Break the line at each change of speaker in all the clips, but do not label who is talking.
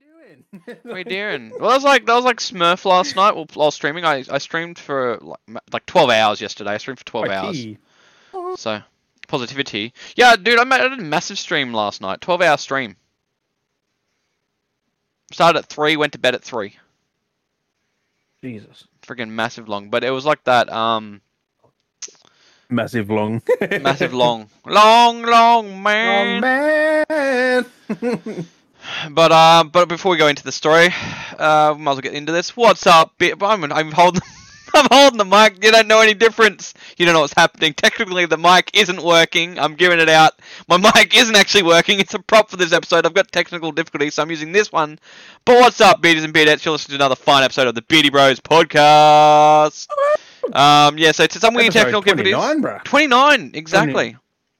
doing?
What are you doing? Well, that was like that was like Smurf last night while while streaming. I, I streamed for like m- like twelve hours yesterday. I streamed for twelve hours.
Tea.
So positivity. Yeah, dude, I, ma- I did a massive stream last night. Twelve hour stream. Started at three, went to bed at three.
Jesus.
Freaking massive long, but it was like that um
Massive long.
massive long, long, long
long
man.
man.
But uh, but before we go into the story, uh, we might as well get into this. What's up? Bi- I'm I'm holding I'm holding the mic. You don't know any difference. You don't know what's happening. Technically, the mic isn't working. I'm giving it out. My mic isn't actually working. It's a prop for this episode. I've got technical difficulties, so I'm using this one. But what's up, beaties and beadettes? You're listening to another fine episode of the Beady Bros podcast. Um, yeah. So to some weird
Episode
technical difficulties.
29, bruh.
29 exactly.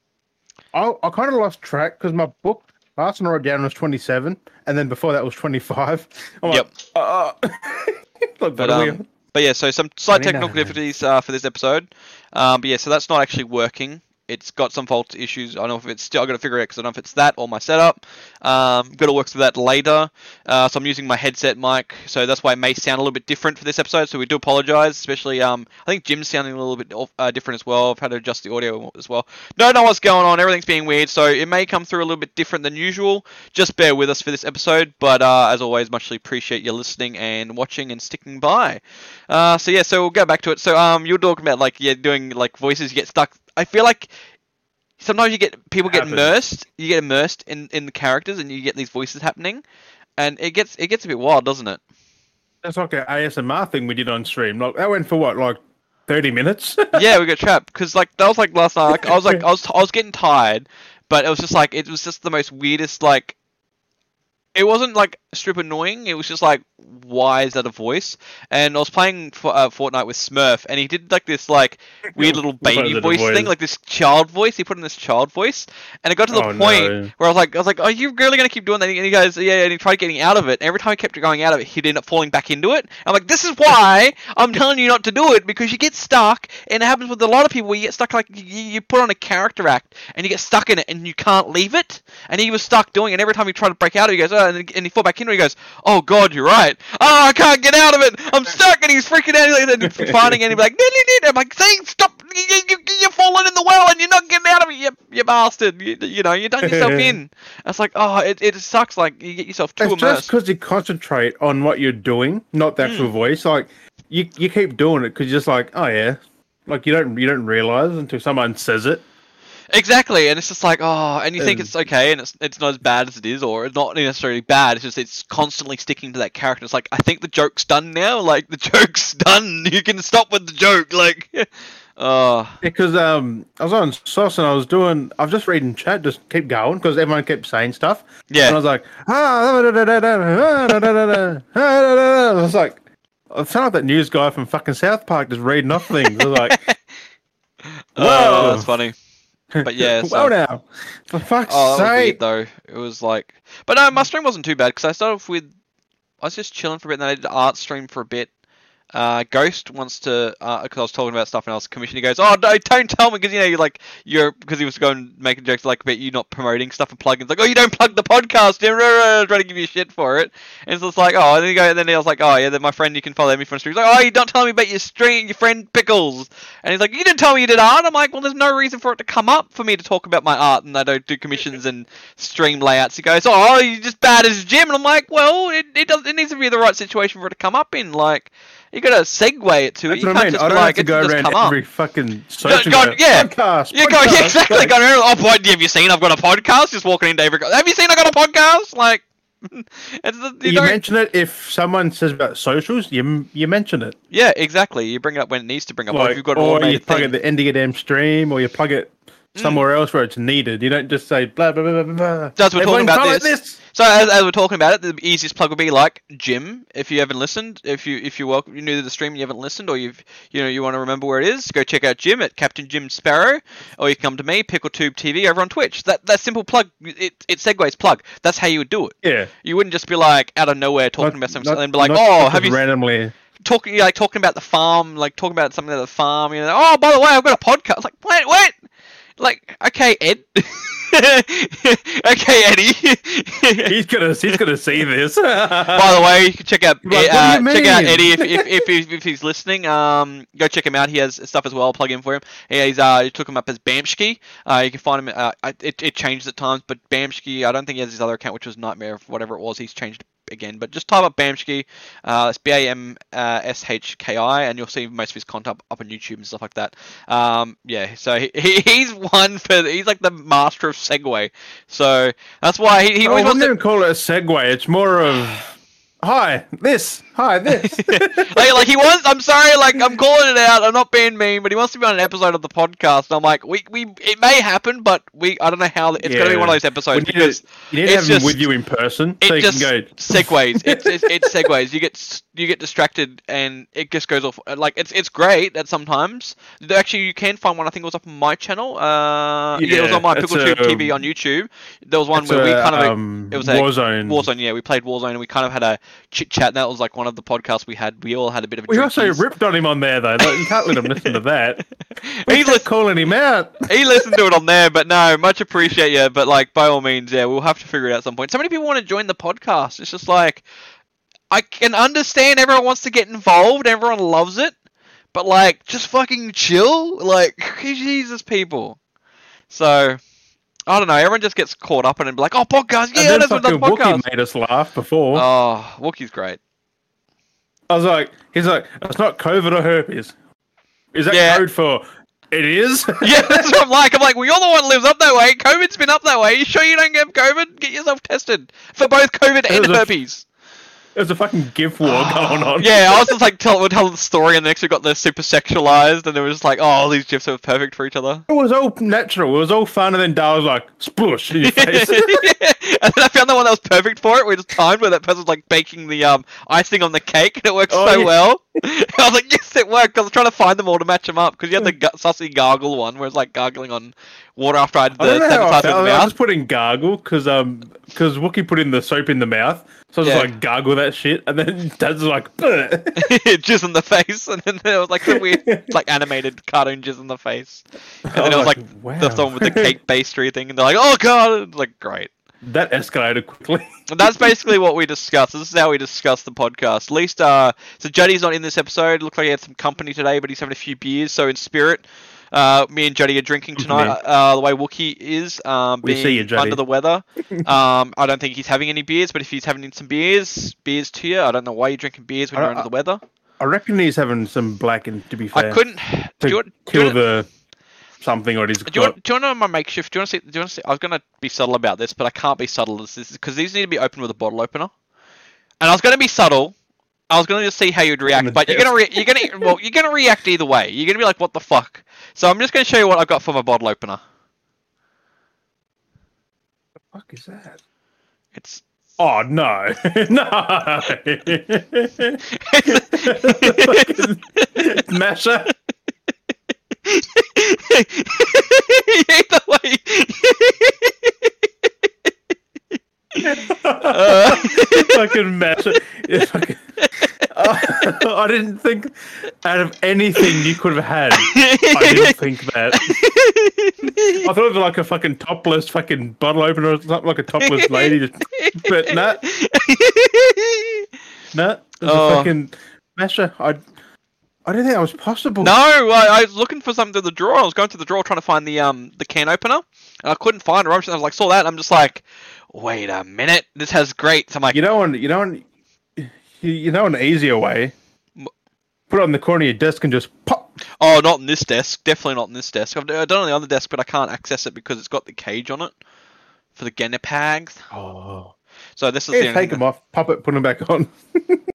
I, I kind of lost track because my book last and I wrote down was 27, and then before that was 25. I'm like,
Yep.
uh, look,
But,
what are we
um,
on?
But yeah, so some slight
29.
technical difficulties uh, for this episode. Um, but yeah, so that's not actually working. It's got some fault issues. I don't know if it's still. I've got to figure out because I don't know if it's that or my setup. Um, got to work through that later. Uh, so I'm using my headset mic, so that's why it may sound a little bit different for this episode. So we do apologize, especially um, I think Jim's sounding a little bit off, uh, different as well. I've had to adjust the audio as well. Don't know what's going on. Everything's being weird, so it may come through a little bit different than usual. Just bear with us for this episode. But uh, as always, muchly appreciate you listening and watching and sticking by. Uh, so yeah, so we'll go back to it. So um, you were talking about like yeah, doing like voices. You get stuck. I feel like sometimes you get people get
Happens.
immersed. You get immersed in in the characters, and you get these voices happening, and it gets it gets a bit wild, doesn't it?
That's like an ASMR thing we did on stream. Like that went for what, like 30 minutes?
yeah, we got trapped because like that was like last night. Like, I was like I was I was getting tired, but it was just like it was just the most weirdest like. It wasn't like strip annoying. It was just like why is that a voice? And I was playing for, uh, Fortnite with Smurf, and he did like this like weird little
Why is
baby
it a
voice thing,
voice?
like this child voice. He put in this child voice, and it got to the
Oh,
point
no.
where I was like, I was like, are you really gonna keep doing that? And he goes, yeah. And he tried getting out of it. Every time he kept going out of it, he'd end up falling back into it. I'm like, this is why I'm telling you not to do it because you get stuck, and it happens with a lot of people. Where you get stuck, like you, you put on a character act, and you get stuck in it, and you can't leave it. And he was stuck doing it. And every time he tried to break out of it, he goes, oh, and, and he fall back into it. He goes, oh god, you're right. Oh, I can't get out of it. I'm stuck, and he's freaking out. And then finding, and he's like, no, no, no. I'm like, see, stop. You, you, you- you're falling in the well, and you're not getting out of it. You, you bastard. You, you know, you done yourself in. It's like, oh, it, it sucks. Like you get yourself too
it's just
immersed.
because you concentrate on what you're doing, not the
Hmm.
actual voice. Like you, you keep doing it because you're just like, oh yeah, like you don't you don't realize until someone says it.
Exactly, and it's just like oh, and you think
And-
it's okay, and it's it's not as bad as it is, or it's not necessarily bad. It's just it's constantly sticking to that character. It's like I think the joke's done now. Like the joke's done. You can stop with the joke. Like, oh,
Because um, I was on sauce and I was doing, I was just reading chat, just keep going because everyone kept saying stuff. And I
yeah,
was like, ah, da, da, da, da, da, ah, da, da, da, da, ah, da, da, da." I was like, I sound like that news guy from fucking South Park just reading off things. I was like,
oh,
Whoa.
that's funny. But yeah, so-
well now, for fuck's
Oh, that was
sake.
weird though. It was like, but no, my stream wasn't too bad because I started off with, I was just chilling for a bit, and then I did an art stream for a bit. Uh, Ghost wants to, because I was talking about stuff and I was commissioned. He goes, "Oh no, don't tell me," because you know you're like you're because he was going making jokes like about you not promoting stuff and plugging. It's like, "Oh, you don't plug the podcast." They're trying to give you shit for it, and so it's like, "Oh," and then you go, and then I was like, "Oh yeah, then my friend, you can follow me from stream." He's like, "Oh, you don't tell me about your stream, your friend Pickles," and he's like, "You didn't tell me you did art." I'm like, "Well, there's no reason for it to come up for me to talk about my art, and I don't do commissions and stream layouts. He goes, "Oh, you're just bad as Jim," and I'm like, "Well, it, it does. It needs to be the right situation for it to come up in. Like, you got to segue it to
That's
it. You
what
can't
I mean.
just
I
be
don't
like
have to
it
go
can just
around
come up."
every fucking social
go on,
media.
yeah.
Podcast,
Yeah, go, yeah,
podcast,
exactly.
podcast.
Go, oh, boy, have you seen? I've got a podcast. Just walking into every. Have you seen? I got a podcast. Like, it's, you,
You,
don't-
mention it if someone says about socials, you you mention it.
yeah, exactly. You bring it up when it needs to bring up. or if you've got an
or you
automated
plug
thing. Mm.
it at the end of your damn stream, or you plug it somewhere else where it's needed. You don't just say blah blah blah blah blah.
That's what we're talking
Everyone follow
about this. So as, as we're talking about it, the easiest plug would be like Jim. If you haven't listened, if you if you're welcome, you're new to the stream, and you haven't listened, or you've you know you want to remember where it is, go check out Jim at Captain Jim Sparrow, or you come to me PickleTube TV over on Twitch. That that simple plug, it it segues plug. That's how you would do it.
Yeah.
You wouldn't just be like out of nowhere talking
Not-
about something
not-
and be like,
not
oh,
just
have you
randomly?
talking like talking about the farm, like talking about something at the farm, you know, oh by the way, I've got a podcast. Like, wait, wait. Like, okay, Ed. okay, Eddie.
He's gonna he's gonna see this.
By the way, you can check out
Like, what do
uh,
you
check out
mean?
Eddie if if, if, he's, if he's listening. Um, go check him out. He has stuff as well. Plug in for him. Yeah, he's uh, he took him up as Bamsky. Uh, you can find him. Uh, I- it, it changes at times, but Bamsky. I don't think he has his other account, which was Nightmare of whatever it was. He's changed again, but just type up Bamsky. Uh, it's B A M uh, S H K I, and you'll see most of his content up on YouTube and stuff like that. Um, yeah, so he, he, he's one for he's like the master of Segway. So that's why he, he
Oh, I wouldn't
always wants to
even call it a segue. It's more of hi this, hi this.
like, like he wants. I'm sorry. Like I'm calling it out. I'm not being mean, but he wants to be on an episode of the podcast. And I'm like, we, we it may happen, but we I don't know how. It's gonna be
Yeah.
one of those
We
episodes
need
because
to, you need to
it's
have him
just-
with you in person
it
so you
just
can go.
segues. It's, it's it segues. You get s- you get distracted and it just goes off. Like it's it's great that sometimes actually you can find one. I think it was up on my channel. Uh, yeah, it was
Yeah,
on my
it's
PickleTube
a-
TV on YouTube. There was one
it's
where we
a,
kind of
um,
it was a
Warzone.
Warzone. Yeah, we played Warzone and we kind of had a chit chat. and That was like one of the podcasts we had. We all had a bit of. A
We also
drinkies.
ripped on him on there though. Like, you can't let him listen to that. We
He
kept
lis-
calling him out.
he listened to it on there, but no, much appreciate you. But like, by all means, yeah, we'll have to figure it out at some point. So many people want to join the podcast. It's just like, I can understand everyone wants to get involved. Everyone loves it, but like, just fucking chill. Like, Jesus, people. So. I don't know. Everyone just gets caught up in it and be like, "Oh, podcast! Yeah,
and then
that's what the
fucking Wookie
podcast."
made us laugh before.
Oh, Wookie's great.
I was like, he's like, it's not COVID or herpes. Is that
Yeah.
code for it is?
Yeah, that's what I'm like. I'm like, well, you're the one who lives up that way. COVID's been up that way. You sure you don't have COVID? Get yourself tested for both COVID and
was a-
herpes.
There's a fucking GIF war going on.
Yeah, I was just like, tell, we're telling the story, and next we got the super sexualized, and it was just like, oh, all these gifs are perfect for each other.
It was all natural. It was all fun, and then Dale was like, "Splush in your face."
and then I found the one that was perfect for it. We just timed where that person's like baking the um icing on the cake, and it worked
Oh,
so
yeah.
well. I was like, yes, it worked. I was trying to find them all to match them up because you had the gu- sussy gargle one, where it's like gargling on water after I did
I don't
the
know how I,
sanitizer in
felt.
the
I
mouth.
just put in gargle because um because Wookie put in the soap in the mouth, so I was
Yeah.
just like gargle that shit, and then Dad's like, "Bleh."
jizz in the face, and then there was like the weird, like animated cartoon jizz in the face, and then
I
it was
was
like,
Oh, like,
the
wow.
someone with the cake pastry thing, and they're like, "Oh god!" It's like great.
that escalated quickly.
And that's basically what we discussed. This is how we discussed the podcast. At least, uh, so Juddy's not in this episode. Looked like he had some company today, but he's having a few beers. So in spirit, uh, me and Juddy are drinking tonight.
Company.
Uh, the way Wookie is, um,
We
being
see you, Juddy.
under the weather. um, I don't think he's having any beers, but if he's having some beers, beers to you. I don't know why you're drinking beers when
I
you're
don't-
under the weather.
I reckon he's having some blackened. To be fair,
I couldn't.
to
Do you, want- do you
kill
want-
the something or his.
Do you, want, do you want to know my makeshift? Do you want to see? Do you want to see? I was gonna be subtle about this, but I can't be subtle. This is because these need to be open with a bottle opener. And I was gonna be subtle. I was gonna just see how you'd react, but you're gonna re- you're gonna e- well you're gonna react either way. You're gonna be like, what the fuck? So I'm just gonna show you what I've got for my bottle opener.
the fuck is that?
It's
Oh no, no! Masher,
either way. Uh.
fucking Masher. Yeah, fucking- I didn't think out of anything you could have had. I didn't think that. I thought it was like a fucking topless fucking bottle opener or something, like a topless lady. Just, but nah, nah. It was
Oh.
a fucking Masher. I, I didn't think that was possible.
No, I, I was looking for something to the drawer. I was going to the drawer trying to find the um the can opener, and I couldn't find it. I was just- I was like, saw that, and I'm just like, wait a minute, this has great. So I'm like,
You know, on you know, on you- you know, an easier way.
M-
Put it on the corner of your desk and just pop.
oh, not in this desk. Definitely not in this desk. I've, I've done it on the other desk, but I can't access it because it's got the cage on it for the guinea pigs.
Oh,
So this is
yeah,
the
take them off, pop it, put them back on.
leave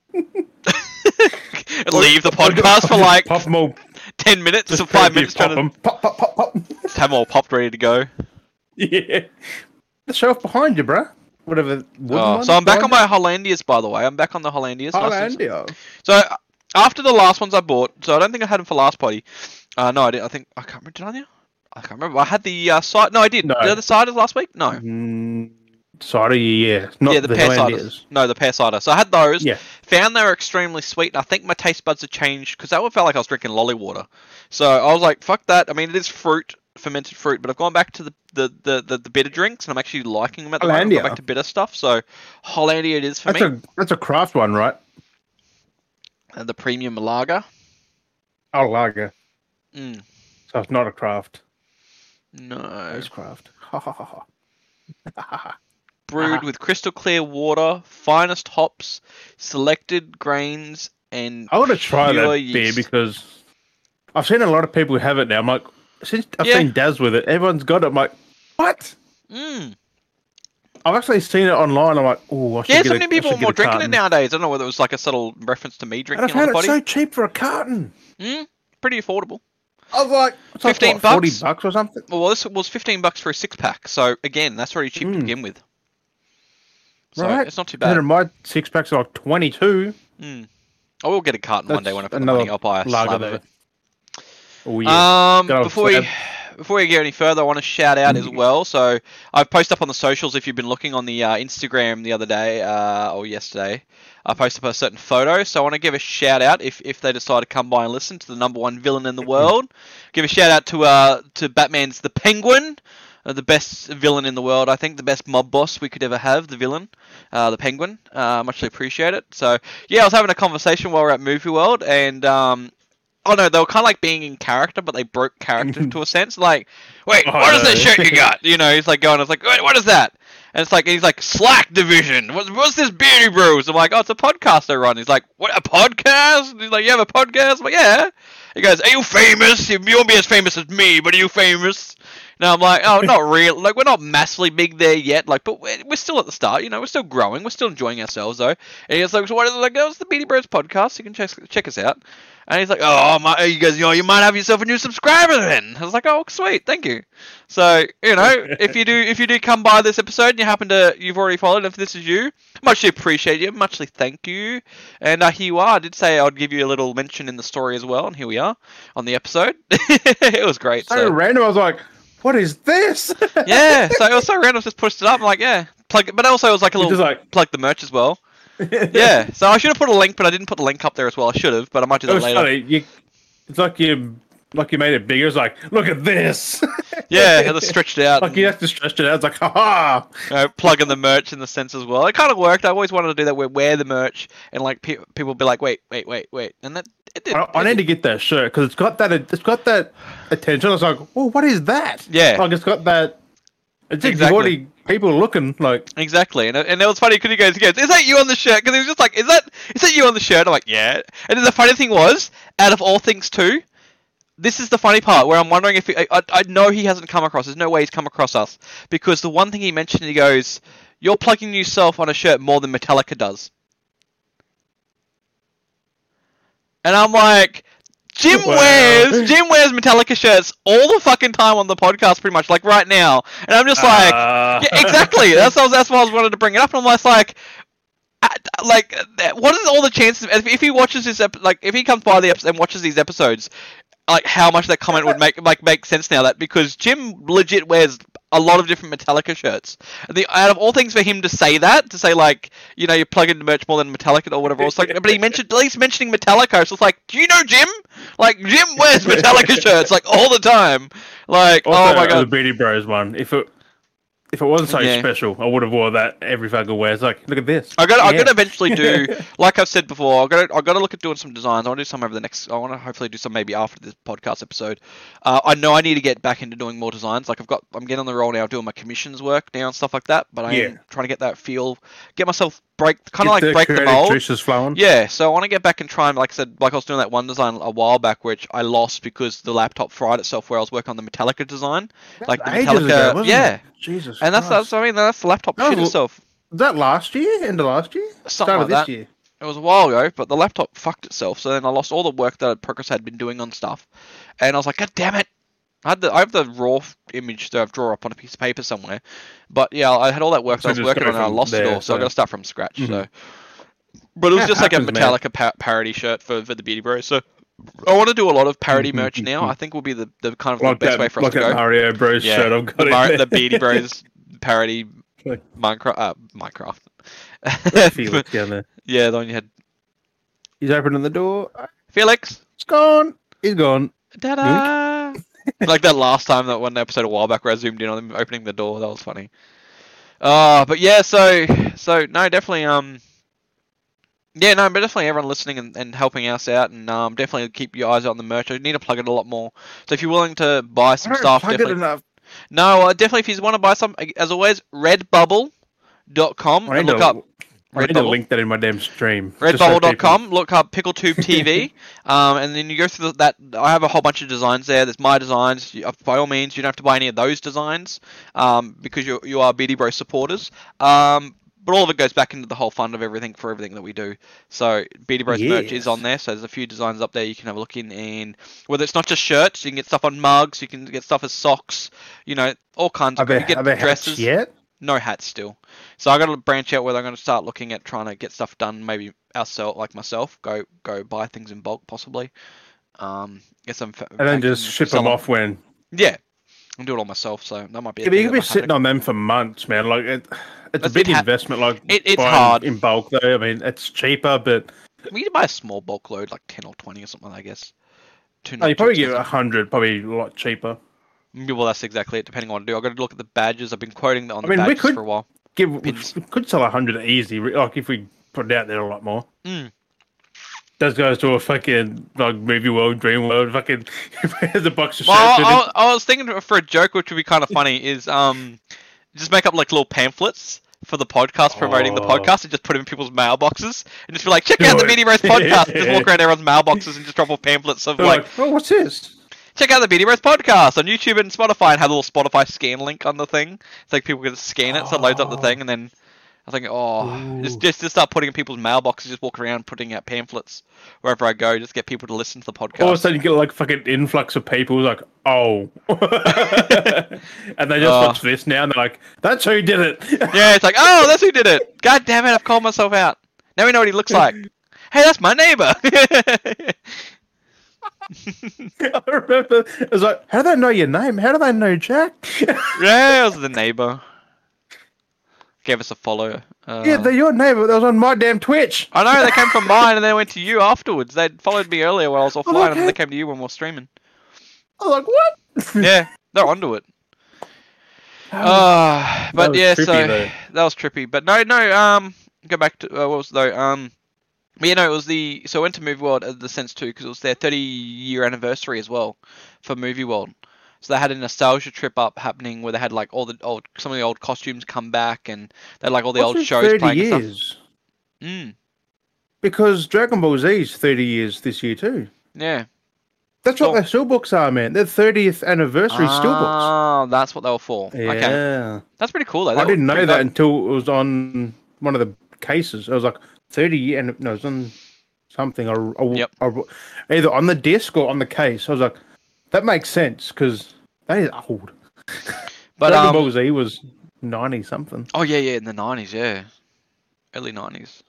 the podcast for like
pop them all.
ten minutes
Just
or five minutes
pop
trying to
them. Pop, pop, pop, pop.
just have them all popped ready to go.
yeah, the shelf behind you, bruh. Whatever. wooden
Oh,
one
so I'm back on
behind
my Hollandias, by the way. I'm back on the
you.
Hollandias.
Oh,
Nice and-
Hollandia.
So uh, after the last ones I bought, so I don't think I had them for last party. Uh, no, I did. I think I can't remember. Did I? now? I can't remember. I had the uh, side. No, I did.
No.
The other side is last week. No.
Mm, cider, yeah, not
yeah, the,
the
pear cider.
Hollandias.
No, the pear cider. So I had those.
Yeah.
Found they were extremely sweet, and I think my taste buds had changed because that one felt like I was drinking lolly water. So I was like, "Fuck that!" I mean, it is fruit, fermented fruit, but I've gone back to the the, the, the, the bitter drinks, and I'm actually liking them at the moment. I've
Hollandia.
gone back to bitter stuff, so Hollandia it is for
That's
me.
a that's a craft one, right?
And the premium lager.
Oh, lager.
Mm,
So it's not a craft.
no.
It's craft. Ha ha ha ha.
brewed
Ah.
with crystal clear water, finest hops, selected grains, and
I want to try
pure
that beer
yeast.
because I've seen a lot of people who have it now. I'm like, since I've
Yeah.
seen Daz with it, everyone's got it. I'm like, what?
Mm.
I've actually seen it online. I'm like, oh, I should
Yeah,
get
so
a-
many people
I
are
should get
more
a
drinking it
carton.
nowadays. I don't know whether it was like a subtle reference to me
And I've
drinking on
had
the
it
body.
so cheap for a carton.
Mm, pretty affordable.
I was like, it's like,
15
what, forty
bucks?
bucks or something.
Well, this was fifteen bucks for a six pack. So again, that's already cheap to
Mm.
begin with. So
Right.
it's not too
Considering
bad.
my six packs are like twenty two.
Mm. I will get a carton one day
That's
when I've got the
another
money. I'll buy a
lager
slab of
though.
it.
Oh yeah.
Um,
Good old Mm.
before we before we get any further, I want to shout out as well. So I've posted up on the socials. If you've been looking on the uh, Instagram the other day uh, or yesterday, I posted up a certain photo. So I want to give a shout out if, if they decide to come by and listen to the number one villain in the
Mm.
world. give a shout out to uh, to Batman's the Penguin. Uh, the best villain in the world, I think, the best mob boss we could ever have, the villain, uh, the Penguin. Uh, muchly appreciate it. So, yeah, I was having a conversation while we are at Movie World, and um, oh no, they were kind of like being in character, but they broke character to a sense. Like, wait,
Oh,
what is
no.
that shirt you got? You know, he's like going, I was like, wait, what is that? And it's like and he's like Slack division. What, what's this beauty bros? I'm like, oh, it's a podcast I run. He's like, what a podcast? And he's like, you have a podcast? I'm like, yeah. He goes, are you famous? You won't be as famous as me, but are you famous? No, I'm like, oh, not real. Like, we're not massively big there yet. Like, but we're, we're still at the start. You know, we're still growing. We're still enjoying ourselves, though. And he's like, so what is it? Like, oh, it's the Beatty Bros podcast. You can check check us out. And he's like, oh, my, you guys, you know, you might have yourself a new subscriber then. I was like, oh, sweet, thank you. So, you know, if you do, if you do come by this episode and you happen to, you've already followed, if this is you, muchly appreciate you, muchly thank you. And uh, here you are. I did say I'd give you a little mention in the story as well, and here we are on the episode. it was great.
so,
so-
random. I was like, what is this?
yeah, so it was so random. Just pushed it up. I'm like, yeah, plug it. But also, it was like a
It's
little
just like
plug the merch as well. Yeah. so I should have put a link, but I didn't put the link up there as well. I should have, but I might do
it
that
was
later.
funny. You, it's like you, like you made it bigger. It's like, look at this.
Yeah, it was stretched out.
like you have to stretch it out. It's like, ha ha.
you know, plug in the merch in the sense as well. It kind of worked. I always wanted to do that. Where wear the merch, and like pe- people be like, wait, wait, wait, wait, and that it did.
I, I
it
need
did.
to get that shirt because it's got that. It's got that attention. It's like, well, what is that?
Yeah.
like it's got that. It's
Exactly.
exactly. already people looking like
Exactly, and it, and it was funny because he goes, he goes, "Is that you on the shirt?" Because he was just like, "Is that is that you on the shirt?" I'm like,
uh,
"Yeah." And then the funny thing was, out of all things, too, this is the funny part where I'm wondering if he, I, I I know he hasn't come across. There's no way he's come across us because the one thing he mentioned, he goes, "You're plugging yourself on a shirt more than Metallica does," and I'm like. Jim
Wow.
wears Jim wears Metallica shirts all the fucking time on the podcast, pretty much like right now, and I'm just like,
Ah.
yeah, exactly. That's what I was, that's why I was wanted to bring it up. And I'm just like, uh, like, uh, what is all the chances if, if he watches this? Ep- like, if he comes by the episode and watches these episodes, like, how much that comment would make like make sense now? That because Jim legit wears a lot of different Metallica shirts. And the out of all things for him to say that, to say like, you know, you plug into merch more than Metallica or whatever. It's like, but he mentioned at least mentioning Metallica. So it's like, do you know Jim? Like, Jim wears Metallica shirts like all the time. Like,
Also,
oh my god.
the Beatty Bros one. If it if it wasn't so
Yeah.
special, I would have wore that every fucking wear. It's like, look at this.
I got. to I
Yeah.
got to eventually do. like I've said before, I got. to I got to look at doing some designs. I want to do some over the next. I want to hopefully do some maybe after this podcast episode. Uh, I know I need to get back into doing more designs. Like I've got. I'm getting on the roll now, doing my commissions work now and stuff like that. But I
Yeah.
am trying to get that feel, get myself break, kind
Get
of like
the
break the
creative
mold.
Juices flowing.
Yeah, so I want to get back and try and, like I said, like I was doing that one design a while back, which I lost because the laptop fried itself where I was working on the Metallica design. like the
ages
Metallica,
ago, wasn't
yeah.
it? Jesus.
And that's, that's
Christ.
what I mean. That's the laptop
That
shit
was-
itself.
Was that last year, end of last year,
Something
start
like
of this
that.
year.
It was a while ago, but the laptop fucked itself, so then I lost all the work that Progress had been doing on stuff. And I was like, God damn it! I, had the, I have the raw f- image that I've drawn up on a piece of paper somewhere. But yeah, I had all that work
So
that I was
just
working
go
on and I
from
lost it
there,
all, so, i
so-
got to start from scratch.
Mhm.
So, But it was
That
just like a
happens, man.
Metallica pa- parody shirt for, for the Beauty Bros. So I want to do a lot of parody merch now. I think will be the, the kind of
Like
the
Mm-hmm,
best
that,
way for us
like
to
that
go.
Mario Bros
Yeah,
shirt I've got
The,
in
Mar-
there.
the Beatty Bros parody
Like-
Minecraft. Uh, Minecraft.
Felix down there.
yeah, the one you had.
He's opening the door.
Felix!
It's gone. He's gone.
Ta-da! like that last time, that one episode a while back where I zoomed in on them opening the door. That was funny. Uh, but yeah, so so no, definitely um, yeah, no, but definitely everyone listening and, and helping us out, and um, definitely keep your eyes out on the merch. I need to plug it a lot more. So if you're willing to buy
I
some
don't
stuff,
plug it
definitely
enough.
no, uh, definitely if you want to buy some, as always, Redbubble.com
I
and
need,
look
to,
up
I need to
Redbubble.
link that in my damn stream. just so people-
redbubble.com look up pickletube tv um, and then you go through the, that i have a whole bunch of designs there there's my designs you, uh, by all means you don't have to buy any of those designs um, because you, you are bd bro supporters um, but all of it goes back into the whole fund of everything for everything that we do so bd bros merch
Yes.
is on there so there's a few designs up there you can have a look in and whether it's not just shirts you can get stuff on mugs you can get stuff as socks you know all kinds
Are
of
there,
you get
are there hats
dresses
yet?
no hats still. So I got to branch out whether I'm going to start looking at trying to get stuff done, maybe ourselves, like myself, go go buy things in bulk possibly, um, get some, fa-
And then
packed
just ship
sell
them off when.
Yeah, and do it all myself. So that might be. a
Yeah, but
thing
you could
that
be
might
sitting
happen.
on them for months, man. Like it, it's a
That's-
big
it ha-
investment. Like
it- it's
buying
hard.
in bulk, though. I mean, it's cheaper, but
We could buy a small bulk load, like ten or twenty or something, I guess. Two,
no, Oh,
not
you
too
probably get a
expensive.
hundred, probably a lot cheaper.
Yeah, Well, that's exactly it. Depending on what I do, I've got to look at the badges. I've been quoting on
I
the
mean, we
badges
could-
for a while.
Give we
Pins.
could sell a hundred easy, re- like if we put it out there a lot more.
Mm.
Those guys do a fucking like movie world, dream world, fucking there's a box of shirts.
Well,
in it.
I, I was thinking for a joke, which would be kind of funny, is um, just make up like little pamphlets for the podcast promoting the
Oh.
podcast and just put them in people's mailboxes and just be like, check out the
Good.
Beady Rose podcast. just walk around everyone's mailboxes and just drop off pamphlets of
They're
like,
like, oh, what's this?
check out the Beady Rose podcast on YouTube and Spotify and have a little Spotify scan link on the thing. It's like people can scan it, so it loads up the
Oh.
thing and then. I think, oh, just,
Ooh.
just just start putting in people's mailboxes, just walk around putting out pamphlets wherever I go, just get people to listen to the podcast.
All of a sudden, you get like fucking influx of people who's like, oh, and they just
Oh.
watch this now, and they're like, that's who did it.
Yeah, it's like, oh, that's who did it. God damn it, I've called myself out. Now we know what he looks like. Hey, that's my neighbor.
I remember it was like, how do they know your name? How do they know Jack?
yeah, it was the neighbor. Gave us a follow. Uh,
yeah, they're your neighbor. That was on my damn Twitch.
I know they came from mine and they went to you afterwards. They followed me earlier when I was offline, and then they
okay.
came to you when we were streaming.
I was like, what?
Yeah, they're onto it. Uh, but
was
yeah,
trippy,
so
though.
that was trippy. But no, no. Um, go back to uh, what was it though. Um, but yeah, no, it was the so I went to Movie World at the Sense too because it was their 30 year anniversary as well for Movie World. So they had a nostalgia trip up happening where they had like all the old some of the old costumes come back and they had like all the
What's
old
this
shows
30
playing and stuff.
years?
Mm,
Because Dragon Ball Z is 30 years this year, too.
yeah.
That's
Cool.
what their still books are, man. Their 30th anniversary still books.
Ah, that's what they were for.
Yeah.
Okay, that's pretty cool though.
I
That
didn't
was
know
pretty
that
dope.
until it was on one of the cases. It was like 30 year, and no, it was on something, or, or,
Yep.
or- either on the disc or on the case. I was like, that makes sense because that is old.
But
Dragon
um,
Ball Z was 90 something.
Oh yeah, yeah, in the nineties, yeah, early nineties.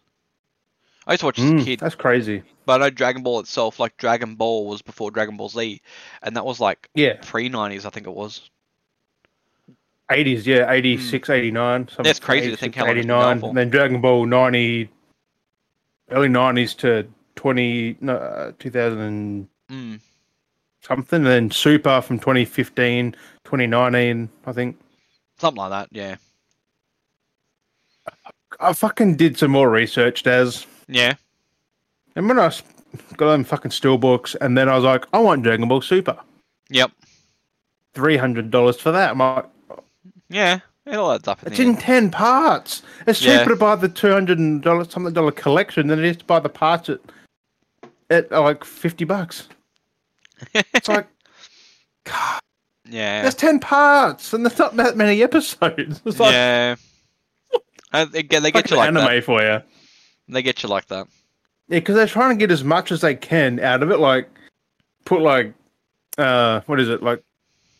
I used to watch as a
Mm,
kid,
that's crazy.
but I know Dragon Ball itself, like Dragon Ball, was before Dragon Ball Z, and that was like
Yeah,
pre nineties, I think it was.
80s, yeah, 86, 89. Something
Hmm. That's crazy to think how long it's been going
89.
for.
And then Dragon Ball 90, early 90s to 20, no, uh, 2000. and
Mm.
something, and then Super from 2015, 2019, I think.
Something like that, yeah,
I fucking did some more research, Daz.
yeah.
And when I s- got them fucking steelbooks, and then I was like, I want Dragon Ball Super.
Yep.
$300 for that. I'm like,
Yeah. It all adds up in
it's
the
in
end.
10 parts. It's cheaper
Yeah.
to buy the $200 something dollar collection than it is to buy the parts at, at uh, like 50 bucks. It's like,
Yeah.
there's 10 parts, and there's not that many episodes. It's like,
yeah. Uh, they get, they get you
fucking
like
anime
that.
for you.
They get you like that.
Yeah, because they're trying to get as much as they can out of it. Like, put like, uh, what is it? Like,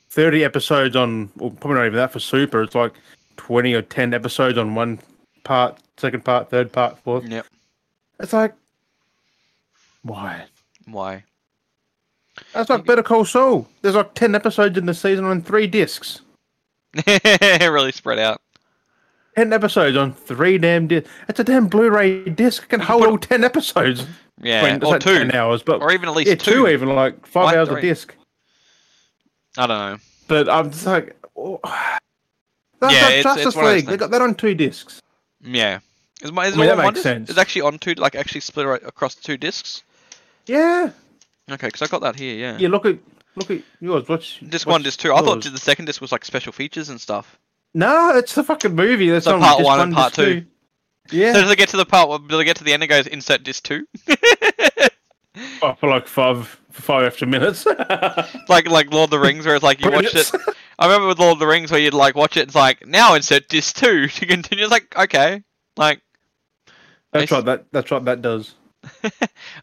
thirty episodes on, or probably not even that for Super. It's like twenty or ten episodes on one part, second part, third part, fourth.
Yep.
It's like, why?
Why?
That's like Better Call Saul. There's like ten episodes in the season on three discs.
really spread out.
Ten episodes on three damn discs. It's a damn Blu-ray disc. It can hold all ten episodes.
Yeah.
I mean, it's
or
like
two.
ten hours, but
Or even at least
yeah, two even like five
Why
hours
three?
a disc.
I don't know.
But I'm just like, oh. that's
Yeah,
yeah,
it's-
Justice
it's one of those
League. They
things.
got that on two discs.
Yeah. Is, my, is
I mean,
it
that
all one
makes
disc?
sense.
It's actually on two, like actually split right across two discs.
Yeah,
Okay, because I got that here. Yeah.
yeah. Look at look at yours. What's
Disc
what's
one, disc two. I thought
yours?
the second disc was like special features and stuff.
no, it's the fucking movie. That's
So
on
part
disc
one and part
disc
two.
Yeah,
So does it get to the part? Where, does it get to the end and goes insert disc two?
Oh, for like five for five extra minutes.
like like Lord of the Rings, where it's like you watched it.
Brilliant.
I remember with Lord of the Rings where you'd like watch it. It's like now insert disc two to continue. It's like okay, like
That's right. That that's right. That does.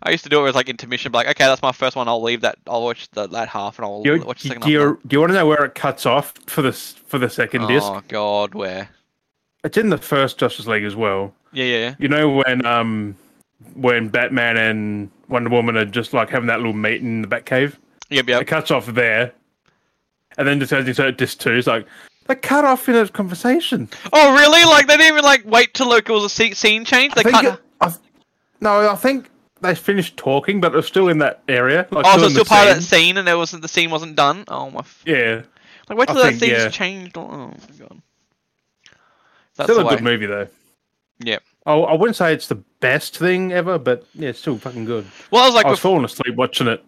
I used to do it with like intermission. Like okay, that's my first one. I'll leave that. I'll watch the, that half and I'll
Do you,
watch the
do,
second
you,
half.
do you want to know where it cuts off for this for the second disc?
Oh god, where?
It's in the first Justice League as well.
Yeah, yeah, yeah.
You know when um when Batman and Wonder Woman are just like having that little meet in the Batcave.
Yep, yep.
It cuts off there, and then just as you start disc two, it's like they cut off in a conversation.
Oh, really? Like they didn't even like wait till like, it was a se- scene change. They
I think
cut.
it- I th- no, I think they finished talking, but it was still in that area. Like,
oh, so
in
it's still
the
part of that
scene.
scene, and there wasn't the scene wasn't done. Oh my! F-
Yeah,
like wait
I
till that
think,
scene's
yeah.
changed. Oh my god. That's
still
the
a
way.
good movie though.
Yep.
I, I wouldn't say it's the best thing ever, but yeah, it's still fucking good.
Well, I was like,
I
before.
was falling asleep watching it.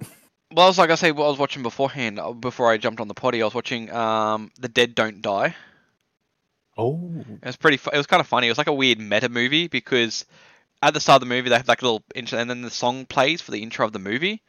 Well, I was like I say, what I was watching beforehand, uh, before I jumped on the potty, I was watching um, The Dead Don't Die.
Oh,
It was pretty. Fu- it was kind of funny. It was like a weird meta movie because at the start of the movie they have like a little intro, and then the song plays for the intro of the movie.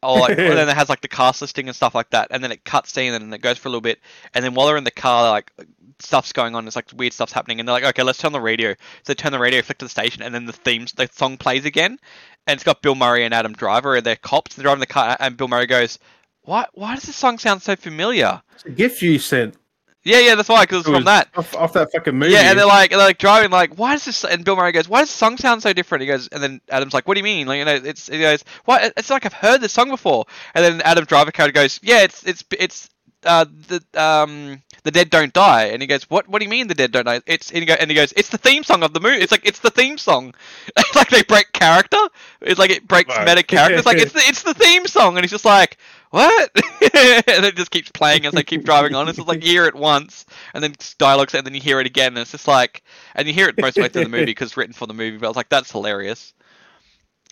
Or like, and then it has like the cast listing and stuff like that, and then it cuts to and then it goes for a little bit, and then while they're in the car, they're like stuff's going on, it's like weird stuff's happening, and they're like, okay, let's turn the radio. So they turn the radio, flick to the station, and then the themes, the song plays again, and it's got Bill Murray and Adam Driver, and they're cops, they're driving the car, and Bill Murray goes, why, why does this song sound so familiar?
it's a gift you sent
Yeah, yeah, that's why, because it's
It
from
was
that.
off, off that fucking movie.
Yeah, and they're like, they're like driving, like, why does this? And Bill Murray goes, why does the song sound so different? He goes, and then Adam's like, what do you mean? Like, you know, it's he goes, why? It's like I've heard this song before. And then Adam Driver kind of goes, yeah, it's it's it's uh the um the dead don't die. And he goes, what what do you mean the dead don't die? It's and he, go, and he goes, it's the theme song of the movie. It's like it's the theme song. It's like they break character. It's like it breaks
Right.
meta character. It's like it's the, it's the theme song. And he's just like. What? and it just keeps playing as they keep driving on. It's just like you hear it once, and then s- dialogues, and then you hear it again, and it's just like, and you hear it most of the way through the movie because it's written for the movie. But I was like, that's hilarious.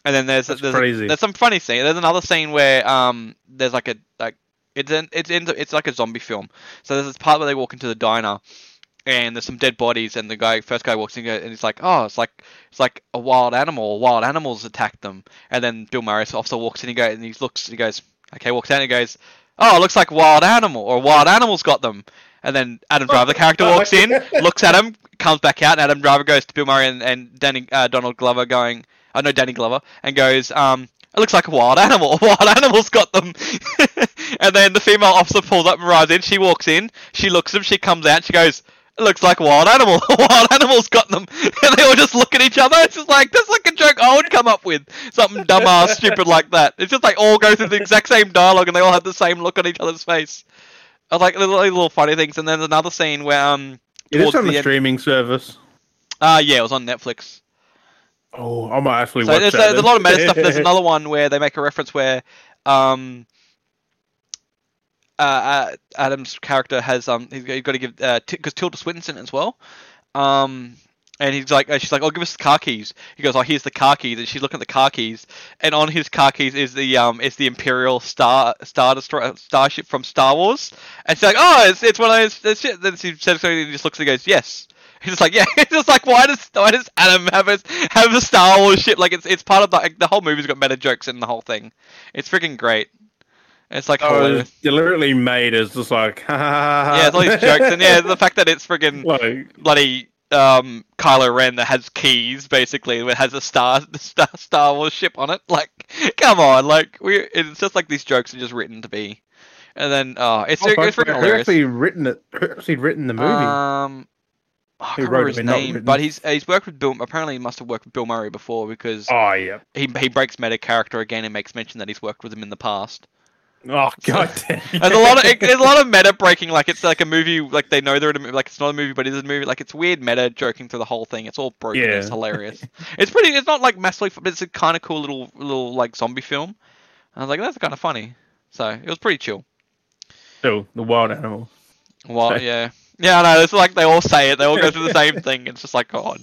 And then there's
That's
there's,
crazy.
there's some funny scene. There's another scene where um there's like a like it's in, it's in, it's like a zombie film. So there's this part where they walk into the diner, and there's some dead bodies, and the guy first guy walks in and he's like, oh, it's like it's like a wild animal. Wild animals attacked them. And then Bill Murray's officer walks in and he goes, and he looks, and he goes, okay, walks out and he goes, oh, it looks like wild animal or wild animals got them. And then Adam Driver, the character, walks in, looks at him, comes back out, and Adam Driver goes to Bill Murray and, and Danny uh, Donald Glover going, I know Danny Glover, and goes, um, it looks like a wild animal. Wild animals got them. and then the female officer pulls up and rides in. She walks in. She looks at him. She comes out. She goes, it looks like a wild animal. A wild animal's got them. And they all just look at each other. It's just like, that's like a joke I would come up with. Something dumbass, stupid like that. It's just like all go through the exact same dialogue and they all have the same look on each other's face. I like little, little funny things. And then there's another scene where, um,
it is
towards
on
the
the
end-
streaming service.
Ah, yeah, it was on Netflix.
Oh, I might actually
So
watch
there's,
that.
there's a
then.
lot of meta stuff. There's another one where they make a reference where um, uh, uh, Adam's character has um, he's got, he's got to give because Tilda Swinton's in it as well. Um, and he's like, uh, she's like, oh, give us the car keys. He goes, oh, here's the car keys, and she's looking at the car keys, and on his car keys is the um, is the Imperial Star Star Destroyer starship from Star Wars, and she's like, oh, it's it's one of those. It's shit. Then she says something, and he just looks and goes, yes. He's just like, yeah. It's just like, why does why does Adam have a have a Star Wars ship? Like, it's it's part of the like, the whole movie's got meta jokes in the whole thing. It's freaking great. It's like
Oh, uh, it
hilarious.
was deliberately made as just like, ha ha ha.
yeah, it's all these jokes, and yeah, the fact that it's freaking
like,
bloody um Kylo Ren that has keys basically that has a star star Star Wars ship on it. Like, come on, like we it's just like these jokes are just written to be. And then oh, it's,
oh,
it's
fuck,
freaking
who
hilarious.
actually written it? Who actually written the movie?
Um, oh, I can't
Who
remember
wrote it
his
but not
name,
written?
but he's he's worked with Bill. Apparently, he must have worked with Bill Murray before because
oh yeah.
he he breaks meta character again and makes mention that he's worked with him in the past.
Oh god. damn.
There's a lot of it- there's a lot of meta breaking. Like it's like a movie. Like they know they're in a movie. Like it's not a movie, but it is a movie. Like it's weird meta joking through the whole thing. It's all broken. It's
Yeah.
hilarious. it's pretty. It's not like massively. f- But it's a kind of cool little little like zombie film. I was like, that's kind of funny. So it was pretty chill.
still the wild animal.
Well,
Okay.
yeah, yeah, I know. It's like they all say it. They all go through the same thing. It's just like, God,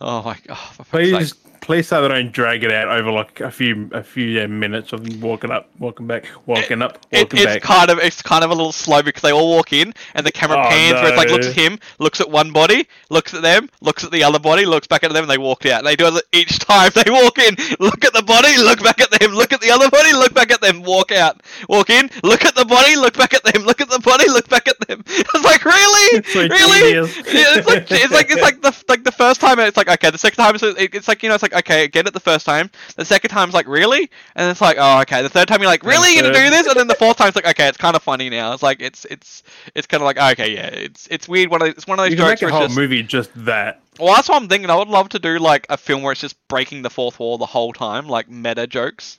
oh my God. for fuck's
Please,
sake.
please say they don't drag it out over like a few a few yeah, minutes of them walking up, walking back, walking up,
It,
walking
it's
back.
kind of it's kind of a little slow because they all walk in and the camera
Oh,
pans where it's like
no.
looks at him, looks at one body, looks at them, looks at the other body, looks back at them, and they walked out. They do it each time they walk in. Look at the body, look back at them, look at the other body, look back at them, walk out. Walk in, look at the body, look back at them, look at the body, look back at them. It's like really,
It's so
really.
tedious.
Yeah, it's like it's like it's like the like the first time it's like okay, the second time it's, it's like you know it's like okay, get it the first time. The second time's like really, and it's like oh okay. The third time you're like really you're gonna do
third.
this, and then the fourth time's like okay, it's kind of funny now. It's like it's it's it's kind of like okay, yeah, it's it's weird. One of the- it's one of those
You can
jokes
make a
where
whole
it's just,
movie just that.
well, that's what I'm thinking. I would love to do like a film where it's just breaking the fourth wall the whole time, like meta jokes,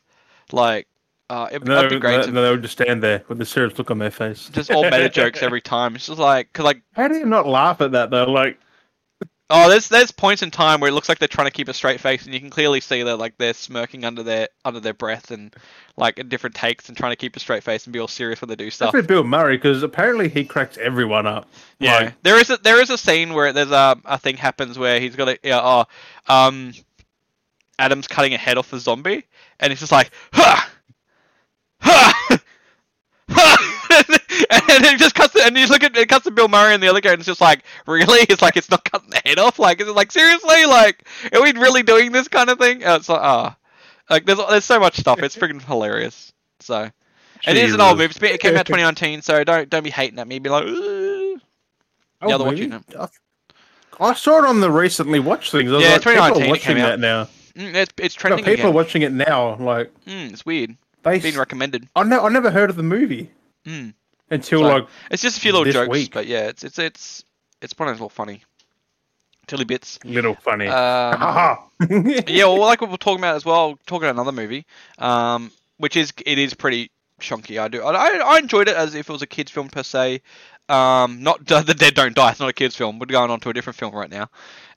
like uh, it,
And then,
that'd
they,
be great.
then
to,
they would just stand there with the serious look on their face.
just all meta jokes every time. It's just like because like
How do you not laugh at that though? Like,
Oh, there's there's points in time where it looks like they're trying to keep a straight face, and you can clearly see that like they're smirking under their under their breath and like at different takes and trying to keep a straight face and be all serious when they do stuff.
definitely Bill Murray because apparently he cracks everyone up.
Yeah,
Like,
there is a there is a scene where there's a a thing happens where he's got a yeah, oh, um, Adam's cutting a head off a zombie, and he's just like ha, ha, ha, and he just cuts it, and you look at it cuts to Bill Murray and the other guy, and it's just like really, it's like it's not cutting the head off, like is it like seriously, like are we really doing this kind of thing? Uh, it's like ah, like there's there's so much stuff, it's freaking hilarious. So. It is an old movie.
Jesus.
It's been- It came out 2019, so don't don't be hating at me. Be like, "Ugh."
Old
other
movie?
watching
I I saw it on the recently watched things. I was
Yeah,
like, people
2019
are
it
watching
came out.
that now.
Mm, it's, it's
No,
trending
people are
again.
watching it now. Like
Mm, it's weird.
they,
It's been recommended.
I, ne- I never heard of the movie
Mm.
until
So-
like
It's just a few little
This
jokes,
week.
but yeah, it's it's it's it's one of those little funny, tilly bits.
little funny.
Um,
Haha.
yeah, well, like what we're talking about as well, talking about another movie, um, which is it is pretty chunky. I do, I, I enjoyed it as if it was a kids film per se. Um, not the dead don't die. It's not a kids film. We're going on to a different film right now.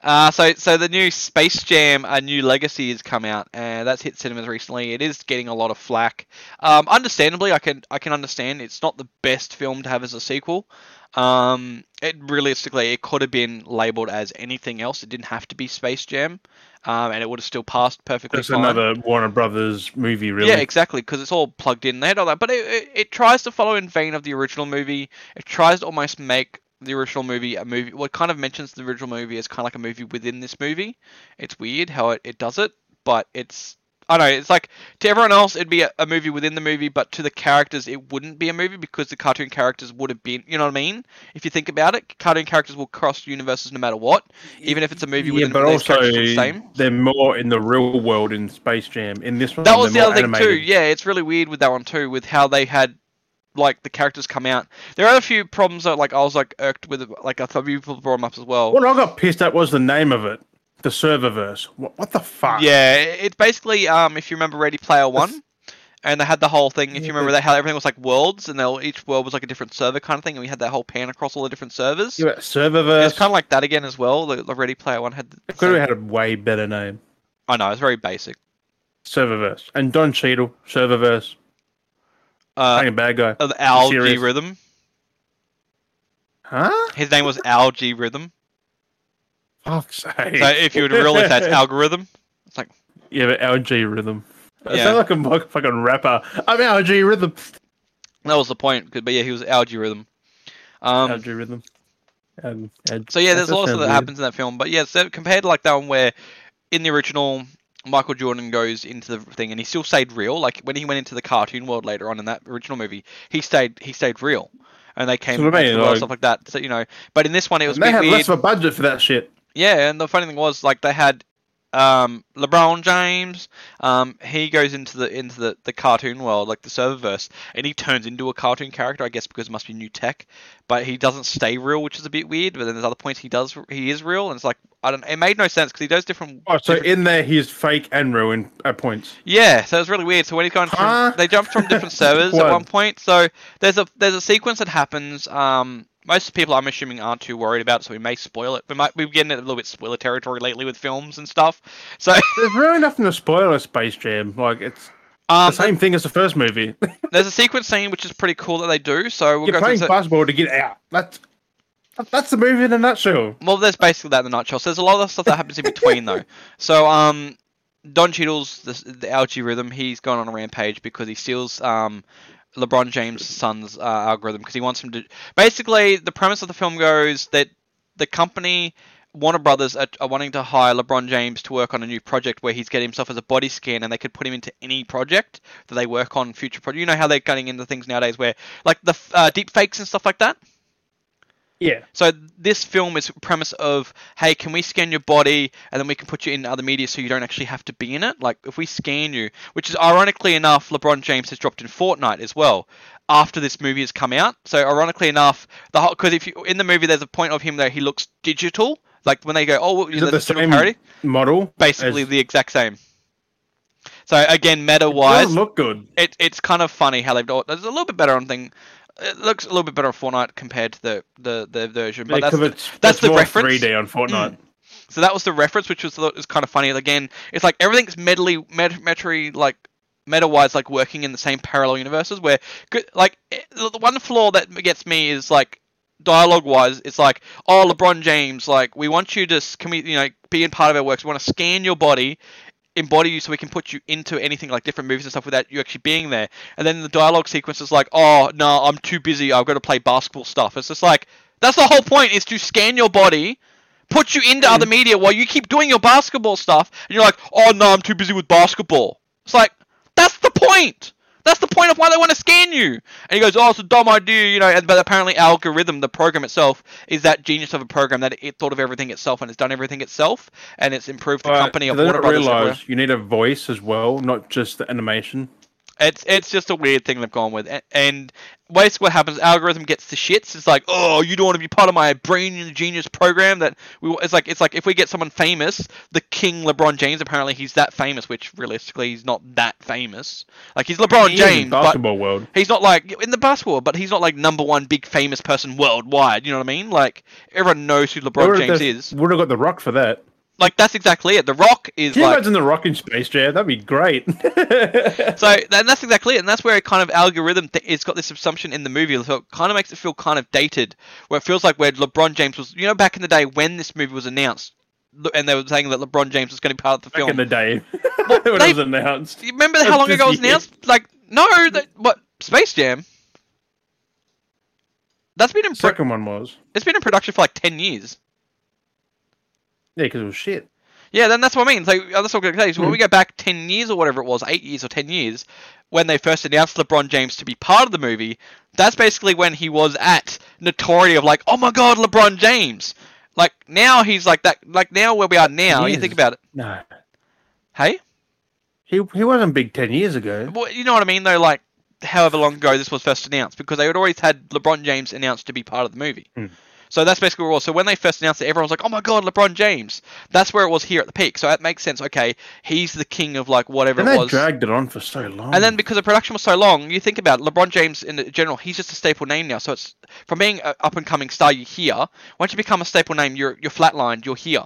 Uh, so so the new Space Jam: A New Legacy has come out, and that's hit cinemas recently. It is getting a lot of flack. Um, understandably, I can I can understand. It's not the best film to have as a sequel. Um, it realistically it could have been labeled as anything else. It didn't have to be Space Jam, um, and it would have still passed perfectly
That's
fine.
another Warner Brothers movie, really.
Yeah, exactly, because it's all plugged in. They had all that, but it, it, it tries to follow in vein of the original movie. It tries to almost make the original movie a movie. Well, it kind of mentions the original movie as kind of like a movie within this movie. It's weird how it, it does it, but it's I don't know. It's like to everyone else, it'd be a, a movie within the movie, but to the characters, it wouldn't be a movie because the cartoon characters would have been. You know what I mean? If you think about it, cartoon characters will cross universes no matter what, even if it's a movie
Yeah,
within
but
those
also
characters are the same.
they're more in the real world in Space Jam. In this one,
That
they're
was the
more
other thing too.
animated.
Yeah, it's really weird with that one too, with how they had like the characters come out. There are a few problems that like I was like irked with. Like I thought people brought them up as well.
What I got pissed at was the name of it, the Serververse. What, what the fuck?
Yeah, it's basically um if you remember Ready Player One, and they had the whole thing. If you remember that, how everything was like worlds, and they all, each world was like a different server kind of thing, and we had that whole pan across all the different servers.
Yeah, but Serververse.
It's kind of like that again as well. The, the Ready Player One had. The,
Could have
same-
had a way better name.
I know it's very basic.
Serververse. And Don Cheadle, Serververse.
Uh,
Fucking bad guy.
of Algae
serious.
Rhythm.
Huh?
His name was Algae Rhythm.
Fuck's sake.
So if you would realize that's algorithm, it's like.
yeah, but LG Rhythm. I
Yeah.
sound like a mo- fucking rapper. I'm LG Rhythm.
That was the point. 'cause- But yeah, he was algae rhythm. Um,
LG Rhythm. Um, and-
so yeah, there's
that
lots of
sounds
that
weird.
happens in that film. But yeah, so compared to like that one where in the original Michael Jordan goes into the thing and he still stayed real. Like when he went into the cartoon world later on in that original movie, he stayed he stayed real. And they came
So what I
back to
mean,
the world,
like-
stuff like that. So you know, but in this one it was a
they
bit
had
weird.
less of a budget for that shit.
Yeah, and the funny thing was, like, they had um, LeBron James. Um, he goes into the into the, the cartoon world, like the serververse, and he turns into a cartoon character, I guess, because it must be new tech. But he doesn't stay real, which is a bit weird. But then there's other points he does he is real, and it's like I don't. It made no sense because he does different.
Oh, so
different-
in there, he's fake and ruined at points.
yeah, so it's really weird. So when he's going from,
Huh?
they jumped from different servers at
Wow.
one point. So there's a there's a sequence that happens. Um, most people I'm assuming aren't too worried about, it, so we may spoil it. We might we're getting a little bit spoiler territory lately with films and stuff. So
There's really nothing to spoil a Space Jam. Like, it's. The
Um,
same thing as the first movie.
there's a sequence scene which is pretty cool that they do. So
You're
we'll go through.
playing
so-
basketball to get out. That's that- that's the movie in a nutshell.
Well, there's basically that in the nutshell. So there's a lot of stuff that happens in between though. So um, Don Cheadle's the, the algae rhythm. He's gone on a rampage because he steals um, LeBron James' son's uh, algorithm because he wants him to. Basically, the premise of the film goes that the company Warner Brothers are, are wanting to hire LeBron James to work on a new project where he's getting himself as a body scan, and they could put him into any project that they work on future project. You know how they're getting into things nowadays where like the f- uh, deep fakes and stuff like that.
Yeah.
So this film is premise of, hey, can we scan your body and then we can put you in other media so you don't actually have to be in it? Like if we scan you, which is ironically enough, LeBron James has dropped in Fortnite as well after this movie has come out. So ironically enough, the whole because if you in the movie there's a point of him that he looks digital, like when they go, oh, well,
Is it the
that's a
same
parody,
model?
basically
It's-
the exact same. So again, meta
it
wise,
doesn't look good.
it, it's kind of funny how they've done. It's a little bit better on thing. It looks a little bit better on Fortnite compared to the the, the version, but that's
Because
the,
it's-
that's
it's
the
more
reference. Hmm.
3D on Fortnite.
So that was the reference, which was was kind of funny. Again, it's like everything's medley, med, metry, like meta-wise, like working in the same parallel universes. Where good, like it- the the one flaw that gets me is like dialogue-wise, it's like, oh, LeBron James, like we want you to, s- can we, you know, be in part of our works. We want to scan your body, embody you, so we can put you into anything like different movies and stuff without you actually being there. And then the dialogue sequence is like, oh no, I'm too busy. I've got to play basketball stuff. It's just like that's the whole point is to scan your body put you into
Mm.
other media while you keep doing your basketball stuff and you're like, oh no, I'm too busy with basketball. It's like, that's the point. That's the point of why they want to scan you. And he goes, oh, it's a dumb idea, you know. And, but apparently, algorithm, the program itself, is that genius of a program that it thought of everything itself and it's done everything itself and it's improved the
But
company of
they
Warner
don't
Brothers. and
realize you need a voice as well, not just the animation.
it's it's just a weird thing they've gone with, A- and basically what happens, algorithm gets the shits. It's like, oh, you don't want to be part of my brain genius program that we. wa-" It's like it's like if we get someone famous, the King LeBron James. Apparently, he's that famous, which realistically he's not that famous. Like he's LeBron
Even
James, but
basketball world.
he's not like in the basketball, but he's not like number one big famous person worldwide. You know what I mean? Like everyone knows who LeBron James is.
Would have got the Rock for that.
Like that's exactly it. The Rock is
Can you
like
imagine the Rock in Space Jam? That'd be great.
So and that's exactly it, and that's where it kind of algorithm th- it's got this assumption in the movie, so it kind of makes it feel kind of dated, where it feels like where LeBron James was, you know, back in the day when this movie was announced, le- and they were saying that LeBron James was going to be part of the
Back in
film.
the day when
they-
it was announced.
Do you remember how long ago it was
Yeah.
announced? Like, no, that, what Space Jam? That's been in pro-
Second one was
it's been in production for like ten years.
yeah, because it was shit.
Yeah, then that's what I mean. So uh, that's what I'm going to say. So when we go back 10 years or whatever it was, 8 years or 10 years, when they first announced LeBron James to be part of the movie, that's basically when he was at notoriety of like, oh my god, LeBron James. Like now he's like that. Like now where we are now, you
Yes.
think about it.
No,
Hey,
he he wasn't big ten years ago.
well, you know what I mean though. Like however long ago this was first announced, because they had always had LeBron James announced to be part of the movie.
Mm.
So that's basically where it was. So when they first announced it, everyone was like, "Oh my god, LeBron James!" That's where it was here at the peak. So that makes sense. Okay, he's the king of like whatever
And
it
they
was.
dragged it on for so long.
And then because the production was so long, you think about it, LeBron James in general, he's just a staple name now. So it's from being an up and coming star, you're here. Once you become a staple name, you're you're flatlined. You're here.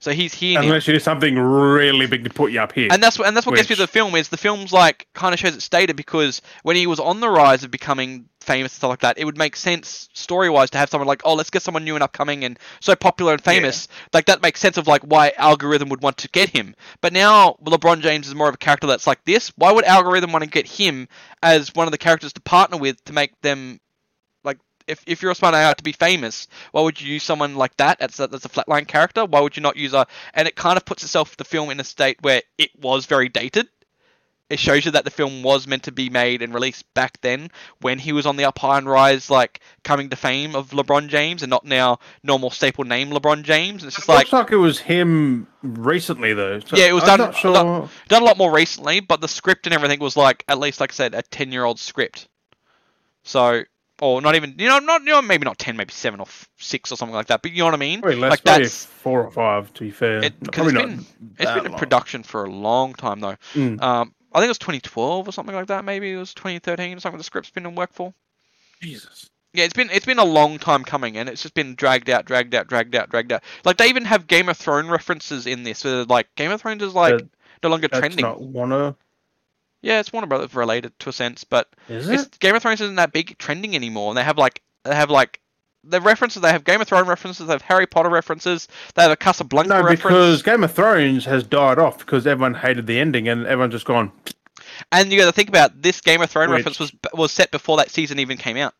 So he's here now.
unless you do something really big to put you up here,
And that's what and that's what gets me
Which-
to the film is the film's like kind of shows its data because when he was on the rise of becoming famous and stuff like that, it would make sense story wise to have someone like, oh, let's get someone new and upcoming and so popular and famous. Like that makes sense of like why algorithm would want to get him. But now LeBron James is more of a character that's like this. Why would algorithm want to get him as one of the characters to partner with to make them like if, if you're a smart AI to be famous, why would you use someone like that as a, as a flatline character? Why would you not use a and it kind of puts itself the film in a state where it was very dated. It shows you that the film was meant to be made and released back then when he was on the up high and rise, like coming to fame of LeBron James and not now normal staple name LeBron James. And it's just like
looks like it was him recently though. So
Yeah, it was
I'm
done-
Not sure.
done- done a lot more recently, but the script and everything was like at least like I said, a ten year old script. So or not even you know, not you know, maybe not ten, maybe seven or f- six or something like that. But you know what I mean?
Probably less,
like
probably
that's
four or five. To be fair,
it, because
probably
it's
not.
been, it's
that
been in
long.
production for a long time though.
Mm.
Um, I think it was 2012 or something like that. Maybe it was 2013 or something. The script's been in work for.
Jesus.
Yeah, it's been it's been a long time coming, and it's just been dragged out, dragged out, dragged out, dragged out. Like they even have Game of Thrones references in this. Where like Game of Thrones is like
That-
no longer
That's
trending.
not wanna.
Yeah, it's Warner Brothers related to a sense, but
Is
it's, Game of Thrones isn't that big trending anymore. And they have like they have like the references. They have Game of Thrones references. They have Harry Potter references. They have a Casablanca
No,
reference.
because Game of Thrones has died off because everyone hated the ending and everyone's just gone.
And you got to think about this Game of Thrones
Which-
reference was was set before that season even came out.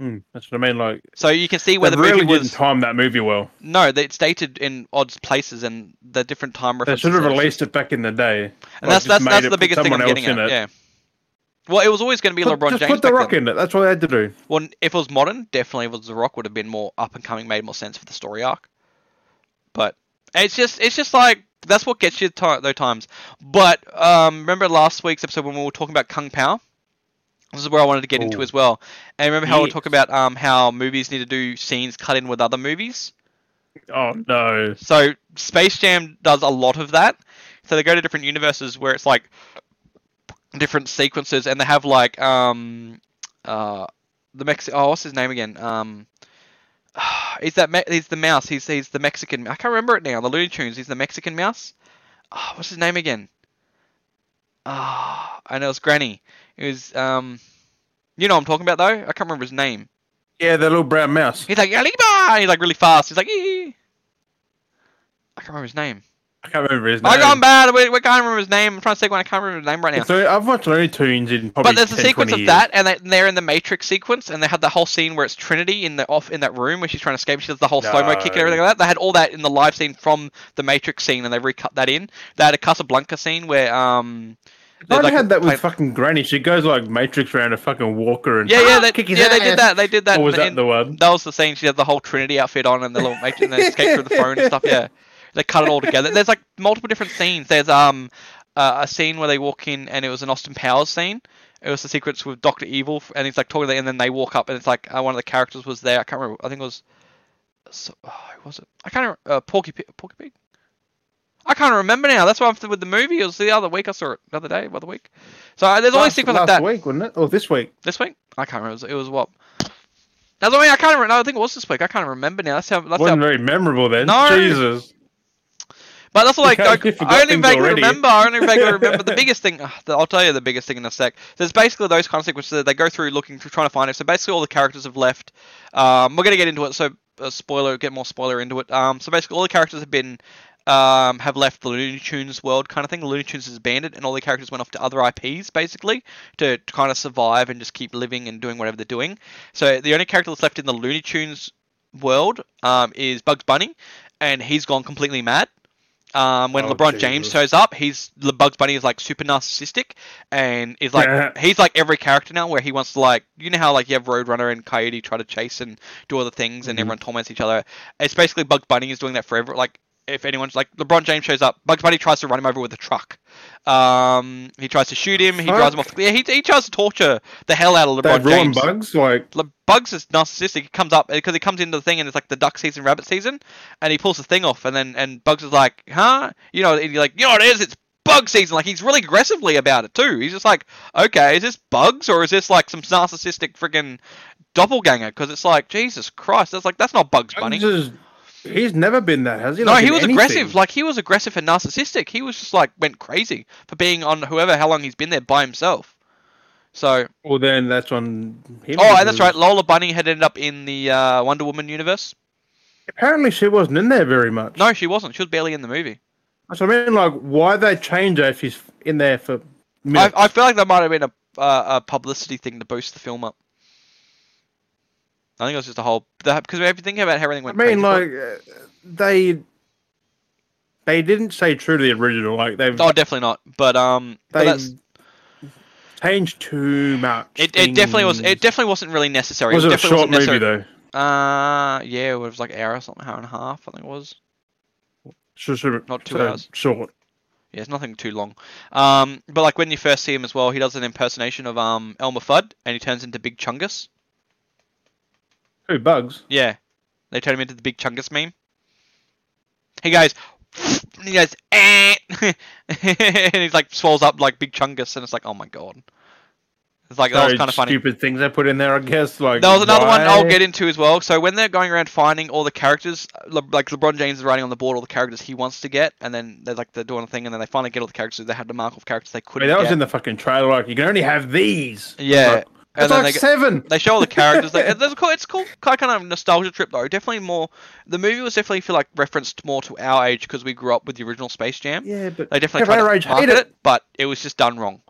Mm, that's what I mean. Like,
So you can see
they
where the
really
movie was.
didn't time that movie well.
No, that it's dated in odd places and the different time
They
references.
should have
and everything.
released it back in the day.
And that's
Like, just
that's,
made
that's
it,
the
put
biggest thing I'm
someone
getting
else
at.
in
Yeah. Well, it was always going to be
Put-
LeBron
just
James.
put the
back
rock
then.
in it. That's what they had to do.
Well, if it was modern, definitely was the Rock would have been more up and coming, made more sense for the story arc. But it's just it's just like that's what gets you ti those times. But um, remember last week's episode when we were talking about Kung Pao. This is where I wanted to get into
Ooh.
as well. And remember how we
Yes.
talked about um, how movies need to do scenes cut in with other movies.
Oh no!
So Space Jam does a lot of that. So they go to different universes where it's like different sequences, and they have like um uh the Mex oh what's his name again um he's that me- he's the mouse he's he's the Mexican I can't remember it now the Looney Tunes he's the Mexican mouse oh, what's his name again ah I know it's Granny it was um you know what I'm talking about though I can't remember his name
Yeah, that little brown mouse.
he's like "Yaliba!" and he's like really fast he's like "Ee." I can't remember his name.
I can't remember his name.
I got him bad. We, we can't remember his name. I'm trying to think when I can't remember his name right now.
So I've watched Looney Tunes in probably.
But there's a
10,
sequence
20
of
years.
that, and they- they're in the Matrix sequence, and they had the whole scene where it's Trinity in the off in that room where she's trying to escape. She does the whole slow mo kick and
No.
everything like that. They had all that in the live scene from the Matrix scene, and they recut that in. They had a Casablanca scene where um.
I
they're like
had that with
playing-
fucking Granny. She goes like Matrix around a fucking walker and
yeah, yeah, they,
kick his
yeah, they did
ass.
that. They did that.
Or was
in-
that
in-
the one?
That was the scene. She had the whole Trinity outfit on and the little matron and then escape through the phone and stuff. Yeah, they cut it all together. There's like multiple different scenes. There's um uh, a scene where they walk in and it was an Austin Powers scene. It was the sequence with Doctor Evil f- and he's like talking to them and then they walk up and it's like uh, one of the characters was there. I can't remember. I think it was so, oh, who was it? I can't remember. Uh, Porky Pig. Porky Pig. I can't remember now. That's why I'm with the movie. It was the other week I saw it. The other day, the other week. So uh, there's always
Last,
sequence like
last
that.
week, wasn't it? Or this week?
This week? I can't remember. It was, it was what? That's what I mean. I can't remember. No, I think it was this week. I can't remember now. That's how. That's
wasn't
how.
very memorable then.
No.
Jesus.
But that's all I,
You
I,
forgot
I only
things
vaguely
already.
remember. I only vaguely remember the biggest thing. ugh, I'll tell you the biggest thing in a sec. So it's basically those kind of sequences that they go through looking through trying to find it. So basically all the characters have left. Um, we're gonna get into it. So uh, spoiler, get more spoiler into it. Um, so basically all the characters have been. Um, have left the Looney Tunes world kind of thing. Looney Tunes is banded, and all the characters went off to other IPs basically to, to kind of survive and just keep living and doing whatever they're doing. So the only character that's left in the Looney Tunes world um, is Bugs Bunny, and he's gone completely mad. Um, when
Oh,
LeBron James
Jesus.
shows up, he's Le- Bugs Bunny is like super narcissistic, and is like he's like every character now, where he wants to like you know how like you have Roadrunner and Coyote try to chase and do all the things, and
Mhm.
everyone torments each other. It's basically Bugs Bunny is doing that forever. Like if anyone's like LeBron James shows up, Bugs Bunny tries to run him over with a truck. Um, he tries to shoot him. He drives him off. Yeah, he, he tries to torture the hell out of
They
LeBron
ruined
James.
bugs. Like
Le- Bugs is narcissistic. He comes up because he comes into the thing and it's like the duck season, rabbit season, and he pulls the thing off, and then and Bugs is like, huh? You know, and you're like, you know what it is? It's bug season. Like he's really aggressively about it too. He's just like, okay, is this bugs or is this like some narcissistic friggin' doppelganger? Because it's like, Jesus Christ, that's like that's not Bugs Bunny.
bugs is, he's never been that, has he?
No,
Like,
he
in
was
anything.
aggressive. Like he was aggressive and narcissistic. He was just like went crazy for being on whoever how long he's been there by himself. So
Well, then that's on him.
oh, and that's right.
because
Lola Bunny had ended up in the uh, Wonder Woman universe.
Apparently, she wasn't in there very much.
No, she wasn't. She was barely in the movie.
That's what I mean. Like, why they change her if she's in there for
I,
minutes?
I feel like that might have been a uh, a publicity thing to boost the film up. I think it was just a whole because if you think about how everything
I
went.
mean,
crazy for it-
like uh, they they didn't stay true to the original. Like they've
oh, definitely not. But um, but
they
that's,
changed too much.
it, it definitely was. It
things.
definitely wasn't really necessary.
was it a
definitely
short
wasn't
movie
necessary.
though.
Uh, yeah, it was like an hour or something, hour and a half. I think it was.
Should- should-
Not two
so
hours.
Short.
Yeah, it's nothing too long. Um, but like when you first see him as well, he does an impersonation of um Elmer Fudd, and he turns into Big Chungus.
Two bugs.
Yeah, they turn him into the Big Chungus meme. He goes, and he goes, eh. and he's like swells up like Big Chungus, and it's like, oh my god. It's like that was kind of funny.
Stupid things I put in there, I guess. Like
There was another one I'll
why?
get into as well. So when they're going around finding all the characters, Le- like LeBron James is writing on the board all the characters he wants to get, and then they're like they're doing a thing, and then they finally get all the characters. They had to mark off characters they
Wait,
couldn't
that was
get.
in the fucking trailer. Like you can only have these.
yeah,
Like,
and
it's
then
like
they, go-
seven.
they show all the characters. Like it's cool. It's cool. Kind of a nostalgia trip though. Definitely more. The movie was definitely feel like referenced more to our age because we grew up with the original Space Jam.
Yeah, but
They definitely
Yeah, Ray
tried to
Rage
market
hate
it. but it was just done wrong.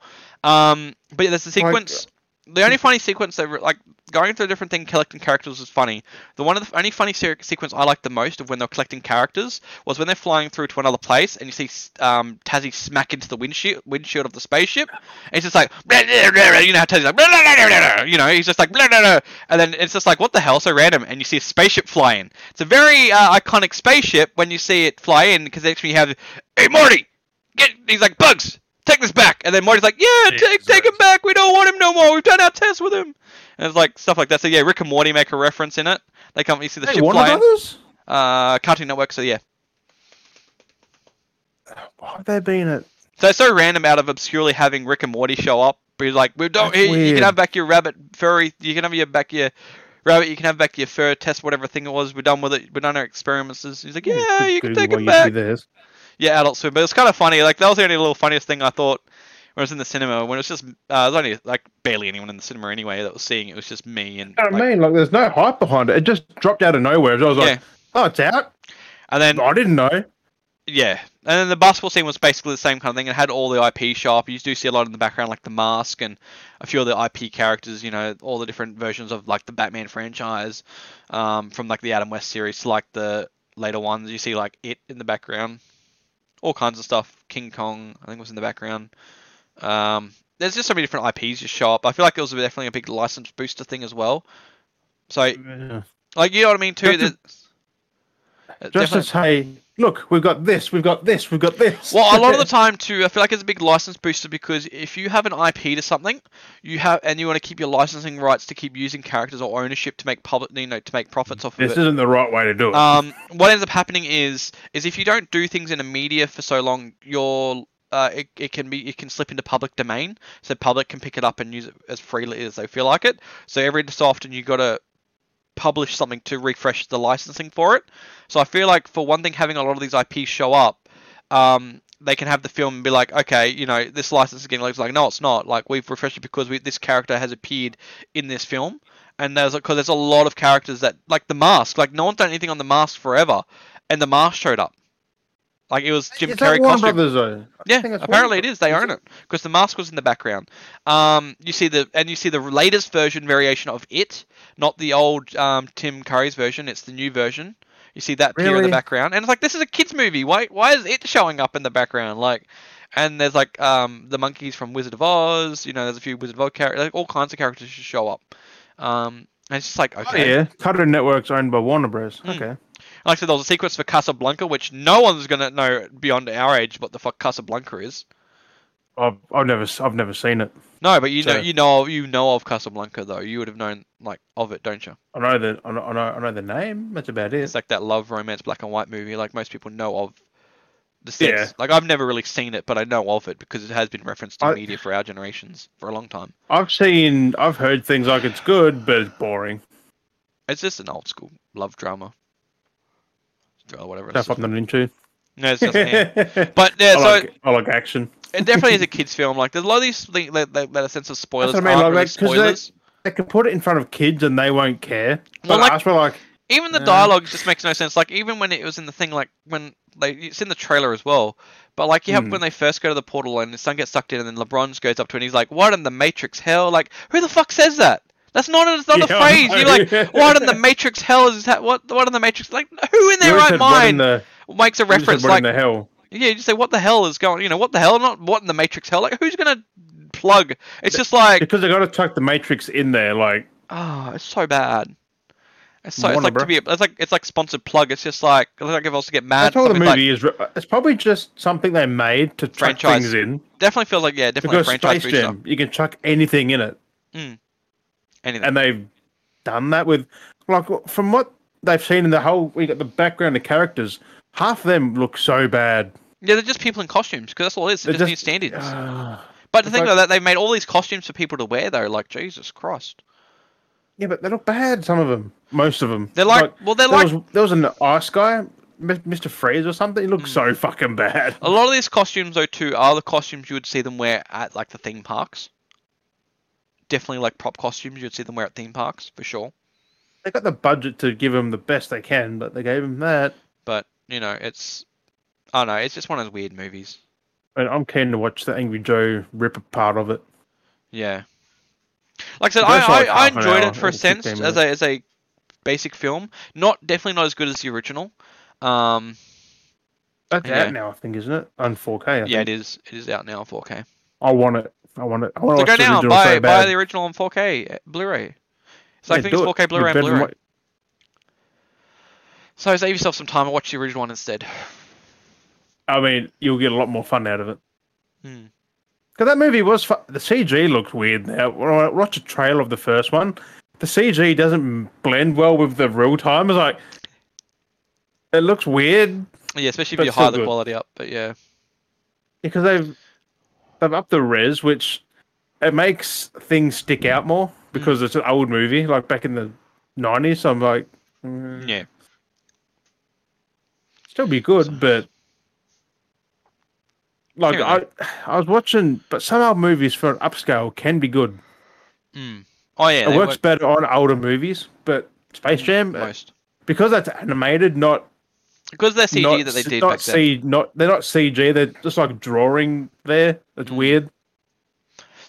Um, but yeah, there's the
Like-
sequence. the only funny sequence they were like going through a different thing, collecting characters was funny. The one of the only funny se- sequence I liked the most of when they're collecting characters was when they're flying through to another place and you see s- um, Tassie smack into the windshield windshield of the spaceship. And it's just like "Blah, blah, blah, blah," you know how Tassie's like "Blah, blah, blah, blah, blah," you know he's just like blah, blah, blah. and then it's just like what the hell so random and you see a spaceship fly in. It's a very uh, iconic spaceship when you see it fly in because actually you have hey Morty get he's like bugs take this back and then Morty's like yeah take take him back we don't want him no more we've done our test with him and it's like stuff like that so yeah Rick and Morty make a reference in it they come you see the
Hey,
ship
Warner
flying
Brothers?
uh Cartoon Network so yeah
Why have they been at?
so it's so random out of obscurely having Rick and Morty show up but he's like we don't
That's
here, you
weird.
can have back your rabbit furry you can have your back your rabbit you can have back your fur test whatever thing it was we're done with it we're done our experiments he's like yeah you can
Google
take
while
him
you do
back
this.
Yeah, Adult Swim. But it was kind of funny. Like that was the only little funniest thing I thought when I was in the cinema. When it was just uh, there was only like barely anyone in the cinema anyway that was seeing it. It was just me and
You know what
like-
I mean? Like, there's no hype behind it. It just dropped out of nowhere. I was like,
Yeah.
oh, it's out.
and then
I didn't know.
yeah, and then the basketball scene was basically the same kind of thing. It had all the IP shop. You do see a lot in the background, like the mask and a few of the IP characters. You know, all the different versions of like the Batman franchise, um, from like the Adam West series to like the later ones. You see like it in the background, all kinds of stuff. King Kong, I think, was in the background. Um, there's just so many different IPs you shop. I feel like it was definitely a big license booster thing as well. So, like, you know what I mean too. uh,
Just-
there's-
Just to say, look, we've got this, we've got this, we've got this.
Well, a lot of the time too, I feel like it's a big license booster because if you have an IP to something, you have and you want to keep your licensing rights to keep using characters or ownership to make public, you know, to make profits off of
this
it.
isn't the right way to do it.
Um, what ends up happening is is if you don't do things in a media for so long, your uh, it, it can be it can slip into public domain, so public can pick it up and use it as freely as they feel like it. So every so often you got to publish something to refresh the licensing for it. So I feel like for one thing, having a lot of these IPs show up, um, they can have the film and be like, okay, you know, this license is getting looks like no, it's not. Like we've refreshed it because we, this character has appeared in this film, and there's because there's a lot of characters that like the mask. Like no one's done anything on the mask forever, and the mask showed up. Like it was Jim
Is
Carrey
that Warner
costume.
Brothers, though? I
Yeah,
think that's
apparently
Warner
it is. They
Is
own it because the mask was in the background. Um, you see the and you see the latest version variation of it, not the old um, Tim Curry's version. It's the new version. You see that appear in the
Really?
background, and it's like this is a kids movie. Why why is it showing up in the background? Like, and there's like um, the monkeys from Wizard of Oz. You know, there's a few Wizard of Oz characters. Like, all kinds of characters should show up. Um, and it's just like
Oh,
okay,
yeah. Cartoon Network's owned by Warner Bros.
Hmm.
Okay.
like I said, there was a sequence for Casablanca, which no one's gonna know beyond our age what the fuck Casablanca is.
I've, I've never s- I've never seen it.
No, but you know,
So-
you know, you know of Casablanca though. You would have known like of it, don't you?
I know the I know, I know, I know the name. That's about it.
It's like that love romance black and white movie. Like most people know of. The sense.
Yeah.
Like I've never really seen it, but I know of it because it has been referenced to
I-
media for our generations for a long time.
I've seen I've heard things like it's good, but it's boring.
It's just an old school love drama. Thriller, whatever. It is.
Stuff I'm not into.
No, it's just. yeah.
I
But yeah, so
like I like action.
it definitely is a kids' film. Like there's a lot of these things that, that, that a sense of spoilers.
what I mean,
aren't
like,
really
like, 'cause they-
spoilers.
They can put it in front of kids and they won't care. But
Well, like-
us, we're like,
even the
Yeah.
dialogue just makes no sense. Like even when it was in the thing, like when like it's in the trailer as well. But like you have
Hmm.
when they first go to the portal and the sun gets sucked in, and then LeBron just goes up to it and he's like, "What in the Matrix hell?" Like who the fuck says that? That's not a, that's not
Yeah,
a
I
phrase.
know.
You're like, "What in the Matrix hell is that? What what in the Matrix?" Like who in their
you
right
said, what in
mind
the,
makes a
you said,
reference
what
like
in the hell?
yeah, you just say, "What the hell is going?" You know, what the hell? Not what in the Matrix hell? Like who's gonna plug? It's just like
Because they got to tuck the Matrix in there. Like,
Oh, it's so bad. It's so it's
Warner
like to
Bros.
be it's like it's like sponsored plug. It's just like it's like if I was to get mad.
that's all the
something
movie
like-
is. re- It's probably just something they made to chuck
Franchise.
things in.
definitely feels like yeah, definitely a
Because
franchise
Space
booster.
Jam, you can chuck anything in it,
Anything.
and they've done that with, like, from what they've seen in the whole, we got the background of characters. Half of them look so bad.
yeah, they're just people in costumes because that's all it is. They're
They're
just,
just-
new stand-ins.
Ah.
But the
It's
thing
like-
though, that they've made all these costumes for people to wear though, like Jesus Christ,
Yeah, but they're not bad. Some of them, most of them.
they're like, well, they're
there
like
was there was an ice guy, M- Mr. Freeze or something. He
Hmm.
looked so fucking bad.
a lot of these costumes though too are the costumes you would see them wear at like the theme parks. Definitely like prop costumes you'd see them wear at theme parks for sure.
They got the budget to give him the best they can, but they gave him that.
But you know, it's I don't know, it's just one of those weird movies.
And I'm keen to watch the Angry Joe rip apart of it.
Yeah. Like I said,
It goes for
I,
like
I, I
half an
enjoyed
hour
it for a
and 15
sense as a as a basic film. Not definitely not as good as the original. Um,
That's
Yeah.
out now, I think, isn't it? On 4K. I
yeah,
think.
it is. It is out now in 4K.
I want it. I want it. I want
So
to
go
watch the
now,
original
buy
Oh, so
buy
bad.
the original on 4K uh, Blu-ray. So I
Yeah,
think
do it.
it's 4K
You're
Blu-ray and
better than
Blu-ray.
what-
So save yourself some time and watch the original one instead.
I mean, you'll get a lot more fun out of it.
Hmm.
Because that movie was fu- the CG looked weird. Now, when I watched a trailer of the first one, the CG doesn't blend well with the real time. It's like it looks weird
Yeah, especially
But
if you
still
high the
good.
quality up. But yeah,
because they've they've upped the res, which it makes things stick out more because it's an old movie, like back in the nineties. So I'm like, mm,
yeah.
still be good, but like
Anyway.
I I was watching, but some old movies for an upscale can be good.
Mm. Oh yeah,
it
they Mm,
works
work
better on older movies, but Space Jam uh,
most
because that's animated, not
because they're CG
not,
that they
c-
did
not
back then.
C, not they're not CG. They're just like drawing there. It's
Mm.
weird.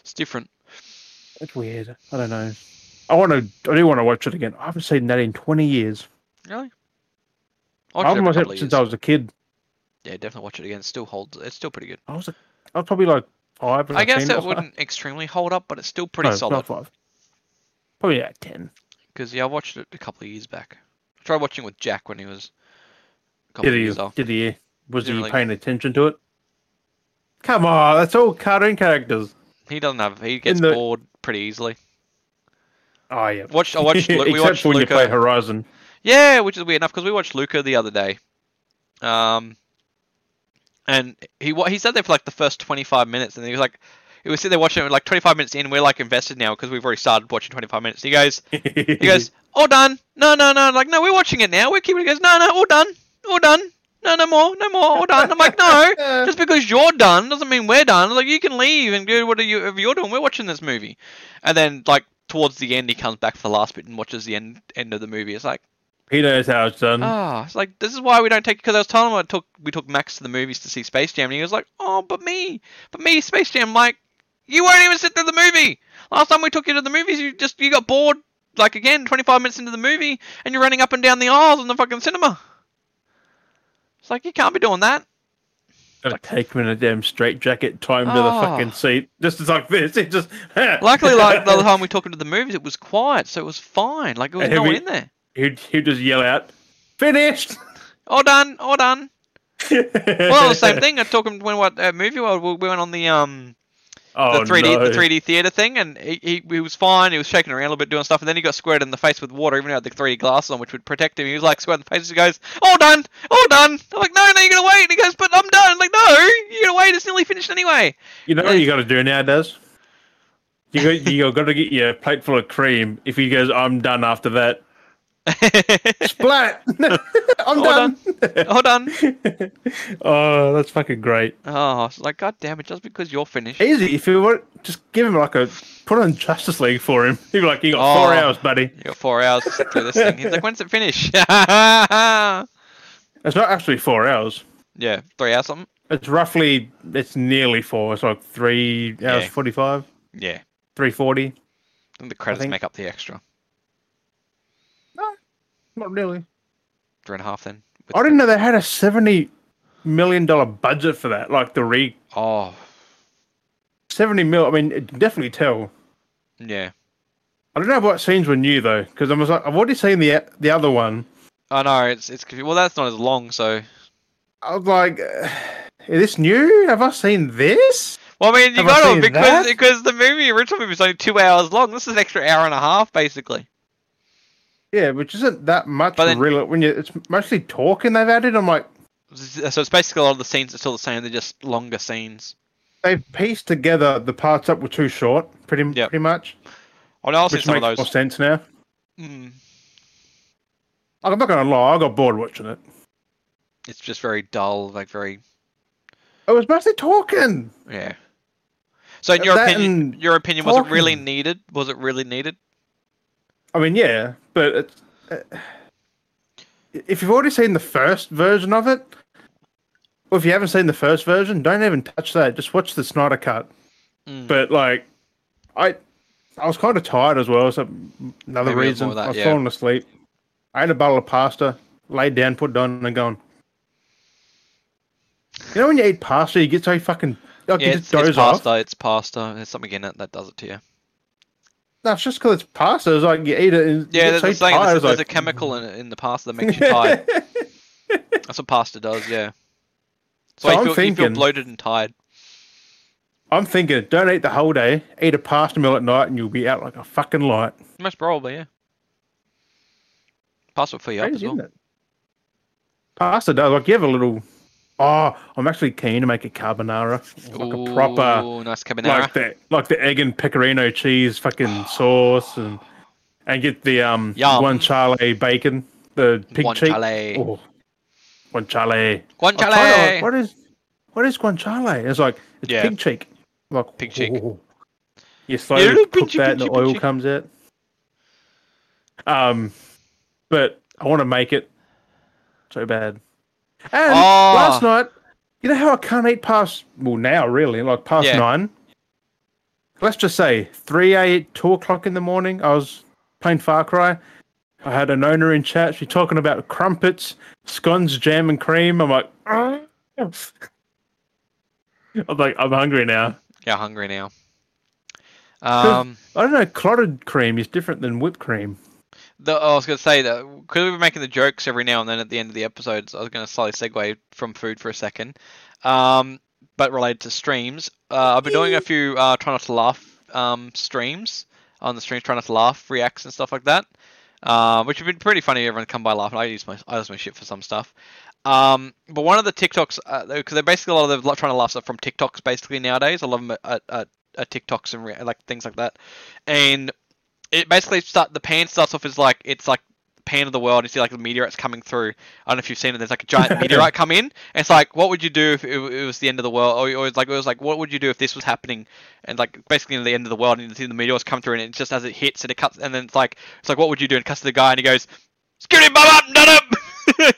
It's different.
It's weird. I don't know. I want to. I do want to watch it again. I haven't seen that in twenty years.
Really?
I
I watched it
haven't
every
watched
couple
it
of
since
years.
I was a kid.
Yeah, definitely watch it again. It still holds. It's still pretty good.
I was. A, I was probably like five. Or
I guess
15 or
it
so.
wouldn't extremely hold up, but it's still pretty
No,
solid.
Oh, Not five. Probably like ten.
Because yeah, I watched it a couple of years back. I tried watching it with Jack when he was a couple
Did
of
he?
years old.
Did he? Was he
Didn't really-
paying attention to it? Come on, that's all cartoon characters.
He doesn't have. He gets
the-
bored pretty easily.
Oh yeah.
Watched. I watched. Lu- we
Except
watched
for when you play
Luca.
Horizon.
Yeah, which is weird enough because we watched Luca the other day. Um, and he wa- he sat there for like the first twenty five minutes, and he was like, he was sitting there watching it like twenty five minutes in. We're like invested now because we've already started watching twenty five minutes. He goes, He goes, all done. No, no, no. Like, no, we're watching it now. We're keeping it. He goes, no, no, all done. All done. No, no more. No more. All done. I'm like, no. Just because you're done doesn't mean we're done. Like, you can leave and do what are you, whatever you're doing. We're watching this movie. And then, like, towards the end, he comes back for the last bit and watches the end end of the movie. It's like,
He knows how it's done.
ah, it's like, this is why we don't take, because I was telling him I took, we took Max to the movies to see Space Jam. And he was like, oh, but me. But me, Space Jam. Like, you won't even sit through the movie. Last time we took you to the movies, you just you got bored. Like again, 25 minutes into the movie, and you're running up and down the aisles in the fucking cinema. It's like you can't be doing that.
Gotta take him in a damn straitjacket, tie him to
Ah.
the fucking seat. Just as like this. It just
Luckily, like the other time we took him to the movies, it was quiet, so it was fine. Like there was
Have
no one
we-
in there.
he'd, he'd just yell out, "Finished!"
All done, all done. Well,
well,
the same thing. I took him when what uh, movie well, we we went on the um the
Oh,
3D
no.
the 3D theater thing, and he, he he was fine. He was shaking around a little bit, doing stuff, and then he got squirted in the face with water, even though he had the 3D glasses on, which would protect him. He was like squirted in the face. He goes, "All done, all done." I'm like, "No, no, you're gonna wait." And he goes, "But I'm done." I'm like, "No, you're gonna wait. It's nearly finished anyway."
You know what you got to do nowadays? You got you got to get your plate full of cream. If he goes, "I'm done after that," splat. I'm
All
done.
all done.
oh, that's fucking great.
Oh, it's like, God damn it! Just because you're finished.
Easy. If you want, just give him like a put on Justice League for him. He'd be like, "You got four
Oh.
hours, buddy."
You got four hours to sit through this thing. He's like, when's it finish? yeah,
It's not actually four hours.
three hours something.
It's roughly, it's nearly four. It's like three hours
Yeah.
forty-five,
Yeah,
three forty.
I think the credits
think-
make up the extra
Not really.
three and a half. Then with
I didn't know they had a seventy million dollar budget for that. Like the re
the- Oh,
seventy mil. I mean, it can definitely tell.
yeah.
I don't know what scenes were new though, because I was like, I've already seen the the other one.
I know it's it's confu- well that's not as long so
I was like, uh, is this new? Have I seen this?
well I mean you
Have I
got to
seen
because
that?
because the movie original movie was only two hours long this is an extra hour and a half basically
Yeah, which isn't that much.
But then-
really, when you it's mostly talking they've added. I'm like,
so it's basically a lot of the scenes are still the same they're just longer scenes
they've pieced together the parts that were too short, pretty
Yep.
pretty much,
Oh no, I'll see
which
some of
makes
those.
more sense now.
Mm.
I'm not gonna lie, I got bored watching it.
It's just very dull, like very
It was mostly talking.
yeah. So in your
Uh, That
opinion,
and
your opinion was it really
talking.
needed? Was it really needed?
I mean, yeah, but it's, uh, if you've already seen the first version of it, or if you haven't seen the first version, don't even touch that. Just watch the Snyder cut.
Mm.
But like, I I was kind of tired as well. So another
Maybe it was
reason
more of that,
I was
yeah.
falling asleep. I had a bottle of pasta, laid down, put down, and gone. You know when you eat pasta, you get so fucking like
Yeah,
you
it's,
just
it's
doze off.
pasta. It's pasta. There's something in it that does it to you.
That's just because it's pasta. It's like you eat it. And
Yeah,
you get so
there's, there's, something-
tired,
there's,
it's
there's a
like-
chemical in, in the pasta that makes you tired. That's what pasta does. Yeah. So,
So
you,
I'm
feel, you feel
thinking-
bloated and tired.
I'm thinking, don't eat the whole day. Eat a pasta meal at night, and you'll be out like a fucking light.
Most probably, yeah. Pasta for you up as
Crazy,
well.
isn't it? Pasta does like you have a little. Oh, I'm actually keen to make a carbonara, like a proper.
Ooh, nice carbonara.
like the like the egg and pecorino cheese fucking sauce and and get the um
Yum.
guanciale bacon the pig
Guanciale.
cheek oh, guanciale
Guanciale!
I kinda like, what is what is guanciale it's like it's
Yeah.
pig cheek like
Pig cheek.
oh. you slowly
little
cook
pinchy,
that and the
pinchy,
oil
pinchy.
comes out um but I want to make it so bad and
Ah.
last night you know how I can't eat past well now really like past
Yeah.
nine. Let's just say three eight two o'clock in the morning. I was playing Far Cry. I had an owner in chat. She's talking about crumpets, scones, jam, and cream. I'm like, "Ah." I'm like, I'm hungry now.
Yeah, hungry now. Um,
I don't know. Clotted cream is different than whipped cream.
the, oh, I was going to say that because we were making the jokes every now and then at the end of the episodes, I was going to slightly segue from food for a second, um, but related to streams. Uh, I've been doing a few uh, try not to laugh um, streams on the streams, try not to laugh reacts and stuff like that, uh, which have been pretty funny. Everyone come by laughing. I use my I use my shit for some stuff. Um, but one of the TikToks, uh, because they're basically a lot of the trying to laugh stuff from TikToks basically nowadays. I love them at, at, at TikToks and re- like things like that. And it basically start the pan starts off as like it's like pan of the world. You see like the meteorites coming through. I don't know if you've seen it. There's like a giant meteorite come in. And it's like, what would you do if it, it was the end of the world? Or, or it's like it was like, what would you do if this was happening? And like basically the end of the world, and you see the meteors come through, and it's just as it hits, and it cuts, and then it's like it's like, what would you do? And it cuts to the guy, and he goes, Scooty bum up, nut up. 'Cause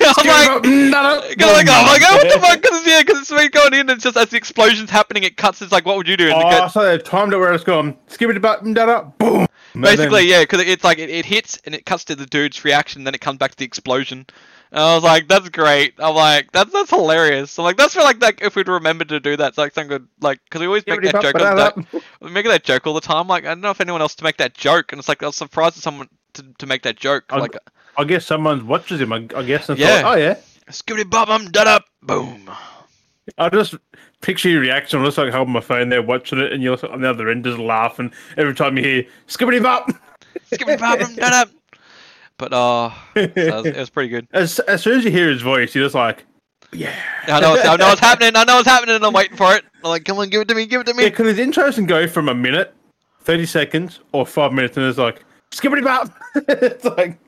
I'm like, Go like, oh my god, what the fuck? Because yeah, because it's been going in, and it's just as the explosion's happening, it cuts. It's like, what would you do? And it
Oh,
go-
so they've timed it where it's gone. Skip it about da da boom. And then-
basically, yeah, because it's like it, it hits and it cuts to the dude's reaction, then it comes back to the explosion. And I was like, that's great. I'm like, that's that's hilarious. I'm like, that's for like that if we'd remember to do that, it's like something good, like because we always make that joke. All the time. We make that joke all the time. Like, I don't know if anyone else to make that joke, and it's like I was surprised at someone to, to make that joke.
I'm-
like,
I guess someone watches him. I, I guess and
Yeah.
thought, oh yeah.
Scooby Bob, I'm done up, boom.
I just picture your reaction. I'm just like holding my phone there, watching it, and you're on the other end just laughing every time you hear "skibbity bop."
Scooby Bob, I'm done up. But uh, so it, was, it was pretty good.
As as soon as you hear his voice, you're just like, "Yeah."
I know, it's, I know it's happening. I know it's happening, and I'm waiting for it. I'm like, come on, give it to me, give it to
Yeah,
me.
because his intros can go from a minute, thirty seconds, or five minutes, and it's like "skibbity bop." it's like,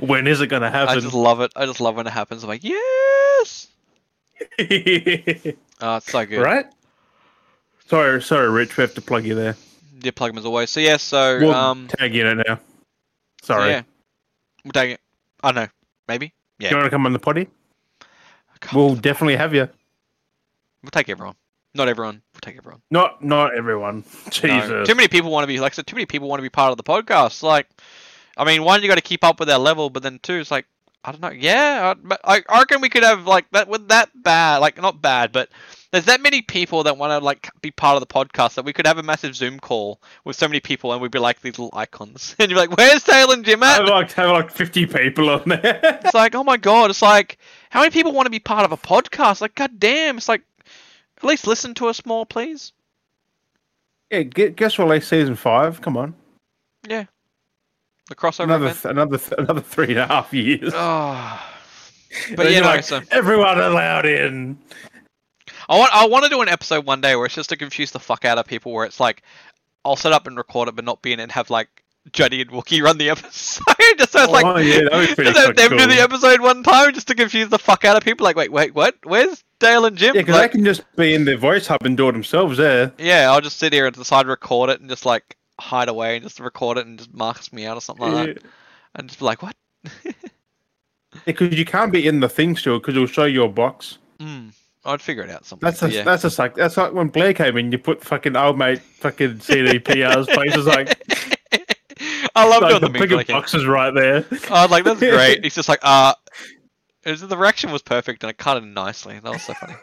when is it gonna
I
happen?
just love it. I just love when it happens. I'm like, yes. Oh, it's so good.
right? Sorry, sorry, Rich. We have to plug you there.
Yeah, plug 'em as always. So yeah, so
We'll
um,
tag you in it now.
so,
Sorry.
yeah, we'll take it. I don't know, maybe.
Do you want to come on the potty?
God,
We'll definitely have you.
we'll take everyone. Not everyone. We'll take everyone.
Not not everyone.
No.
Jesus.
Too many people want to be like I said, too many people want to be part of the podcast. Like, I mean, one, you got to keep up with our level, but then two, it's like, I don't know. Yeah, I, but I, I reckon we could have like that with that bad, like not bad, but there's that many people that want to like be part of the podcast that we could have a massive Zoom call with so many people, and we'd be like these little icons, and you're like, where's Taylor and Jim
I
at?
have like have like fifty people on there.
It's like, oh my god, it's like, how many people want to be part of a podcast? Like, god damn, it's like, at least listen to us more, please.
yeah, gu- guess release season five. Come on,
The crossover
another
event.
th- another th- another three and a half years.
Ah, Uh, But
And
yeah,
you're
no,
like,
so
everyone allowed in.
I want I want to do an episode one day where it's just to confuse the fuck out of people. Where it's like, I'll set up and record it, but not be in it, and have like Juddy and Wookie run the episode. just so it's like
oh yeah, that was pretty
Just have
fucking
them
cool.
do the episode one time just to confuse the fuck out of people. Like, wait, wait, what? Where's Dale and Jim?
Yeah, because
Like,
they can just be in their voice hub and do it themselves there.
yeah, I'll just sit here and decide to record it and just like hide away and just record it and just marks me out or something like
Yeah.
that. And just be like, what?
Because you can't be in the thing still because it'll show your box.
Mm, I'd figure it out something.
That's a,
yeah.
that's a suck. That's like when Blair came in, you put fucking old mate fucking CDPR's face is like,
I love
like
doing
the
the meme.
bigger
Like, I
box is right there.
was Oh, like, that's great. He's just like, uh, it was- the reaction was perfect and I cut it nicely. That was so funny.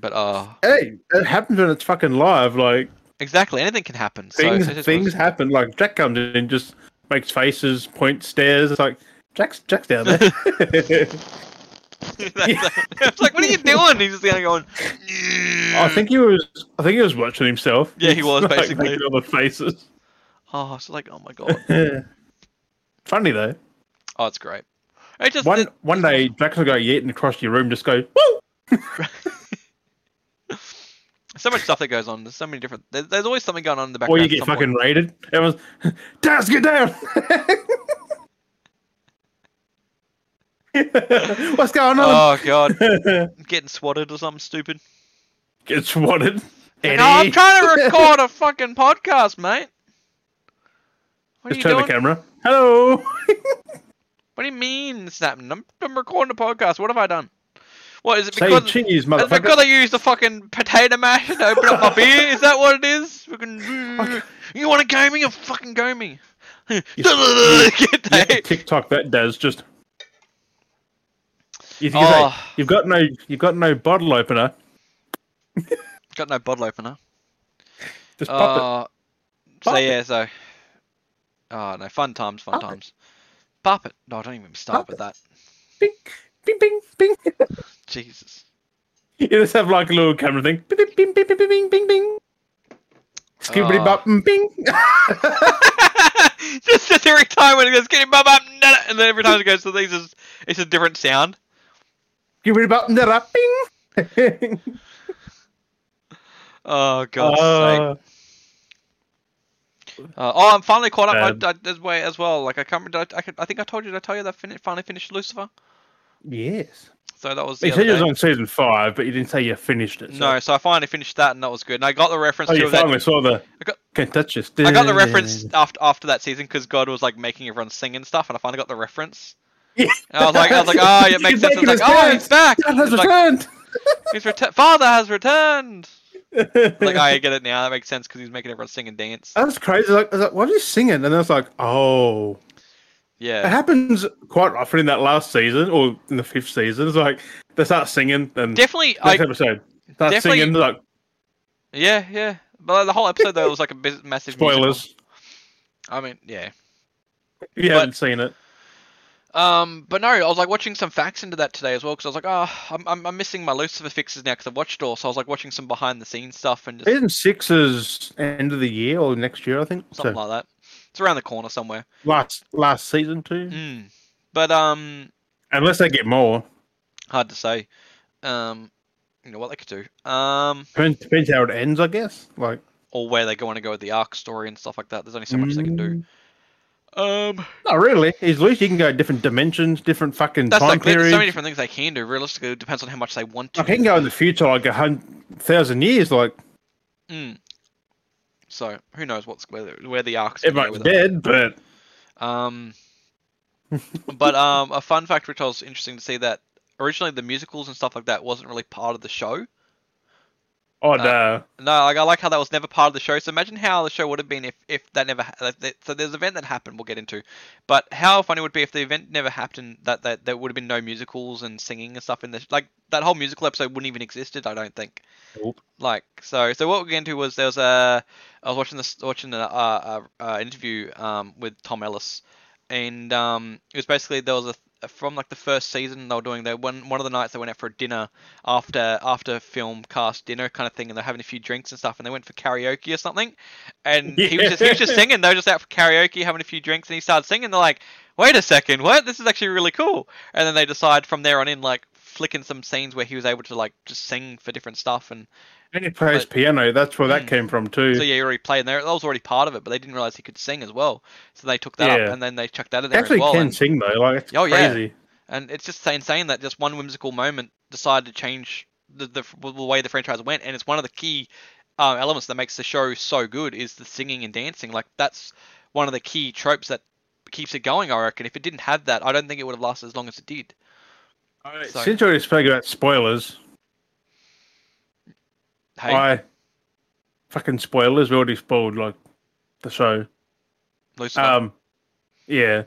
but uh,
Hey, it happens when it's fucking live. Like
exactly, anything can happen. so
things
it just
things
was-
happen. Like Jack comes in and just makes faces, points, stares. It's like Jack's Jack's down there.
it's like, what are you doing? He's just kind of going.
I think he was. I think he was watching himself.
Yeah, he was,
Like,
basically.
making all the faces.
Oh, it's like, oh my god.
Funny though.
Oh, it's great. It just
One
it-
one day, Jack will go yeeting across your room, just go woo.
so much stuff that goes on. There's so many different. There's, there's always something going on in the
Or
background.
you
at
get
some point.
fucking raided. Everyone's, Daz, get down! What's going on?
Oh god, getting swatted or something stupid.
Get swatted.
Like, oh, I'm
Eddie.
trying to record a fucking podcast, mate. What
Just
are
turn
you doing?
the camera. Hello.
What do you mean it's happening? I'm, I'm recording a podcast. What have I done? What is it
Say
because?
cheese,
Is it because
motherfucker.
I used the fucking potato mash to open up my beer? Is that what it is? Fucking, you want a gaming? A fucking gaming.
You have to
G'day.
TikTok that Daz just. You think
Oh.
it's like, you've got no, you've got no bottle opener.
Got no bottle opener.
Just pop it.
Uh, so
Pop it.
yeah, so. Oh no, fun times, fun
Pop it.
times. Bop it. No, don't even start
Pop
with that.
Bing, bing, bing, bing.
Jesus.
You just have like a little camera thing. Bing, bing, bing, bing, bing, bing, bing, bing.
Oh.
Skibbity bop, mm, bing.
just, just every time when it goes, get him, bop, up, and then every time it goes to these, it's, it's a different sound.
Skibbity bop, da da, bing.
Oh, God's sake.
Uh,
Uh, oh, I'm finally caught up
Bad.
I, I, this way as well. Like I can't remember. did I, I, could- I think I told you. Did I tell you that I fin- finally finished Lucifer?
yes.
So that was. The
You
other
said you was
day.
on season five, but you didn't say you finished it. so-
No, so I finally finished that, and that was good. And I got the reference
Oh,
to
you
that.
finally saw the.
I got-
Can't touch this.
I got the reference after after that season because God was like making everyone sing and stuff, and I finally got the reference.
Yeah.
And I was like, I was like, oh, it
He's
makes sense. It's
making
like,
his
oh,
parents-
he's back.
God has
It's like,
returned.
he's reta- Father has returned. Like, "Oh, I get it now. That makes sense because he's making everyone sing and dance.
That was crazy. Like, I was like, what are you singing? And then I was like, oh. It
Yeah.
happens quite often in that last season or in the fifth season. It's like they start singing and next
Definitely, I
episode. Start
definitely-
singing like
yeah yeah. But the whole episode though was like a bus- massive musical.
spoilers.
I mean, yeah.
If you
But-
haven't seen it.
Um, but no, I was like watching some facts into that today as well because I was like, oh, I'm, I'm, I'm missing my Lucifer fixes now because I've watched all. So I was like watching some behind the scenes stuff and just
Season six is end of the year or next year, I think.
something
so
like that. It's around the corner somewhere.
last last season too.
Mm. But um,
Unless they get more.
hard to say. Um, you know what they could do. Um,
Depends, depends how it ends, I guess. Like
or where they want to go with the arc story and stuff like that. There's only so much they can do.
Mm.
Um,
Not really. He's loose. You can go different dimensions, different fucking
that's
time
like there's
periods.
so many different things they can do. Realistically, it depends on how much they want to.
I can go in the future like a hundred thousand years. Like
Mm. So who knows what's where the, where the arc's gonna go
everyone's
with it.
dead, but
Um, but um, a fun fact which I was interesting to see that originally the musicals and stuff like that wasn't really part of the show.
oh
No.
no.
No, like I like how that was never part of the show. So imagine how the show would have been if, if that never. Ha- like, that- so there's an event that happened. We'll get into, but how funny would it be if the event never happened? That that there would have been no musicals and singing and stuff in this. Like that whole musical episode wouldn't even existed. I don't think.
Nope.
Like so. So what we get into was there was a. I was watching this watching an uh, uh, uh, interview um with Tom Ellis, and um it was basically there was a from like the first season they were doing their one one of the nights they went out for a dinner after after film cast dinner kind of thing and they're having a few drinks and stuff and they went for karaoke or something and he was just he was just singing they were just out for karaoke having a few drinks and he started singing they're like wait a second what this is actually really cool and then they decide from there on in like flicking some scenes where he was able to like just sing for different stuff and
And he plays piano. That's where that came from too.
Hmm. so yeah, he already played in there. That was already part of it, but they didn't realize he could sing as well. So they took that
Yeah.
up and then they chucked that in
They
there
actually
as well.
can
and-
sing though. Like it's
Oh, yeah.
crazy.
And it's just insane that just one whimsical moment decided to change the, the, the way the franchise went. And it's one of the key um, elements that makes the show so good is the singing and dancing. Like that's one of the key tropes that keeps it going. I reckon. If it didn't have that, I don't think it would have lasted as long as it did.
All right,
So-
Since you already spoke about spoilers,
Hey,
I fucking spoilers. We already spoiled like the show.
loosen up.
Um, yeah,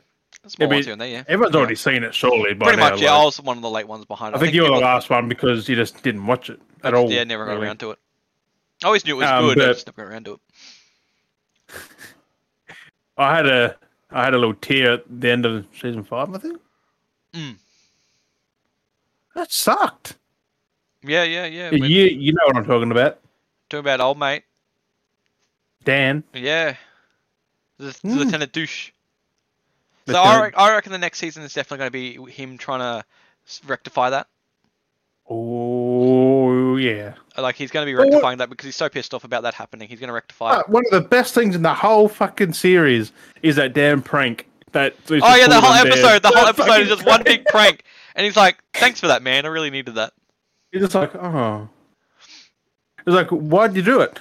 Small
yeah, but
ones here and there, yeah.
everyone's
Yeah.
already seen it surely by
Pretty
now.
much, yeah.
like-
I was one of the late ones behind.
I
it.
think you were the
people-
last one because you just didn't watch it at all.
Yeah, never got
really.
around to it. I always knew it was
Um,
good. I
but-
just never got around to it.
I had a I had a little tear at the end of season five. I think.
Mm.
That sucked.
Yeah, yeah, yeah.
You
We're
you know what I'm talking about,
talking about old mate.
Dan.
Yeah. The, the
Hmm.
Lieutenant Douche. So I,
Lieutenant-
re- I reckon the next season is definitely going to be him trying to s- rectify that.
Oh yeah.
Like he's going to be
Well, what-
rectifying that because he's so pissed off about that happening. He's going to rectify.
Uh,
it.
one of the best things in the whole fucking series is that damn prank. That
Oh yeah, the whole episode, the whole episode is just one big prank. And he's like, "Thanks for that, man. I really needed that."
It's just like oh. It's like why'd you do it?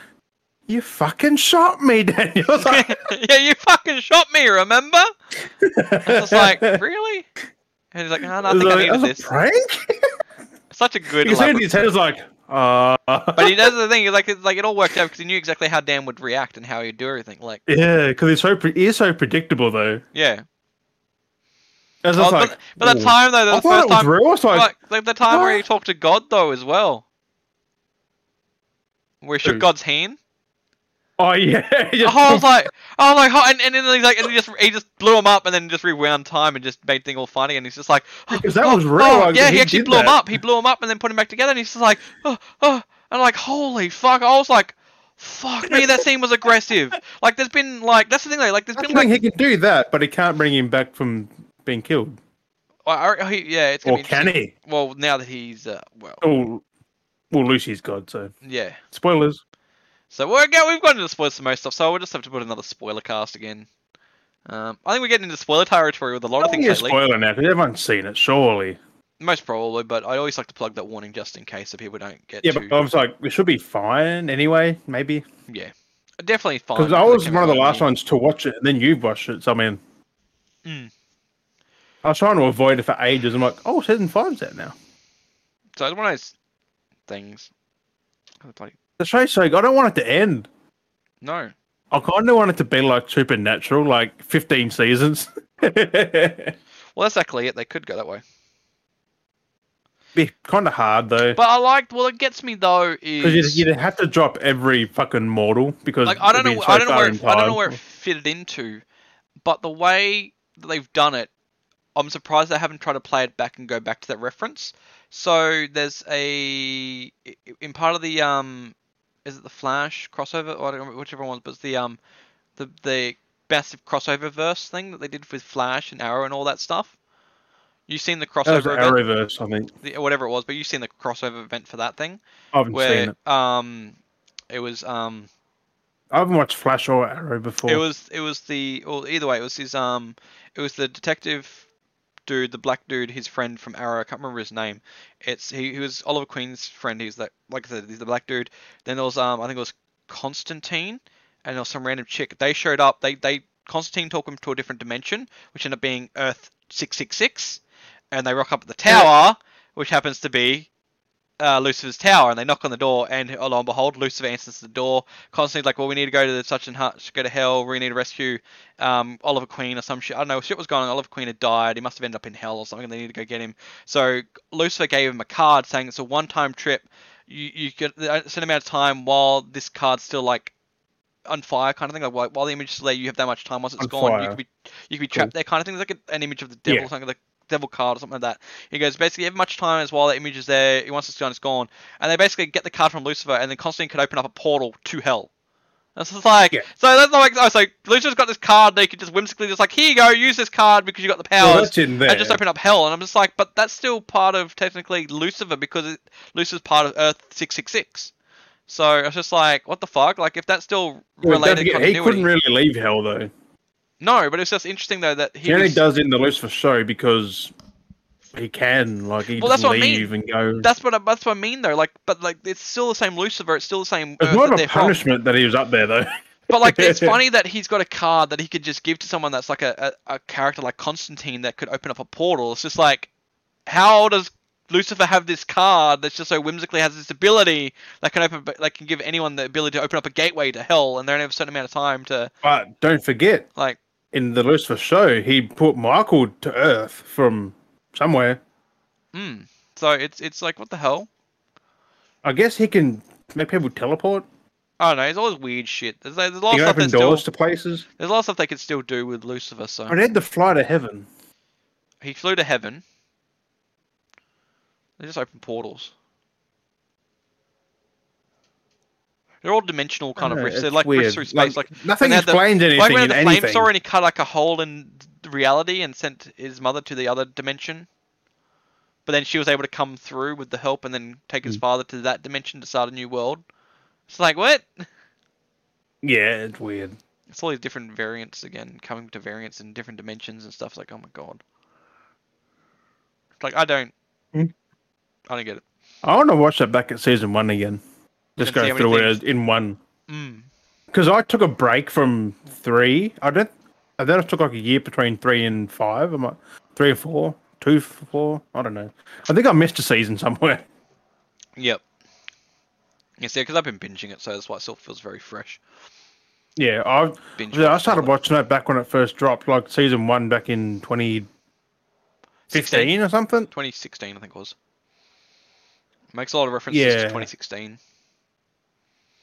You fucking shot me, Daniel. It's like-
yeah, you fucking shot me, remember? And it's just like, really? And he's like, "No, no, I
It's
think I
like,
needed
"That's
this."
a prank.
Such a good.
You can see it in
elaborate-
his head. It's like, uh,
But he does the thing. He's like, it's like it all worked out because he knew exactly how Dan would react and how he'd do everything. Like,
yeah, because it's so pre- he is so predictable though.
yeah.
It's
Oh,
just like,
but, but that
"Ooh."
time though,
I
the
thought
first
it was
time,
real. It's like,
like, like the time where he
What?
talked to God though as well, where he shook
Who?
God's hand.
oh yeah, he
Oh,
just
I was like, oh my god! And, and then he's like, and he just he just blew him up, and then just rewound time and just made thing all funny. And he's just like, oh,
Because that
oh,
was real,
oh,
like,
yeah, he,
he
actually
did
blew him
that.
up. He blew him up, and then put him back together. And he's just like, oh, oh, and like, holy fuck! I was like, fuck me, that scene was aggressive. Like, there's been like, that's the thing though. Like, there's
I
been like
think he can do that, but he can't bring him back from being killed.
I, I, he, yeah, it's gonna
Or
be
can
interesting.
he?
Well, now that he's uh, well,
Oh, well, Lucy's god. So
yeah.
spoilers.
So we're go- we've gotten into spoilers for most stuff, so we'll just have to put another spoiler cast again. Um, I think we're getting into spoiler territory with a lot of
I think
things
you're
lately.
spoiling now because everyone's seen it, surely.
Most probably, but I always like to plug that warning just in case so people don't get
Yeah,
too.
but I was like, we should be fine anyway, maybe.
Yeah, definitely fine.
Because I was
came
one of
out
the last
early.
ones to watch it, and then you watched it. So I mean, Hmm.
Mm.
I was trying to avoid it for ages. I'm like, oh, season five's out now.
So it's one of those things. Oh, bloody-
The show's so good. I don't want it to end.
No,
I kind of want it to be like Supernatural, like 15 seasons. be
well that's actually it. They could go that way.
kind of hard though,
But I liked. Well, it gets me though is
because you'd, you'd have to drop every fucking mortal because
like I don't
it'd be
know,
so
I don't know
far
where
in
it, I don't know
time.
where it fitted into, but the way that they've done it, I'm surprised they haven't tried to play it back and go back to that reference. So there's a in part of the um, is it the Flash crossover? Or I don't remember whichever one, but it's the um, the the massive crossover verse thing that they did with Flash and Arrow and all that stuff. You've seen the
That was
crossover event,
Arrowverse, I think.
the- whatever it was, but you've seen the crossover event for that thing
I haven't seen
where
it.
um, it was um.
I haven't watched Flash or Arrow before.
It was it was the well either way it was his um it was the detective dude the black dude his friend from Arrow I can't remember his name it's he, he was Oliver Queen's friend he's that like I said he's the black dude then there was um I think it was Constantine and there was some random chick they showed up they they Constantine took him to a different dimension which ended up being Earth six six six and they rock up at the tower which happens to be uh, Lucifer's tower, and they knock on the door, and lo and behold, Lucifer answers the door. Constantine's like, "Well, we need to go to the such and such, go to hell. We need to rescue um, Oliver Queen or some shit. I don't know. Shit was going on. Oliver Queen had died. He must have ended up in hell or something. and They need to go get him. So Lucifer gave him a card saying it's a one-time trip. You you get a certain amount of time while this card's still like on fire, kind of thing. Like while- while the image is there, you have that much time. Once it's
On
gone, you
fire.
could be you could be
Cool.
trapped there, kind of thing. It's like a, an image of the devil,
Yeah.
or something like devil card or something like that. He goes, basically, every much time as while the image is there, he wants this gun, it's gone. And they basically get the card from Lucifer, and then Constantine could open up a portal to hell. That's just like,
Yeah.
so that's not like, oh, so Lucifer's got this card, they could just whimsically just like, here you go, use this card because you got the powers.
Well, that's in there.
I just open up hell, and I'm just like, but that's still part of technically Lucifer because it, Lucifer's part of Earth six six six. So I was just like, what the fuck? Like, if that's still
Well, don't
related
forget,
continuity,
he couldn't really leave hell though.
no. But it's just interesting though that he.
He only
Was,
does it in the Lucifer show because he can, like he
Well,
just
that's what I mean.
leave and go.
that's what I, that's what I mean though. Like, but like, it's still the same Lucifer. It's still the same.
it's
Earth
more
that
of a
they're from.
punishment that he was up there though.
But like, it's funny that he's got a card that he could just give to someone that's like a, a, a character like Constantine that could open up a portal. It's just like, how does Lucifer have this card that's just so whimsically has this ability that can open that can give anyone the ability to open up a gateway to hell, and they only have a certain amount of time to
But don't forget,
like.
in the Lucifer show, he put Michael to Earth from somewhere.
Mm. So it's it's like what the hell?
I guess he can make people teleport.
I don't know. It's always weird shit. There's, there's a lot
He can
of stuff
open
that's
doors
still
to places.
there's a lot of stuff they could still do with Lucifer. So
I need to fly to heaven.
he flew to heaven. They just open portals. They're all dimensional kind of
know,
rifts. They're
it's
like rifts
weird.
through space. Like,
nothing
when they had the-
explains
like
anything
when
in
the
anything.
flamethrower and he cut like a hole in th- reality and sent his mother to the other dimension. But then she was able to come through with the help and then take
Hmm.
his father to that dimension to start a new world. It's like what?
Yeah, it's weird.
It's all these different variants again, coming to variants in different dimensions and stuff. It's like, oh my god. It's Like I don't,
Hmm.
I don't get it.
I want to watch that back at season one again. Just
And see
go
how many
through it
things-
as- in one.
Mm.
Because I took a break from three. I don't. I then I took like a year between three and five. I'm like three or four, two, f- four. I don't know. I think I missed a season somewhere.
Yep. Yes, yeah, because I've been binging it, so that's why it still feels very fresh.
Yeah, I
Binge
yeah, I
watch
started
Sherlock.
watching it back when it first dropped, like season one back in 2015
16?
or something.
2016, I think it was. Makes a lot of references to
Yeah.
2016.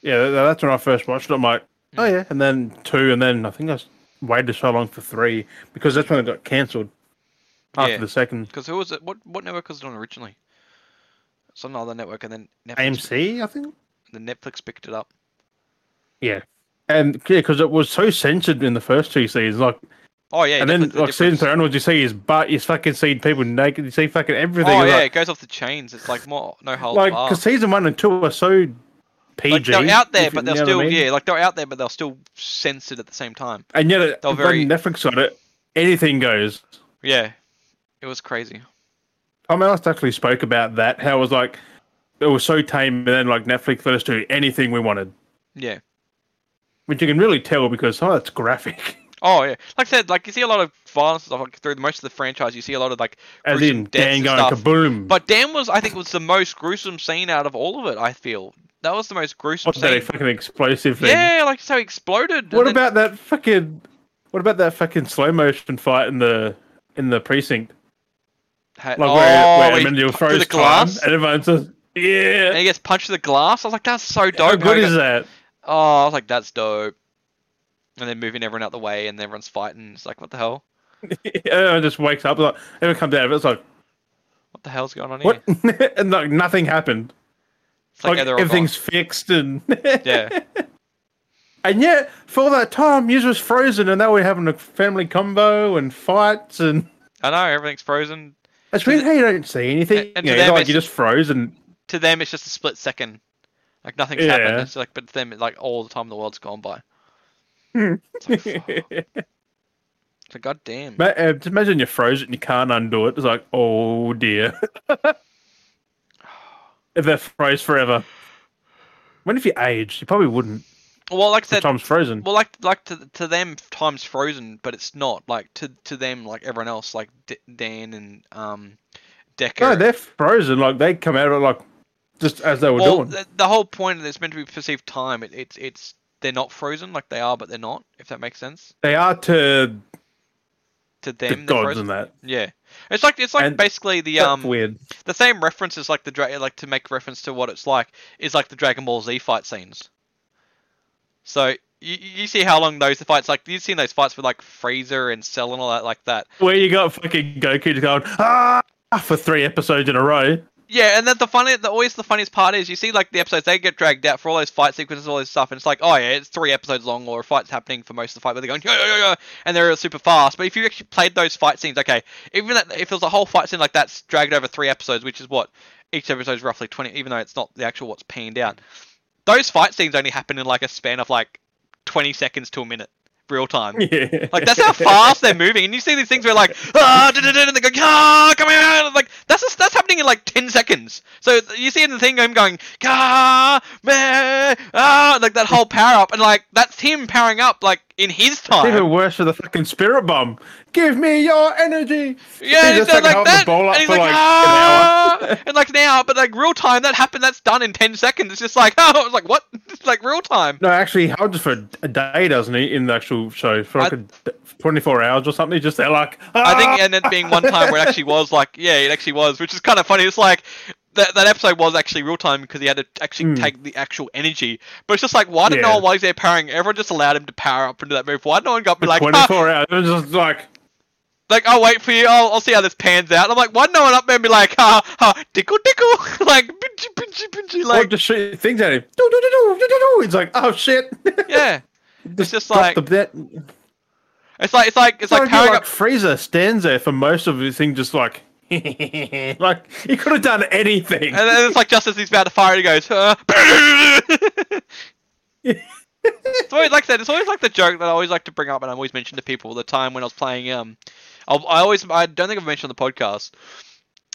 Yeah, tha- that's when I first watched it. I'm like,
Hmm.
oh yeah, and then two, and then I think I s- waited so long for three because that's when it got cancelled after
Yeah.
the second
Because who was it? What what network was it on originally? It's on another network, and then Netflix,
AMC, I think.
then Netflix picked it up.
Yeah, and yeah, because it was so censored in the first two seasons, like.
Oh yeah,
and then
definitely the
like season
difference.
three onwards, you see his butt, you fucking see people naked, you see fucking everything.
Oh
It's
yeah,
like-
it goes off the chains. It's like more no holds
like
barred.
because season one and two are so
Like,
PG.
they're out there,
if you
but they're
know what
still
I mean.
yeah, like they're out there, but they're still censored at the same time.
And yet, it,
they're
when
very-
Netflix got it, anything goes.
Yeah, it was crazy.
Tom Ellis actually spoke about that. How it was like it was so tame, and then like Netflix let us do anything we wanted,
Yeah.
which you can really tell because oh, that's graphic.
Oh yeah, like I said, like you see a lot of violence and stuff like, through most of the franchise. You see a lot of like
As
gruesome
in
deaths
Dan
and
going
stuff.
kaboom.
But Dan was, I think, was the most gruesome scene out of all of it. I feel that was the most gruesome
What's that
scene.
fucking explosive thing?
Yeah, like so exploded. and
What
then-
about that fucking? What about that fucking slow motion fight in the in the precinct?
Ha-
Like
oh,
where, where
he
Emmanuel
punched through
throws
the glass,
time, and everyone says,
and
"Yeah."
he gets punched through the glass. I was like, that's so dope.
How
And I
good
go-
is that?
Oh, I was like, that's dope. And then moving everyone out the way, and everyone's fighting. It's like, what the hell?
everyone just wakes up. Like everyone comes out of it. It's like
What the hell's going on here?
what? and like nothing happened.
It's
Like,
yeah, they're all
everything's fixed, and
gone. yeah,
and yet for all that time, you was frozen, and they were having a family combo and fights, and
I know everything's frozen.
it's weird how you don't see anything.
and
you
to
know,
them
like
it's-
you just froze, and
To them, it's just a split second. Like nothing's
Yeah.
happened. It's like, but to them, like all the time the world's gone by. It's like, fuck. It's like, god damn.
Ma- uh, just imagine you're frozen, you can't undo it. It's like, oh dear. if they're froze forever. When if you aged, you probably wouldn't.
Well, like I
The
said,
time's frozen.
well, like like to to them, time's frozen, but it's not. Like to to them, like everyone else, like D- Dan and um, Decker.
no, they're frozen. Like they come out of it like just as they were
well,
doing.
the, the whole point is meant to be perceived time. It, it's it's they're not frozen, like they are, but they're not. If that makes sense
They are to
to
the
them, they're
gods
frozen.
and that.
Yeah, it's like it's like
And
basically the
That's
um
weird.
the same reference is like the dra- like to make reference to what it's like is like the Dragon Ball Z fight scenes. So you, you see how long those fights like you've seen those fights with like Freezer and Cell and all that like that.
Where you got fucking Goku just going ah for three episodes in a row.
Yeah, and then the funny, the always the funniest part is you see like the episodes they get dragged out for all those fight sequences, all this stuff, and it's like, oh yeah, it's three episodes long, or a fight's happening for most of the fight, where they're going yo yo yo, yo and they're super fast. But if you actually played those fight scenes, okay, even that, if there's a whole fight scene like that's dragged over three episodes, which is what each episode's roughly twenty, even though it's not the actual what's panned out. Those fight scenes only happen in like a span of like twenty seconds to a minute, real time.
Yeah.
Like that's how fast they're moving, and you see these things where like ah, da, da, da, and they go ah, come out, like that's just, that's happening in like ten seconds. So you see in the thing, I'm going ah, meh, ah, like that whole power up, and like that's him powering up like in his
Even
time.
worse for the fucking spirit bomb. Give me your energy.
Yeah,
He
and
just,
they're
like,
like
held the
that,
ball up
and he's
for,
like,
like, an
ah, and like now, but like real time that happened. That's done in ten seconds. It's just like oh, it's like what? It's like real time.
No, actually, how just for a day, doesn't he? In the actual show, for like
I-
a d 24 hours or something, just they're like, ah!
I think, and then being one time where it actually was like, yeah, it actually was, which is kind of funny. It's like that, that episode was actually real time because he had to actually
Hmm.
take the actual energy. But it's just like, why did
Yeah.
no one while he's there powering? Everyone just allowed him to power up into that move. Why did no one got me like, "Ah,"
24 hours, it's just like,
like I'll wait for you. I'll, I'll see how this pans out. I'm like, why did no one up there and be like, ha ha, tickle tickle, like pinchy pinchy pinchy,
like
like
just shoot things at him. Do, do, do, do, do, do, do. It's like, oh shit.
yeah. It's just
Drop
like
the, that,
it's like it's like it's
like,
like powering
like
up.
Freezer stands there for most of the thing, just like, like he could have done anything.
And then it's like just as he's about to fire, he goes. Uh, it's always like that. It's always like the joke that I always like to bring up, and I always mention to people the time when I was playing. Um, I, I always I don't think I've mentioned on the podcast.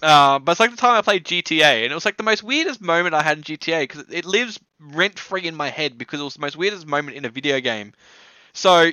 Uh, but it's like the time I played GTA, and it was like the most weirdest moment I had in GTA because it lives rent free in my head because it was the most weirdest moment in a video game. So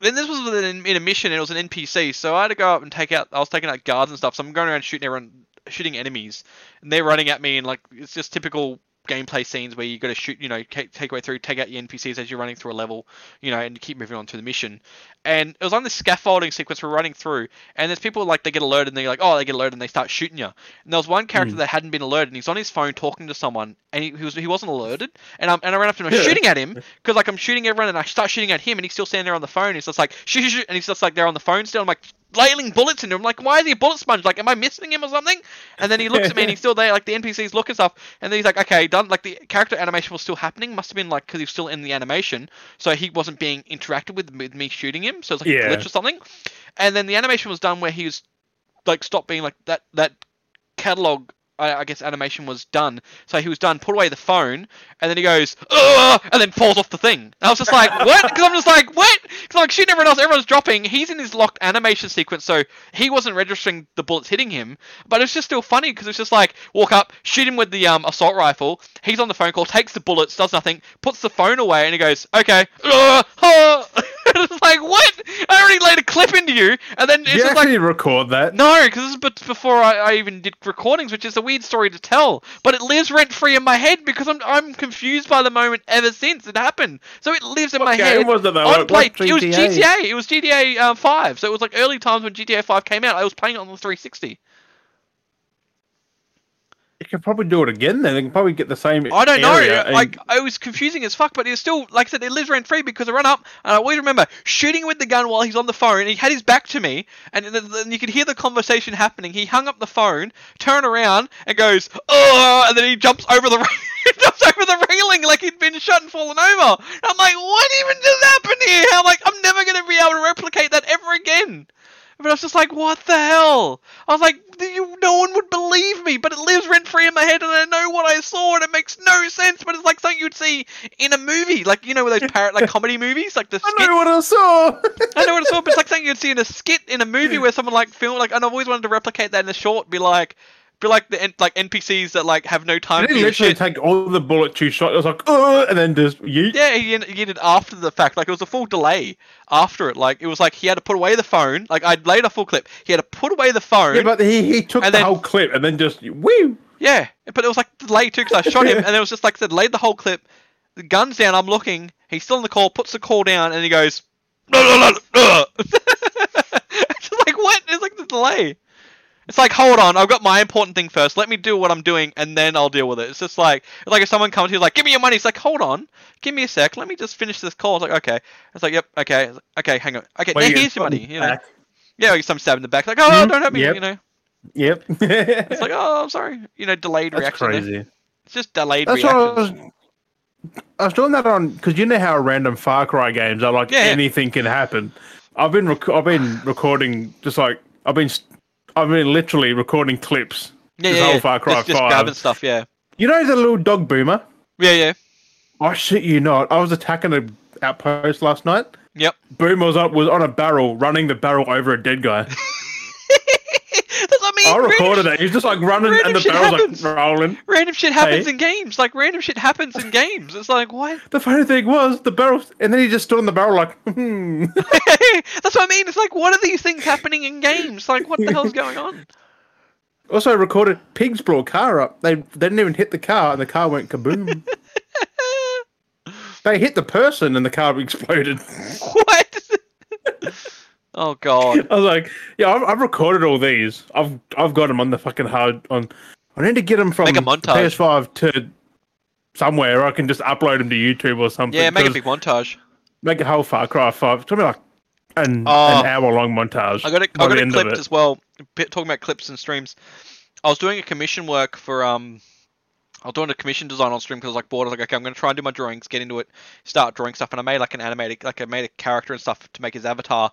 then this was with an, in a mission, and it was an NPC. So I had to go up and take out. I was taking out guards and stuff. So I'm going around shooting everyone, shooting enemies, and they're running at me, and like it's just typical gameplay scenes where you got to shoot, you know, take, take way through, take out your NPCs as you're running through a level, you know, and keep moving on to the mission. And it was on this scaffolding sequence we're running through, and there's people like they get alerted, and they're like, oh, they get alerted, and they start shooting you. And there was one character that hadn't been alerted, and he's on his phone talking to someone, and he, he was he wasn't alerted, and I'm and I ran up to him, I'm
Yeah.
shooting at him because like I'm shooting everyone, and I start shooting at him, and he's still standing there on the phone. He's just like shoot, shoot, shoot, and he's just like there on the phone still. I'm like ladling bullets into him. Like, why is he a bullet sponge? Like, am I missing him or something? And then he looks at me and he's still there. Like the NPCs look and stuff. And then he's like, okay, done. Like the character animation was still happening. Must have been like because he was still in the animation, so he wasn't being interacted with with me shooting him. So it's like
Yeah.
a glitch or something. And then the animation was done where he was like stopped being like that that catalog. I I guess animation was done, so he was done. Put away the phone, and then he goes, Ugh! and then falls off the thing. And I was just like, what? Because I'm just like, what? Because like shooting everyone else, everyone's dropping. He's in his locked animation sequence, so he wasn't registering the bullets hitting him. But it's just still funny because it's just like walk up, shoot him with the um, assault rifle. He's on the phone call, takes the bullets, does nothing, puts the phone away, and he goes, okay. Ugh! Huh." it's like what? I already laid a clip into you, and then it's
Did you
just like.
actually record that?
No, because this is bet- before I, I even did recordings, which is a weird story to tell. But it lives rent free in my head because I'm I'm confused by the moment ever since it happened. So it lives in my
game
head.
was it though?
on
What-
play,
what
it was
GTA?
GTA. It was GTA uh, Five. So it was like early times when GTA Five came out. I was playing it on the 360.
You can probably do it again then. They can probably get the same.
I don't
area
know.
and-
Like it was confusing as fuck, but it was still like I said, it lives rent free because I run up and I always remember shooting with the gun while he's on the phone. And he had his back to me, and then then you could hear the conversation happening. He hung up the phone, turned around, and goes, "Oh!" And then he jumps over the ra- jumps over the railing like he'd been shot and fallen over. And I'm like, what even just happened here? I'm like, I'm never gonna be able to replicate that ever again. But I was just like, what the hell? I was like, you, no one would believe me, but it lives rent free in my head, and I know what I saw, and it makes no sense. But it's like something you'd see in a movie, like you know, with those parrot like comedy movies, like the
I
skit.
know what I saw.
I know what it's all, but it's like something you'd see in a skit in a movie where someone like film like, and I've always wanted to replicate that in a short, be like, be like the N- like NPCs that like have no time
Did
to
he
do
literally
shit.
take all the bullet two shots? It was like, oh, and then just yeet.
Yeah, he did he did it after the fact. Like it was a full delay after it. Like it was like he had to put away the phone. Like I'd laid a full clip. He had to put away the phone.
Yeah, but he, he took
And
the
then-
whole clip and then just woo.
Yeah, but it was like delayed too because I shot him, and it was just like I said, laid the whole clip. The gun's down. I'm looking. He's still in the call. Puts the call down, and he goes, "No, no, no, no." It's just like what? It's like the delay. It's like, hold on, I've got my important thing first. Let me do what I'm doing, and then I'll deal with it. It's just like, it's like if someone comes to you like, give me your money. It's like, hold on, give me a sec. Let me just finish this call. It's like, okay. It's like, yep, okay, It's like, okay, hang on. Okay,
Well,
now
you
here's your
fucking
money. You know,
back.
yeah, like some stab in the back. Like, oh,
Mhm,
don't hurt me.
yep.
You know,
Yep.
it's like, oh, I'm sorry. You know, delayed
That's
reaction. there.
crazy.
It's just delayed
That's what I
reactions.
was. I was doing that on because you know how random Far Cry games are like
Yeah, yeah.
anything can happen. I've been rec- I've been recording just like I've been s- I've been literally recording clips.
Yeah,
this
yeah,
whole
yeah.
Far Cry
just, just
5.
grabbing stuff. Yeah,
You know the little dog boomer.
yeah, yeah.
I shit you not. I was attacking a outpost last night.
Yep.
Boomer was up was on a barrel running the barrel over a dead guy.
That's what I mean.
I
random
recorded
sh-
it. He was just like running
random
and the
shit
barrel's
happens.
like rolling.
Random shit happens
Hey.
in games. Like random shit happens in games. It's like what?
The funny thing was the barrel, and then he just stood on the barrel like, hmm.
That's what I mean. It's like what are these things happening in games? Like what the hell's going on?
Also recorded pigs blew a car up. They, they didn't even hit the car, and the car went kaboom. they hit the person, and the car exploded.
what? oh god.
I was like, yeah, I've, I've recorded all these. I've I've got them on the fucking hard on. I need to get them from
Make a
the
montage.
PS5 to somewhere. I can just upload them to YouTube or something.
Yeah, make a
'cause
big montage.
make a whole Far Cry Five. It's gonna be like an,
Oh.
an hour long montage.
I got it.
by
I got
the
it
end of
clipped
it.
as well. Bit- Talking about clips and streams, I was doing a commission work for um, I was doing a commission design on stream because I was like bored. I was like, okay, I'm gonna try and do my drawings, get into it, start drawing stuff, and I made like an animated, like I made a character and stuff to make his avatar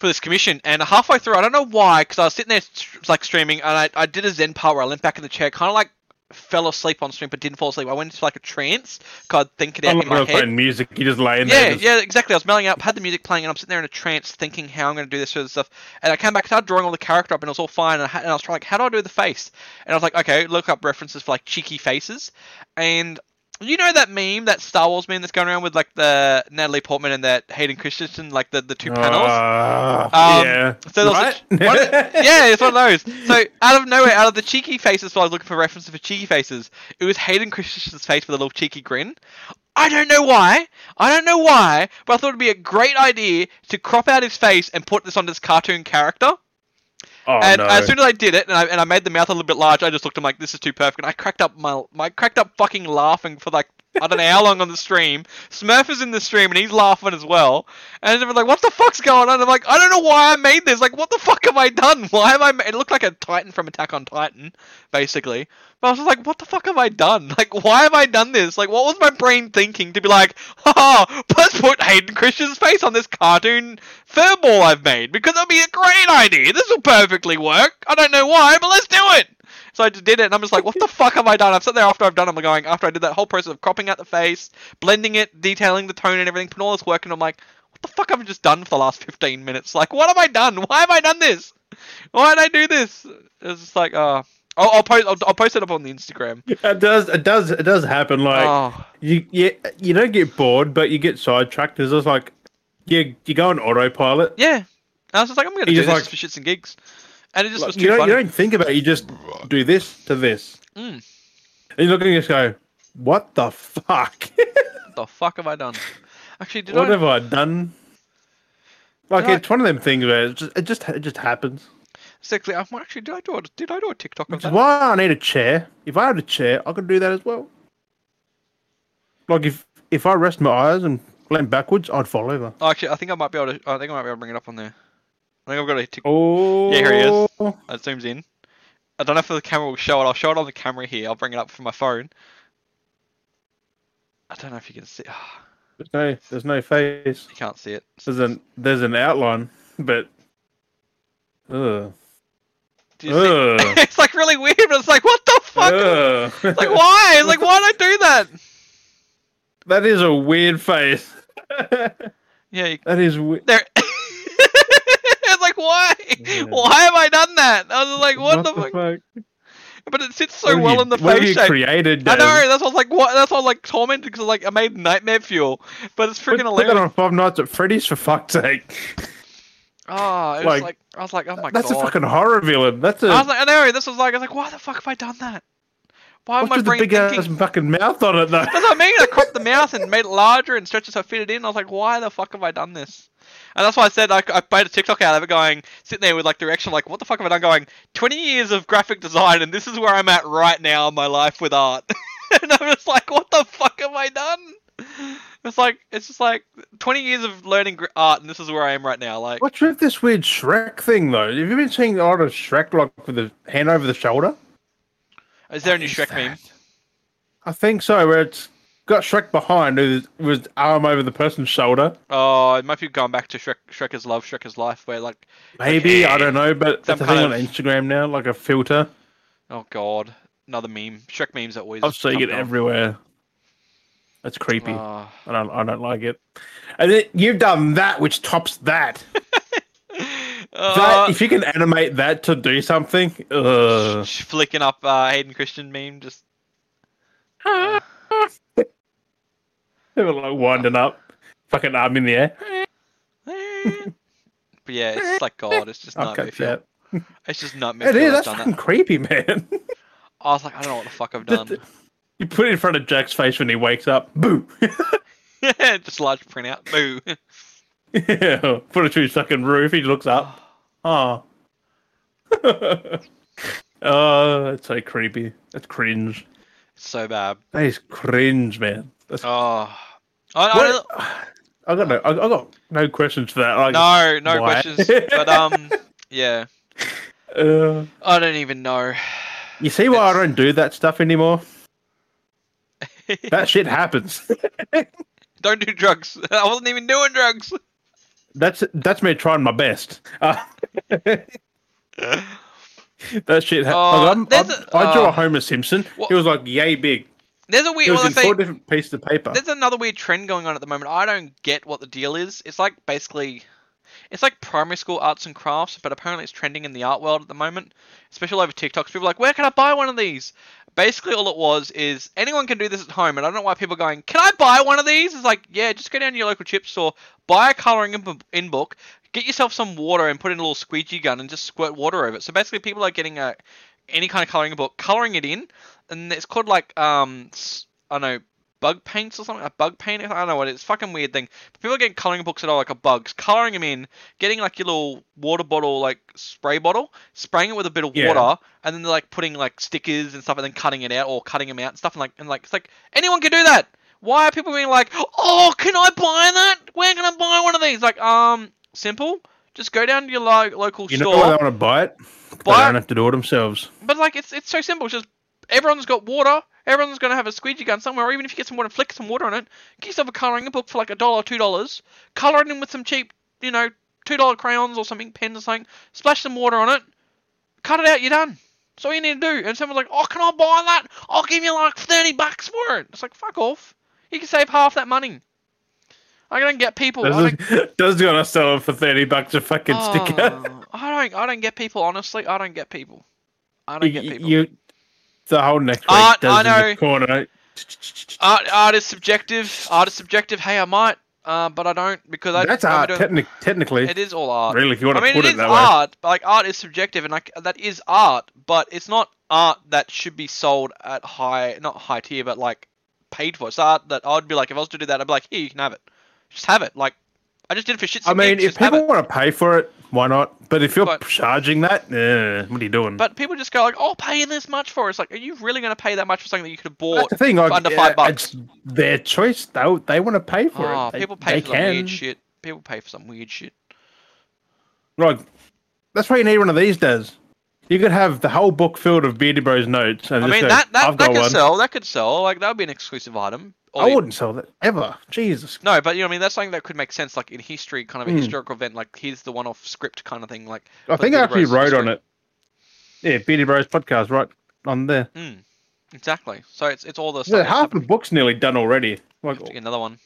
for this commission. And halfway through, I don't know why, because I was sitting there str- like streaming, and I, I did a Zen part where I leant back in the chair, kind of like fell asleep on stream, but didn't fall asleep. I went into like a trance, kind of thinking
I'm
out
not
in my
gonna
head.
play music. You just lay in
Yeah,
there. just-
yeah, exactly. I was melting up, had the music playing, and I'm sitting there in a trance, thinking how I'm going to do this sort of stuff. And I came back, started drawing all the character up, and it was all fine. And I, ha- and I was trying like, how do I do the face? And I was like, okay, look up references for like cheeky faces. And you know that meme, that Star Wars meme that's going around with like the Natalie Portman and that Hayden Christensen, like the the two
Oh,
panels.
Ah,
Um,
yeah.
So there was a
right?
ch- one of- yeah, it's one of those. So out of nowhere, out of the cheeky faces, while I was looking for references for cheeky faces, it was Hayden Christensen's face with a little cheeky grin. I don't know why. I don't know why, but I thought it'd be a great idea to crop out his face and put this on this cartoon character.
oh
and
no.
as soon as I did it, and I, and I made the mouth a little bit large, I just looked. I'm like, this is too perfect. And I cracked up my, my cracked up fucking laughing for like I don't know how long on the stream. Smurf is in the stream and he's laughing as well. And they're like, what the fuck's going on? I'm like, I don't know why I made this. Like, what the fuck have I done? Why am I? Ma-? It looked like a Titan from Attack on Titan, basically. But I was just like, what the fuck have I done? Like, why have I done this? Like, what was my brain thinking to be like, ha ha, let's put Hayden Christian's face on this cartoon furball I've made because that'd be a great idea. This will perfectly work. I don't know why, but let's do it. So I just did it, and I'm just like, what the fuck have I done? I've sat there after I've done. I'm going after I did that whole process of cropping out the face, blending it, detailing the tone and everything, putting all this work, and I'm like, what the fuck have I just done for the last 15 minutes? Like, what have I done? Why have I done this? Why did I do this? It's just like, uh, I'll, I'll post, I'll, I'll post it up on the Instagram.
it does. It does. It does happen. Like.
oh,
you you you don't get bored, but you get sidetracked. It's just like you you go on autopilot.
yeah. And I was just like, I'm gonna
You
do this
just like-
for shits and gigs, and it just was
Like,
too
you don't
funny.
you don't think about it. You just do this to this,
Mm.
and you look at it and just go, "What the fuck?
What the fuck have I done? Actually, did
what
I?
have I done?" Like
Did I-
it's one of them things where it just it just it just happens.
Exactly. I'm actually. Did I do a Did I do a TikTok of
Which is
that?
why I need a chair. If I had a chair, I could do that as well. Like if if I rest my eyes and lean backwards, I'd fall over.
Oh, actually, I think I might be able to. I think I might be able to bring it up on there. I think I've got a TikTok.
Oh,
Yeah, here he is.
he is.
It zooms in. I don't know if the camera will show it. I'll show it on the camera here. I'll bring it up from my phone. I don't know if you can see. ah,
There's no there's no face.
you can't see it.
There's an there's an outline, but ugh,
Do you see-
ugh,
it's like really weird, but it's like, what the fuck?
ugh.
It's like why? It's like why did I do that?
that is a weird face. that
Yeah, you,
is we-
there. it's like why?
Yeah.
Why have I done that? I was like, what, the, fuck? But it sits so
What have
well
you-
in the
what have
face
you
shape.
created.
I
Dan?
know. That's what I was like. What? That's what I was like tormented because like I made nightmare fuel, but it's
Put,
freaking
put that
hilarious.
on Five Nights at Freddy's for fuck's sake.
Ah, it was
like,
like I was like, oh my
That's
god.
a fucking horror villain. That's a
I was like, I know. This was like, I was like, why the fuck have I done that? Why am
What's
I
with the
bringing
big ass
thinking?
fucking mouth on it though?
That's what I mean. I cropped the mouth and made it larger and stretched it so I fit it in. I was like, why the fuck have I done this? And that's why I said I, I made a TikTok out of it, going sitting there with like direction, like what the fuck have I done? Going 20 years of graphic design, and this is where I'm at right now in my life with art. and I'm just like, what the fuck have I done? It's like it's just like 20 years of learning gr- art, and this is where I am right now. Like,
What's with this weird Shrek thing though? Have you been seeing a lot of Shrek like with the hand over the shoulder?
is there a new
is
Shrek
that?
meme?
I think so. Where it's got Shrek behind with with arm over the person's shoulder.
Oh, it might be going back to Shrek, Shrek is love, Shrek is life, where like,
Maybe I
Okay.
don't know, but
Some
that's a thing
kind
on
of-
Instagram now, like a filter.
oh god, another meme. Shrek memes are always.
I'm seeing
come
it
down.
everywhere. That's creepy.
Ah.
I don't. I don't like it. And it, you've done that, which tops that.
Uh,
that if you can animate that to do something, ugh.
sh- flicking up uh, Hayden Christian meme, just
they were like winding up, fucking arm in the air.
but yeah, it's just like God, it's just
I'll
not me.
catch that.
It's just not me.
It is. That's
done
fucking
that.
creepy, man.
I was like, I don't know what the fuck I've
That-
done.
you put it in front of Jack's face when he wakes up. Boo.
just large printout, boo.
Yeah, put it through his fucking roof. He looks up. Oh. oh, that's so creepy. That's cringe.
It's so bad.
That is cringe, man. That's,
Oh, I, I,
What- I got no, I, I got no questions for that. I,
no, no
Why?
questions. But um, yeah,
uh,
I don't even know.
you see why I don't do that stuff anymore? That shit happens.
don't do drugs. I wasn't even doing drugs.
That's that's me trying my best. Uh, that shit. Ha-
Oh,
like, I'm-
there's
I'm-
a-
I drew
oh.
a Homer Simpson.
What-
He was like yay big.
There's a weird.
He was
well,
in
I say-
four different pieces of paper.
There's another weird trend going on at the moment. I don't get what the deal is. It's like basically, it's like primary school arts and crafts, but apparently it's trending in the art world at the moment, especially over TikToks. People are like, where can I buy one of these? Basically, all it was is anyone can do this at home, and I don't know why people are going, can I buy one of these? It's like, yeah, just go down to your local chip store, buy a coloring in, bu- in book, get yourself some water, and put in a little squeegee gun and just squirt water over it. So basically, people are getting a any kind of coloring book, coloring it in, and it's called like um s- I don't know bug paints or something, a bug paint. I don't know what it is. Fucking weird thing. But people are getting coloring books that are like a bugs, coloring them in, getting like your little water bottle, like spray bottle, spraying it with a bit of
Yeah.
water, and then they're like putting like stickers and stuff, and then cutting it out or cutting them out and stuff, and like and like it's like anyone can do that. Why are people being like, oh, can I buy that? Where can I buy one of these? Like, um, simple. Just go down to your lo- local
you know
store.
why they want to buy it?
Buy
they
it.
don't have to do it themselves.
But like it's it's so simple. It's just everyone's got water. Everyone's gonna have a squeegee gun somewhere. Or even if you get some water, and flick some water on it. Get yourself a coloring book for like a dollar, two dollars. Color it in with some cheap, you know, two dollar crayons or something, pens or something. Splash some water on it. Cut it out. You're done. That's all you need to do. And someone's like, "Oh, can I buy that? I'll give you like thirty bucks for it." It's like, fuck off. You can save half that money. I don't get people. I don't
Does does gonna sell it for thirty bucks a fucking sticker.
Oh, I don't. I don't get people. Honestly, I don't get people. I don't
You,
get people.
you- the whole next week
Art,
does
I
in the
know.
corner.
Art, art is subjective. Art is subjective. Hey, I might, uh, but I don't because I.
That's
I'm
art,
doing-
technic- technically.
It is all art.
Really, if you want
I mean,
to put
it
it,
is
that way.
art, but like art is subjective, and like that is art, but it's not art that should be sold at high, not high tier, but like paid for. It's art that I'd be like, if I was to do that, I'd be like, here, you can have it. Just have it. Like, I just did it for shits.
I
and
mean,
gigs,
if
just have it.
people want to pay for it, why not? But if you're
But-
charging that, eh, what are you doing?
But people just go like, "Oh, paying this much for it." It's like, are you really going to pay that much for something that you could have
That's
bought
the thing.
for
Like,
under
yeah,
five bucks?
It's their choice, though. They want to pay for
Oh,
it. They,
people pay
they
for some
can.
weird shit. People pay for some weird shit.
Like, that's why you need one of these, Des. You could have the whole book filled of Beardy Bros notes. And
I
just
mean,
go,
that that,
I've
that
got
could
one.
sell. That could sell. Like that would be an exclusive item. Or
I
you-
wouldn't sell that ever. Jesus.
No, but you know, what I mean, that's something that could make sense, like in history, kind of a
Hmm.
historical event. Like here's the one-off script kind of thing. Like
I
Put
think I
Beardy
actually
Bros
wrote on
history.
it. Yeah, Beardy Bros podcast, right on there.
exactly. So it's it's all the stuff.
Yeah,
that's
half the
happening.
book's nearly done already. Like,
Have to get another one.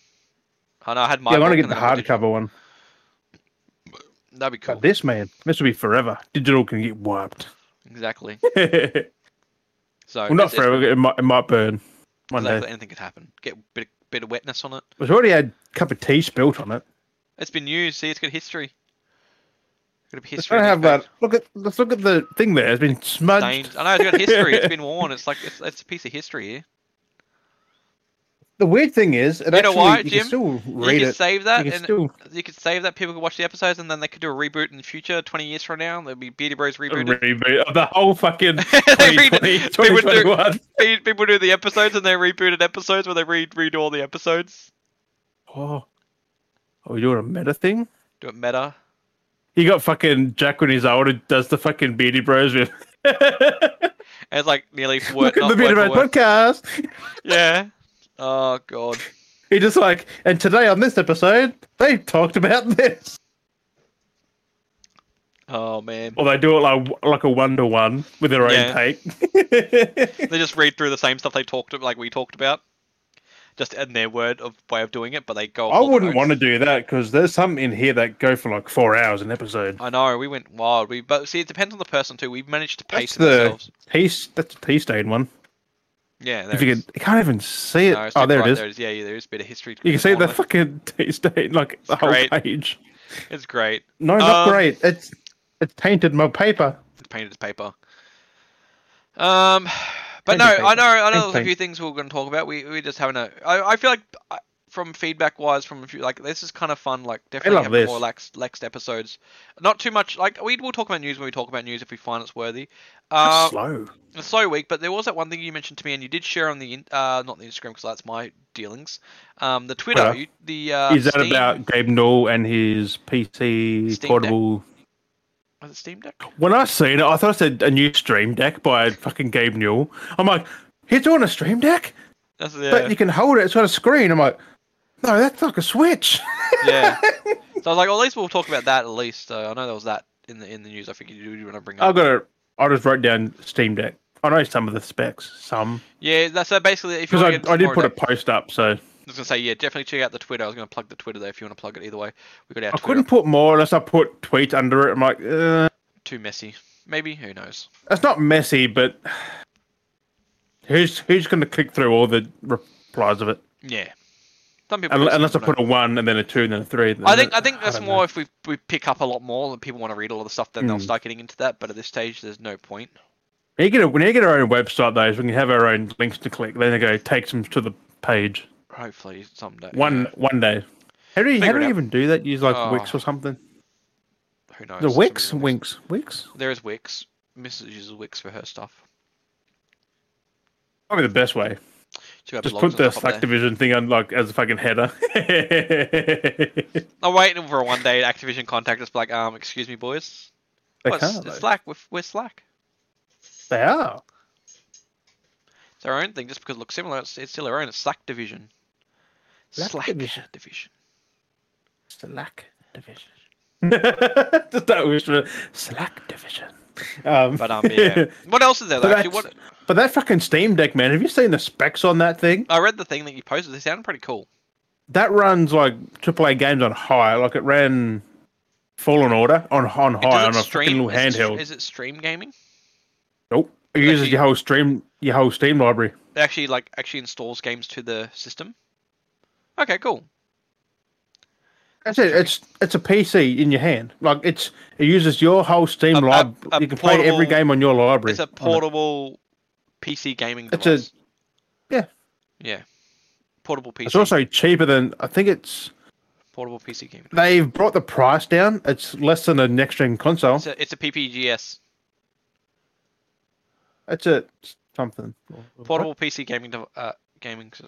I know. I had my.
yeah, I want to
book
get
and
the
then I did-
hardcover one.
That'd be cool.
But this man, this will be forever. Digital can get wiped.
Exactly.
well,
So
not
it's- it's-
forever. It might, it might burn one
Exactly.
day.
Anything could happen. Get a bit bit of wetness on it.
It's already had a cup of tea spilt on it.
It's been used. See, it's got history. Gonna be
It's
history.
don't
in this
have
page.
that. Look at let's look at the thing there. It's been smudged.
Stained. I know it's got history. It's been worn. It's like it's, it's a piece of history here.
The weird thing is, it
You know
actually
why,
you
Jim?
can still
you
read
could
it.
save that,
you can
and
still
you could save that. People could watch the episodes, and then they could do a reboot in the future, twenty years from now. There'd be Beardy Bros rebooted.
reboot of the whole fucking
They
2020,
read- they would do-
2021.
Pe- People do the episodes, and they rebooted episodes where they re- redo all the episodes.
Oh, are we doing a meta thing?
Do it meta.
You got fucking Jack when he's older does the fucking Beardy Bros with. Look at
And it's like nearly word, not
the Beardy
word for
Bros
word.
podcast.
Yeah. Oh god.
He just like, and today on this episode, they talked about this.
Oh man.
Or they do it like like a one to one with their own
Yeah.
take.
They just read through the same stuff they talked like we talked about, just in their word of way of doing it. But they go.
I wouldn't want to do that because there's some in here that go for like four hours an episode.
I know we went wild. We but see it depends on the person too. We've managed to pace
That's
it
the-
ourselves.
Tea, that's a tea stain one.
Yeah.
if
there
you
it is.
can, you can't even see it.
No, it's
oh,
like
there
right
it is.
There is. Yeah, yeah, there is a bit of history.
You can see the
that.
fucking tea stain, like the whole
great.
page.
It's great.
No, not
Um,
great. It's it's tainted my paper.
It's painted as paper. Um, but
Painted
no, I
paper.
know, I know.
Paint
There's a
paint.
few things we are going to talk about. We we just haven't. uh, I I feel like uh, from feedback wise, from a few, like this is kind of fun. Like definitely
love
have
this.
more lax, laxed episodes. Not too much. Like we will talk about news when we talk about news if we find it's worthy. Uh,
slow.
It's so weak, but there was that one thing you mentioned to me, and you did share on the in- uh, not the Instagram because that's my dealings. Um, the Twitter,
Twitter.
You, the uh,
is that
Steam,
about Gabe Newell and his PC
Steam Deck.
portable?
was it Steam Deck?
When I seen it, I thought it said a new stream deck by fucking Gabe Newell. I'm like, he's doing a stream deck,
That's,
but
yeah,
you can hold it. It's got a screen. I'm like, no, that's like a Switch.
yeah. So I was like, well, at least we'll talk about that at least. So I know there was that in the in the news. I think you do want to bring
I've
up.
got. A, I just wrote down Steam Deck. I know some of the specs, some
Yeah, that's so basically if you
because
want to get
I, I did
more
put a
in depth-
post up, so
I was gonna say yeah, definitely check out the Twitter. I was gonna plug the Twitter there if you want to plug it. Either way, we got
I
our Twitter.
couldn't put more unless I put tweet under it. I'm like, uh,
Too messy. Maybe who knows?
it's not messy, but who's who's going to click through all the replies of it?
Yeah. Some people.
Unless,
just
unless I
don't
put a one and then a two and then a three. then
I think I
it-
think that's
don't
more
know.
if we we pick up a lot more and people want to read all of the stuff, then they'll
Hmm.
start getting into that. But at this stage, there's no point.
We need to get a- we need to get our own website though, so we can have our own links to click. Then they go takes them to the page.
Hopefully someday. you
One
know,
one day. How do you, how do
Figure it
you
out.
even do that? Use like
Oh,
Wix or something?
who knows?
The
Somebody
Wix,
will-
Winx, Wix.
There is Wix. Mrs. uses Wix for her stuff.
Probably the best way.
She got
Just
blogs
put the
and stuff up
Slack
there.
division thing on like as a fucking header.
I'm waiting for one day Activision contact us be like, um, excuse me, boys.
they
Oh, it's,
can't.
it's
though.
Slack. We're, we're Slack.
They are.
It's our own thing. Just because it looks similar, it's, it's still our own. It's Slack division.
Slack
Slack division.
division. Slack division. Just that wish for Slack division. Um,
But um, yeah. what else is there? Though?
But
Actually, what
that's- but that fucking Steam Deck, man. Have you seen the specs on that thing?
I read the thing that you posted. They sound pretty cool.
That runs like AAA games on high. Like it ran Fallen Order on on
It- does
high
it
on Oh, a fucking little
is it-
handheld.
Is it stream gaming?
nope. It
does it
uses
actually-
your whole stream, your whole Steam library.
It actually like actually installs games to the system. Okay, cool.
That's it. It's it's a PC in your hand. Like it's it uses your whole Steam
A- a-
library.
a
You can play every
portable-
game on your library.
It's a
on it.
portable PC gaming
It's a-
device.
yeah.
Yeah. Portable PC.
It's also cheaper than I think it's.
portable PC gaming.
They've brought the price down. It's less than a next gen console.
It's a, it's a PPGS.
That's it. Something.
Portable PC gaming dev- uh, gaming s-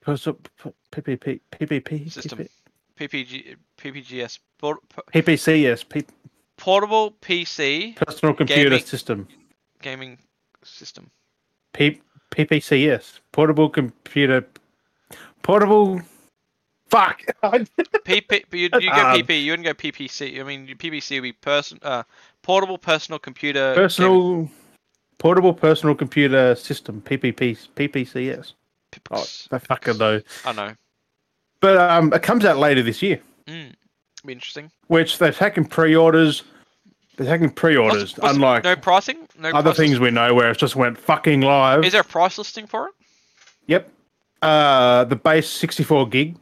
Because of p- PPP, PPP,
system.
PP
PPG PPGS por- por-
PPC, yes, P-
portable PC
personal computer
Gaming.
system.
gaming system.
P- PPC, yes, portable computer, portable. Fuck.
PP, you, you go
Um,
PP. You wouldn't go PPC. I mean, PPC would be person, uh, portable personal computer. gaming-
personal, portable personal computer system. PPP, PPC, yes. Oh, that fucker though.
I know.
But um, it comes out later this year,
Mm. Be interesting.
which they're taking pre-orders. They're taking
What's-
pre-orders,
what's-
unlike
no pricing, no
other
price
things we know where it's just went fucking live.
list- Is there a price listing for it?
Yep. Uh, the base 64 gig,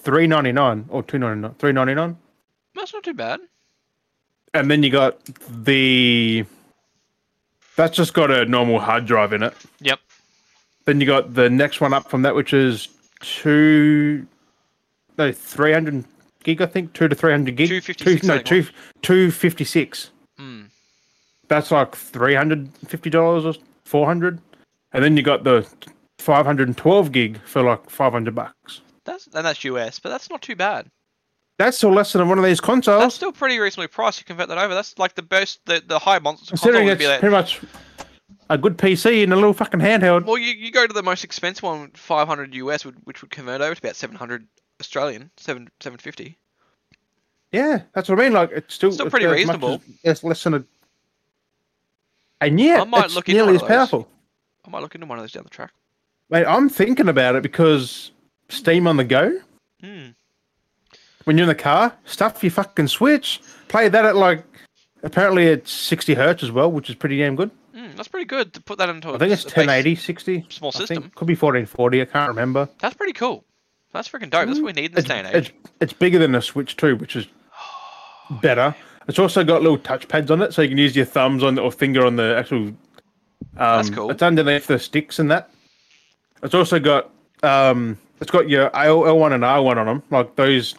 399 or 299, 399.
That's not too bad.
and then you got the. That's just got a normal hard drive in it.
Yep.
Then you got the next one up from that, which is two, no, three hundred gig, I think, two to three hundred gig.
256,
Two- no,
I think,
two two fifty six.
Hmm.
That's like three hundred fifty dollars or four hundred, and then you got the five hundred and twelve gig for like five hundred bucks.
That's and that's US, but that's not too bad.
That's still less than one of these consoles.
That's still pretty reasonably priced. You convert that over. That's like the best, the, the high monster console
considering
would
it's
be like.
pretty much a good PC in a little fucking handheld.
Well, you, you go to the most expensive one, 500 US, would, which would convert over to about 700 Australian, 7 750.
Yeah, that's what I mean. Like it's still,
Still
it's
pretty
as much
reasonable.
as- It's less than a. And yeah,
I might
it's
look into
nearly
one
as
of those.
powerful.
I might look into one of those down the track.
Mate, I'm thinking about it because Steam on the go.
Hmm.
When you're in the car, stuff your fucking Switch. Play that at like. Apparently it's 60 hertz as well, which is pretty damn good.
Mm, that's pretty good to put that into.
I think it's 1080, 60.
Small
I think.
system.
Could be 1440. I can't remember.
That's pretty cool. That's freaking dope. That's what we need in this
It's,
day and age.
it's it's bigger than a Switch too, which is better. It's also got little touch pads on it, so you can use your thumbs on or finger on the actual. Um,
That's cool.
It's underneath the sticks and that. It's also got um, it's got your L one and R one on them, like those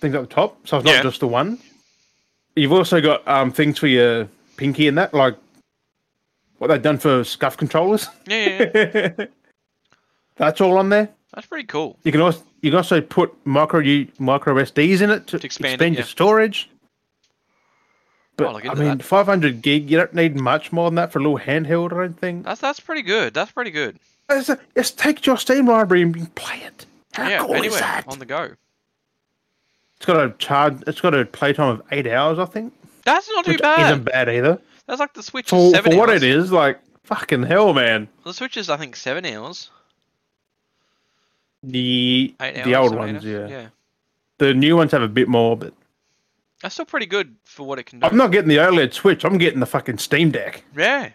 things up the top. So it's not
Yeah.
just the one. You've also got um, things for your pinky and that, like what they've done for scuff controllers.
Yeah, yeah, yeah.
That's all on there.
that's pretty cool.
You can also you can also put micro U, micro SDs in it to,
To expand
expand,
it,
your
yeah.
storage. But
I'll look
I
into
mean,
that.
500 gig, you don't need much more than that for a little handheld. I don't think.
That's that's pretty good. That's pretty good.
It's a- just take your Steam library and play it. How
yeah,
cool is
anyway,
that?
on the go.
It's got a charge. It's got a playtime of eight hours, I think,
That's not too
which
bad.
isn't bad either.
That's like the Switch is
For,
seven
for what
hours.
it is, like fucking hell, man.
The Switch is I think seven hours,
The
eight hours.
the old
something like
ones, yeah.
that. Yeah,
The new ones have a bit more, but
that's still pretty good for what it can do.
I'm not getting the OLED Switch. I'm getting the fucking Steam Deck.
Yeah,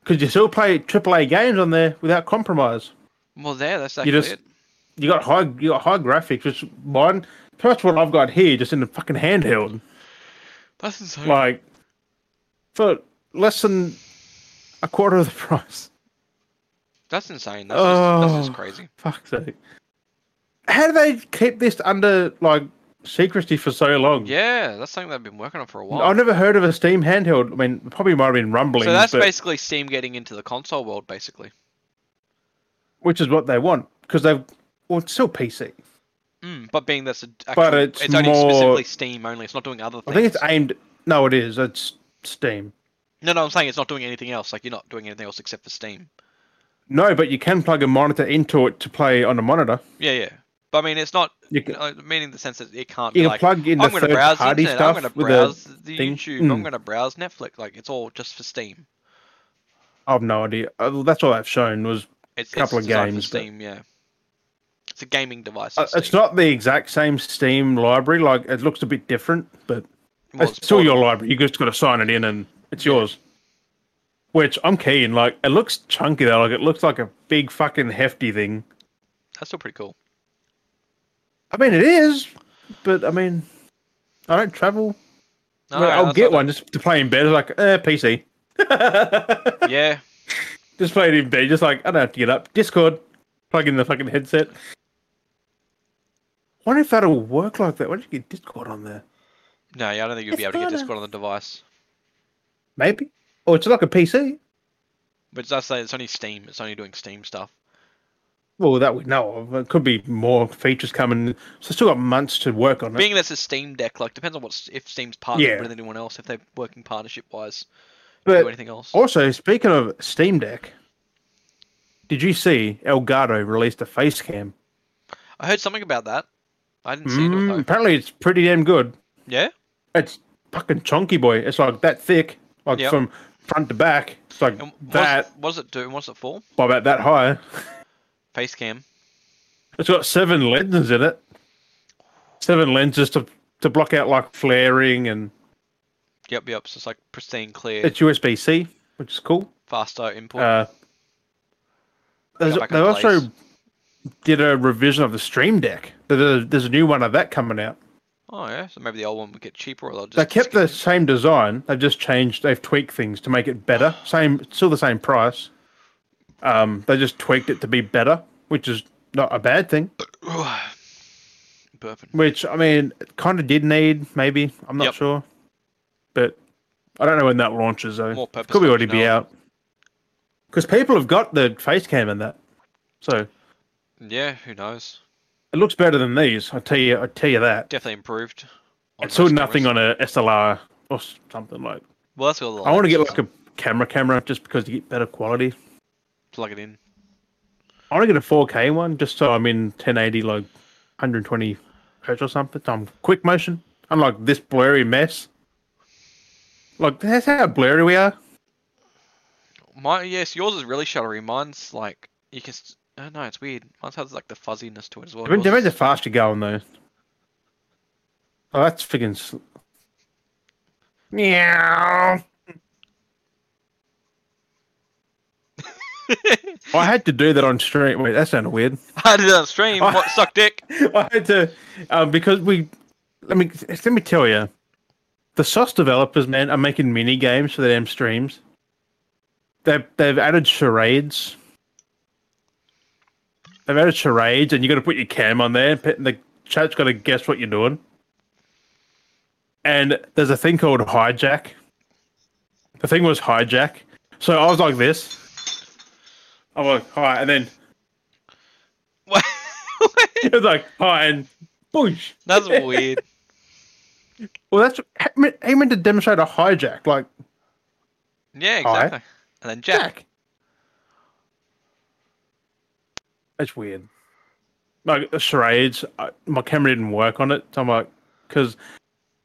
Because you still play AAA games on there without compromise.
well, there. That's actually
You just-
it.
You got high, you got high graphics, which mine. That's what I've got here, just in the fucking handheld.
That's insane.
Like for less than a quarter of the price.
that's insane. That's, just, that's
Oh.
just crazy.
Fuck's sake! How do they keep this under like secrecy for so long?
Yeah, that's something they've been working on for a while.
I've never heard of a Steam handheld. I mean, it probably might have been rumbling,
so that's
but,
basically Steam getting into the console world, basically.
which is what they want because they've well, it's still PC.
Mm, but being that's a, actual,
Hmm. But it's
only
more-
specifically Steam only. It's not doing other
I
things.
think it's aimed. No, it is. It's Steam.
No, no, I'm saying it's not doing anything else. Like you're not doing anything else except for Steam.
No, but you can plug a monitor into it to play on a monitor.
Yeah, yeah. But I mean, it's not.
You can,
I mean, in the sense that it can't.
you
be
can
like,
plug in the
I'm going to browse the
third-party
internet. I'm
stuff
going to
with
browse
a.
the
thing.
YouTube. I'm
Mm.
going to browse Netflix. Like it's all just for Steam.
I've no idea. Uh, That's all I've shown was
It's it's
Couple of
designed
games,
for
but-
Steam. Yeah. It's a gaming device.
uh,
it's
it's not the exact same Steam library. Like it looks a bit different, but
well,
it's still your
portable.
library. You just got to sign it in, and it's
Yeah.
yours. Which I'm keen. Like it looks chunky though. Like it looks like a big fucking hefty thing.
That's still pretty cool.
I mean, it is, but I mean, I don't travel.
No,
Well,
no,
I'll
that's
get
not-
one just to play in bed. Like eh, PC.
Yeah.
Just play it in bed. Just like I don't have to get up. Discord, plug in the fucking headset. Wonder if that'll work like that. Why don't you get Discord on there?
No, yeah, I don't think you'll be
It's
able to get
gotta-
Discord on the device.
Maybe. Or it's like a PC.
But as I say, it's only Steam. It's only doing Steam stuff.
Well, that we know of. It could be more features coming. So still got months to work on it.
Being that's a Steam deck, like depends on what s- if Steam's partnered
Yeah.
with anyone else, if they're working partnership wise, do
but
anything else.
also, speaking of Steam Deck, did you see Elgato released a face cam?
I heard something about that. I didn't see
Mm,
it. Though.
apparently, it's pretty damn good.
Yeah.
It's fucking chunky, boy. It's like that thick, like
Yep.
from front to back. It's like
And what's-
that,
What does it do? What's it for?
by about that high.
Face cam.
It's got seven lenses in it. Seven lenses to to block out like flaring, and
Yep, yep. So it's like pristine, clear,
it's USB C, which is cool.
faster input.
Uh, there's-
back
they
in place.
also did a revision of the Stream Deck. There- There's a new one of that coming out.
Oh yeah, so maybe the old one would get cheaper, or they'll just
They kept
skip
the
it.
same design. They've just changed. They've tweaked things to make it better. Same, still the same price. Um, they just tweaked it to be better, which is not a bad thing.
Burping.
Which I mean, kind of did need maybe. I'm not
Yep.
sure, but I don't know when that launches though.
More purpose
Could be
than
already be
now.
out. Because people have got the face cam in that, so
Yeah, who knows?
it looks better than these. I tell you, I tell you that.
Definitely improved. on
It's still
most
nothing
cameras.
on a SLR or s- something like.
Well, that's all.
I want to get like a camera camera just because you get better quality.
plug it in.
I want to get a 4K one just so I'm in 1080, like 120 hertz or something. So I'm quick motion. I'm like this blurry mess. Like, that's how blurry we are.
My yes, yours is really shuttery. Mine's like you can. s I don't know, it's weird. Mine's has like the fuzziness to it as well.
Depends,
Yours
depends how
is-
fast you go on those. Oh, that's freaking. Sl- Meow. Oh, I had to do that on stream. Wait, that sounded weird.
I did it on stream. What suck dick?
I had to um, because we let me let me tell you, the SOS developers man are making mini games for their damn streams. They've they've added charades. They've added charades, and you got to put your cam on there, and pe- the chat's got to guess what you're doing. And there's a thing called hijack. The thing was hijack. So I was like this. I'm like hi, and then
What?
it was like hi, and boosh.
that's weird.
Well, that's aiming- aiming to demonstrate a hijack, like
Yeah,
Alright.
exactly. And then Jack.
Jack. That's weird. Like the charades, I, my camera didn't work on it. So I'm like, because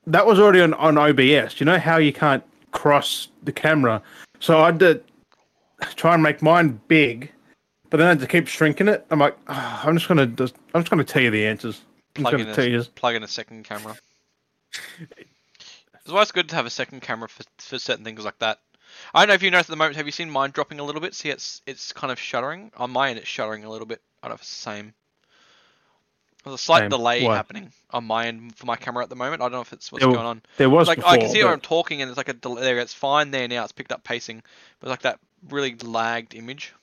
that was already on, on OBS. You know how you can't cross the camera, so I had to try and make mine big, but then I had to keep shrinking it. I'm like, "Ah, I'm just gonna just, I'm just gonna tell you the answers. I'm just
plug in
gonna tell you.
a, plug in a second camera. That's why it's good to have a second camera for, for certain things like that. I don't know if you noticed at the moment. Have you seen mine dropping a little bit? See, it's it's kind of shuddering. On my end, it's shuddering a little bit. I don't know if it's the same. There's a slight
Same.
delay
Why?
happening on my end for my camera at the moment. I don't know if it's what's
Yeah,
going on.
There was
Like
before,
I can see
but-
where I'm talking, and it's like a delay. there, It's fine there now. It's picked up pacing, but like that really lagged image.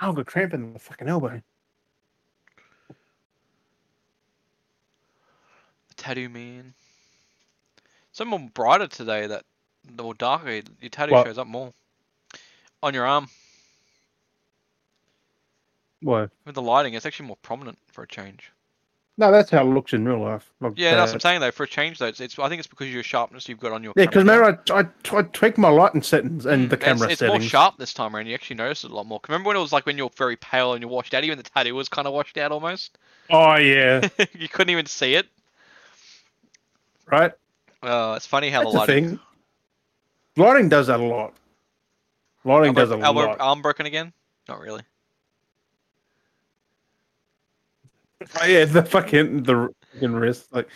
I'll go cramp in the fucking elbow.
Tattoo man. Someone brighter today that or darker your your tattoo
What?
shows up more. On your arm.
What?
With the lighting, it's actually more prominent for a change.
No, that's how it looks in real life. Like
Yeah, that's what
that.
I'm saying though, for a change though, it's, it's I think it's because of your sharpness you've got on your
yeah, because
camera.
remember I, I, tw- I tweaked my lighting settings and the
Mm, it's-
camera
it's,
settings.
more sharp this time around, you actually notice it a lot more. 'Cause Remember when it was like when you were very pale and you're washed out, even the tattoo was kinda washed out almost?
Oh yeah,
you couldn't even see it.
right.
Uh, it's funny how
That's
the
the
lighting
thing. Lighting does that a lot. Lighting does a
Elbow- elbow-
lot.
arm broken again? Not really.
Oh, yeah, the fucking the fucking wrist. Like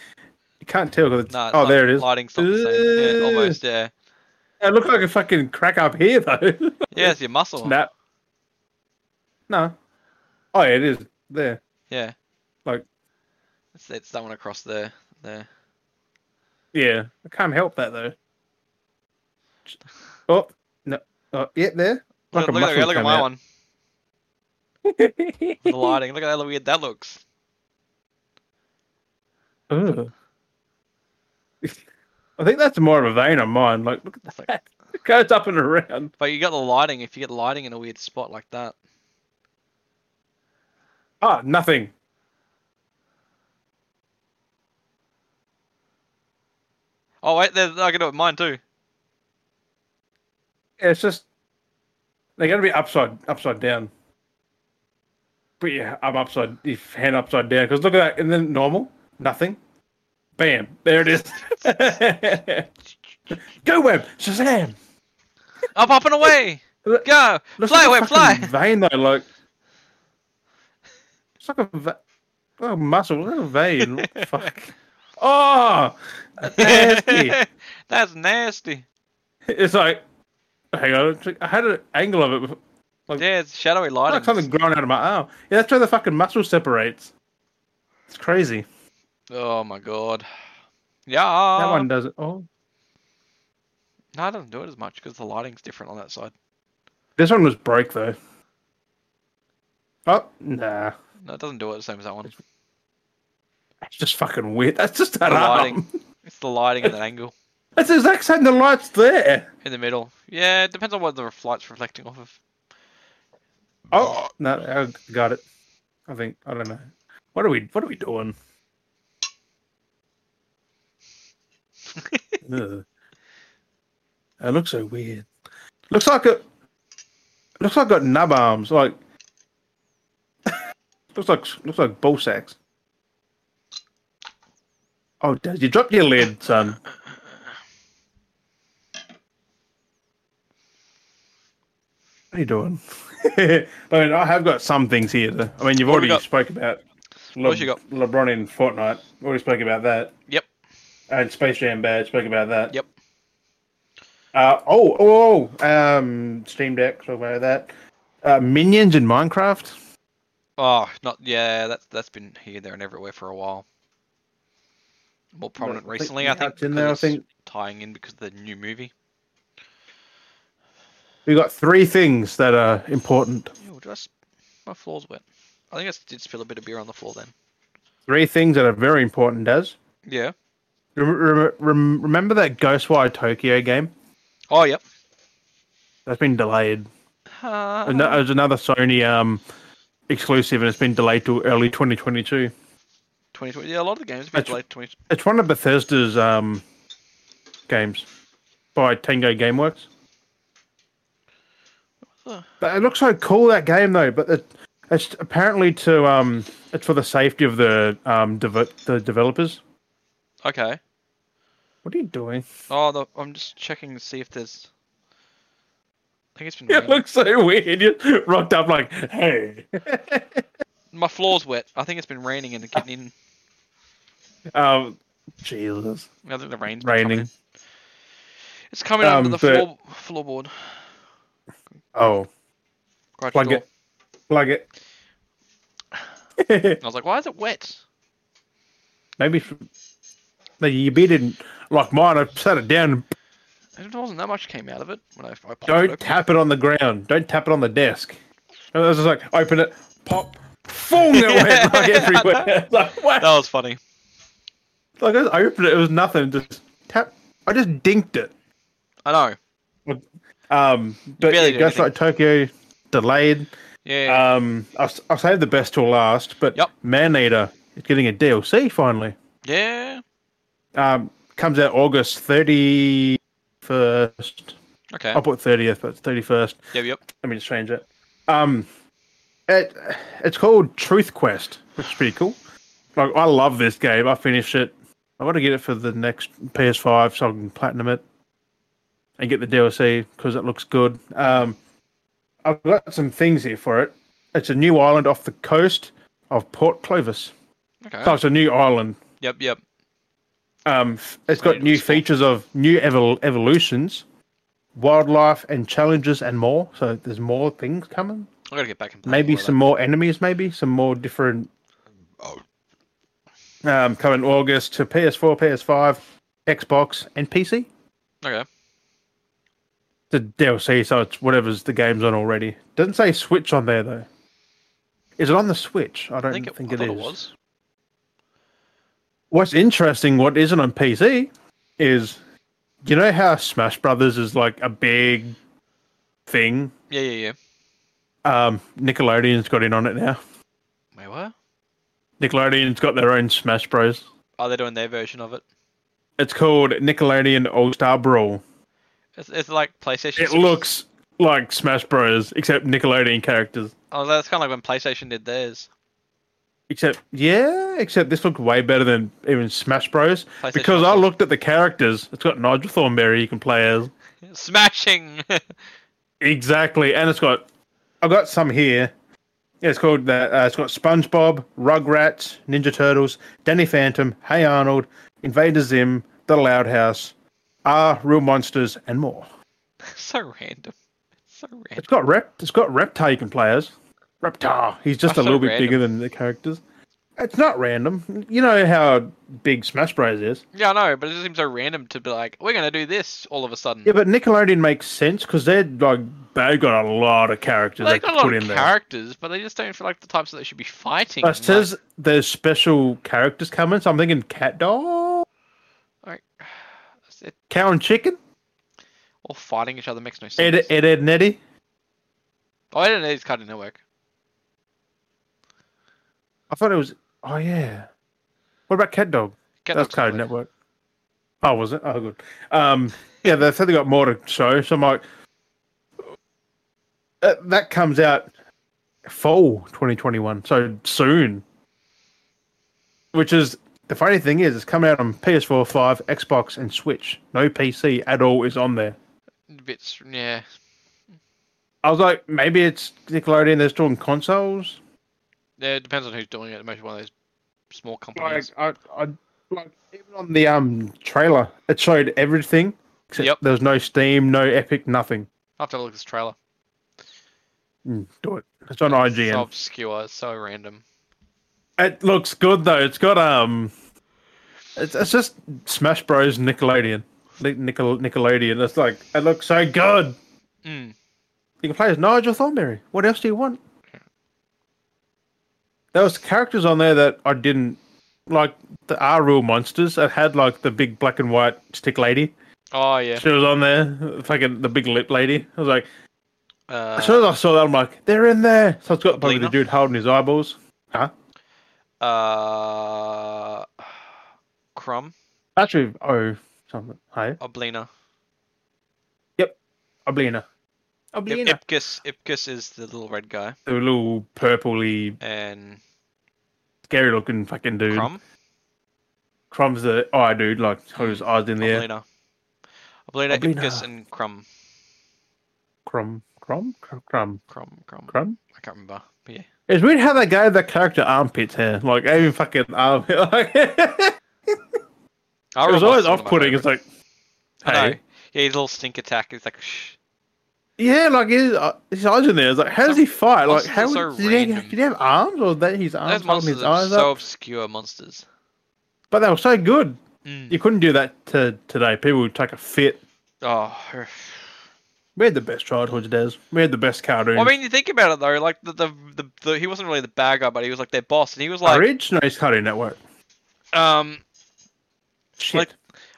you can't tell because
No,
oh
like,
there it is.
Lighting's not the same. Yeah,
Ugh.
almost yeah.
It looked like a fucking crack up here though.
Yeah, it's your muscle.
Snap. No. Oh yeah, it is there.
Yeah.
Like-
it's, it's that one across there. There.
Yeah, I can't help that though. Oh no! Oh, yeah, there. Like
Look,
a
look,
muscle
at, that- look at
came
my
out.
one. The lighting. Look at how weird that looks.
Ugh. I think that's more of a vein on mine. Like, look
It's
at
like-
that. It goes up and around.
But you got the lighting. If you get lighting in a weird spot like that,
Ah, nothing.
oh wait, there, I can do it. with Mine too.
It's just they're gonna be upside upside down. But yeah, I'm upside. If hand upside down, because look at that. And then normal, nothing. Bam! There it is. Go web, Shazam!
Up, up and away.
Look-
Go.
Looks
Fly,
like
web,
a
fly.
fucking Vein though, like it's like a, va- like a muscle, like a vein. What the fuck? Oh, that's nasty.
That's nasty.
it's like, hang on, I had an angle of it. before. Like-
yeah, it's shadowy lighting.
Like something grown out of my arm. Yeah, that's where the fucking muscle separates. It's crazy.
Oh my god. Yeah.
that one does it. Oh,
No, it doesn't do it as much because the lighting's different on that side.
this one was broke though. Oh nah,
No, it doesn't do it the same as that one.
that's just fucking weird. That's just that
The
arm.
lighting. It's the lighting and the angle
That's the exact same. The lights there.
in the middle. Yeah, it depends on what the ref- light's reflecting off of.
Oh no, I got it. I think I don't know. What are we? What are we doing? Ugh. It looks so weird. Looks like it. Looks like it got nub arms. Like looks like looks like ball sacks. Oh, Dad, you dropped your lid, son. What are you doing? I mean, I have got some things here. though. I mean, you've
What have
already
we got?
spoke about Le-
What you got?
LeBron in Fortnite. Already spoke about that.
Yep.
And Space Jam Bad spoke about that.
Yep.
Uh, oh, oh, oh, um, Steam Deck, talk about that. Uh, minions in Minecraft.
Oh, not yeah. That's that's been here, there, and everywhere for a while. More prominent
I think-
recently,
yeah,
I think.
it's in
because
there, I
it's
think.
tying in because of the new movie.
We got three things that are important.
Ew, did I s- my floor's wet. I think I s- did spill a bit of beer on the floor then.
Three things that are very important, Des.
Yeah.
Rem- rem- rem- remember that Ghostwire Tokyo game?
Oh, yep.
That's been delayed.
Uh,
And that was another Sony um, exclusive, and it's been delayed to early 2022.
2020. Yeah, a lot of the games have been
That's-
delayed. 20.
It's one of Bethesda's um, games by Tango Gameworks.
the-
But it looks so cool that game though. But it, it's apparently to um, it's for the safety of the um, deve- the developers.
Okay.
What are you doing?
Oh, the, I'm just checking to see if there's. I think it's been.
It
raining.
looks so weird. You rocked up like, hey.
My floor's wet. I think it's been raining and getting in.
um, Jesus,
I think the rain's been coming
raining.
in. It's coming under
Um,
the
but-
floor, floorboard.
Oh,
Garage
plug
door.
it, plug it.
And I was like, why is it wet?
Maybe. f- No, you beat it like mine. I set it down. and
It wasn't that much came out of it when I, I popped it
Don't
open.
tap it on the ground. Don't tap it on the desk. And I was just like, open it, pop, boom, it went like everywhere. It's like, what?
That was funny.
Like I just opened it, it was nothing. Just tap. I just dinked it.
I know.
Um, but
barely
yeah,
did
Ghost
anything.
Like Tokyo delayed.
Yeah.
Um, I'll, s- I'll save the best till last. But
Yep.
Man Eater is getting a DLC finally.
yeah.
Um, comes out August thirty first.
Okay.
I'll put thirtieth, but thirty first.
Yep. Yep.
Let me just change it. Um, it it's called Truth Quest, which is pretty cool. Like I love this game. I finished it. I want to get it for the next PS5 so I can platinum it and get the DLC because it looks good. Um, I've got some things here for it. It's a new island off the coast of Port Clovis.
Okay.
So it's a new island.
Yep. Yep.
Um, f- it's got
Ready to
new
explore.
features of new evol- evolutions, wildlife, and challenges, and more. So there's more things coming
I gotta get back and play
maybe
more of
some more enemies, maybe some more different.
Oh.
Um, coming August to PS4, PS5, Xbox, and PC.
that. Okay.
The DLC, so it's whatever's the game's on already. Doesn't say Switch on there though. Is it on the Switch? I don't
I
think,
think it, I
it
thought
is.
it was.
What's interesting, what isn't on PC, is you know how Smash Brothers is like a big thing.
Yeah. Yeah. Yeah.
Um, Nickelodeon's got in on it now.
Wait, what?
Nickelodeon's got their own Smash Bros.
Oh, they're doing their version of it.
It's called Nickelodeon All Star Brawl.
It's, it's like PlayStation.
It
Six-
looks like Smash Bros. except Nickelodeon characters.
Oh, that's kind of like when PlayStation did theirs.
Except yeah, except this looked way better than even Smash Bros.
PlayStation
Because I
also-
looked at the characters. It's got Nigel Thornberry you can play as.
Smashing.
Exactly, and it's got I got some here. Yeah, it's called that. Uh, it's got SpongeBob, Rugrats, Ninja Turtles, Danny Phantom, Hey Arnold, Invader Zim, The Loud House, Ah, Real Monsters, and more.
so random. so random.
It's got rep. It's got Reptar you can play as. Reptar. He's just
That's
a little
so
bit
random.
bigger than the characters. It's not random. You know how big Smash Bros is.
Yeah, I know, but it just seems so random to be like, we're gonna do this all of a sudden.
Yeah, but Nickelodeon makes sense because they're like they got a lot of characters
they
they,
got
could
a lot
put
of
in there.
characters, but they just don't feel like the types that they should be fighting.
But
I'm
It says there's special characters coming, so I'm thinking cat dog,
like, like, is it
cow and chicken,
all fighting each other makes no sense.
Ed, Ed, Ed, and Eddie.
oh, I don't know. It's Cartoon Network.
I thought it was. Oh yeah. What about cat dog?
Cat
That's
Dog's
Code
Network.
Network. Oh, was it? Oh, good. Um, yeah, they said they got more to show, so I'm like, Uh, that comes out fall 2021, so soon. Which is the funny thing is, it's coming out on PS4, 5, Xbox, and Switch. No PC at all is on there.
Bits, yeah.
I was like, maybe it's Nickelodeon. They're still on consoles.
Yeah, it depends on who's doing it. It might be one of those small
Like,
companies.
I, I, like even on the um trailer, it showed everything. Except
Yep.
there was no Steam, no Epic, nothing.
I'll have to look at this trailer.
Mm, do it. It's on
So
IGN.
obscure, it's so random.
It looks good though. It's got um, it's, it's just Smash Bros. Nickelodeon, Nic- Nickel, Nickelodeon. It's like it looks so good.
Mm.
You can play as Nigel Thornberry. What else do you want? There was characters on there that I didn't like. The are real monsters. It had like the big black and white stick lady.
Oh yeah.
She was on there, fucking the big lip lady. I was like,
Uh,
as soon as I saw that, I'm like, they're in there. So it's got probably the
Blina?
dude holding his eyeballs. Huh?
uh, Crumb,
Actually, oh, something. Hey,
Oblina.
Oblina.
Ip-
Oblina.
Ipkiss, Ipkiss is the little red guy,
The little purpley,
and
scary looking fucking dude.
Crumb,
Crumb's the eye dude, like, hold his eyes in the air.
Mm. Oblina. Oblina,
Oblina.
Ipkiss, and Crumb.
Crumb, crumb, crumb, crumb,
Crumb, Crumb.
crumb.
I can't remember. But yeah.
It's weird how they gave that character armpits hair. Like, even fucking armpit. Like, it
I
was always off putting. It's like,
I know.
hey.
Yeah, his little stink attack. It's like, shh.
Yeah, like his, uh, his eyes in there. It's like, how does he fight? Like,
monsters
how
are so
did, he,
random.
did he have arms or that his arms holding
Those monsters
his
are
eyes
so
up?
obscure monsters.
But they were so good.
Mm.
You couldn't do that to today. People would take a fit.
Oh.
We had the best childhoods, Des. We had the best cartoons.
Well, I mean, you think about it though, like the the, the, the he wasn't really the bad guy, but he was like their boss, and he was like,
original is Cartoon Network.
um,
Shit.
like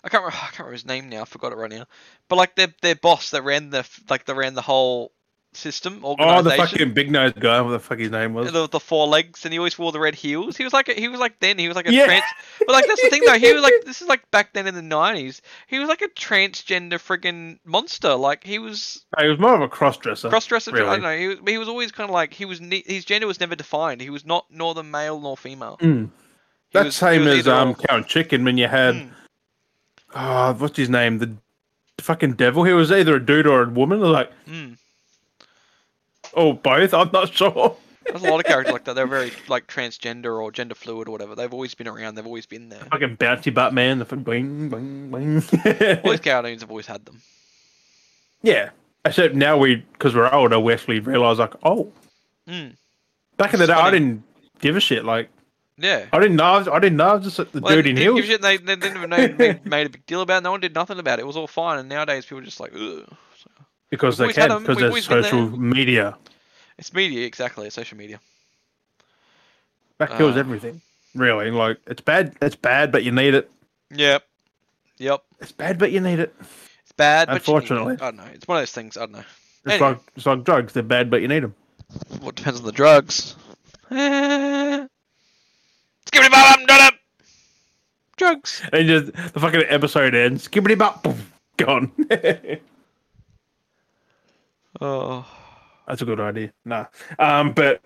I can't, re- I can't remember his name now. I forgot it right now. But like their their boss that ran the f- like that ran the whole system
oh, the
organization.
fucking big nose guy, what the fuck his name was.
the, the four legs, and he always wore the red heels. He was like a, he was like then he was like a
Yeah.
trans. But like that's the thing though. He was like this is like back then in the nineties. He was like a transgender friggin' monster. Like he was
No, he was more of a cross dresser.
cross dresser. I
really.
don't know. He was, he was always kind of like he was ne- his gender was never defined. He was not nor the male nor female. He
That's
was- he
Hmm. same
was
as
either
um,
or.
Cow and Chicken when you had.
Mm.
ah, what's his name? The fucking devil. He was either a dude or a woman, or like,
Mm.
or both. I'm not sure.
There's a lot of characters like that. They're very like transgender or gender fluid or whatever. They've always been around. They've always been there.
Fucking bouncy butt man. The fucking bling, bling, bling.
All these cartoons have always had them.
yeah. Except now we, because we're older, we actually realize, like, oh,
Mm.
back in the
It's
day, I
funny.
didn't give a shit. Like,
Yeah.
I didn't know. I, was- I didn't know. I was just like, the
Well,
Oh, dude in
they didn't
heels.
give a shit, They, they didn't even know, they made a big deal about it. No one did nothing about it. It was all fine. And nowadays people are just like, Ugh.
Because they
We've had
can,
'em,
because
we've
there's
always been there.
social media.
it's media exactly. It's social media.
That kills
Uh,
everything. Really, like it's bad. It's bad, but you need it.
Yep. Yep.
It's bad, but you need it. It's
It's bad. but you need it.
Unfortunately.
I don't know. It's one of those things. I don't know. Anyway.
like it's like drugs. They're bad, but you need them.
Well, it depends on the drugs. Skibbity bop up. Drugs.
And just the fucking episode ends. Skibbity bop, poof, gone. That's
Oh.
a good idea. Nah, um, but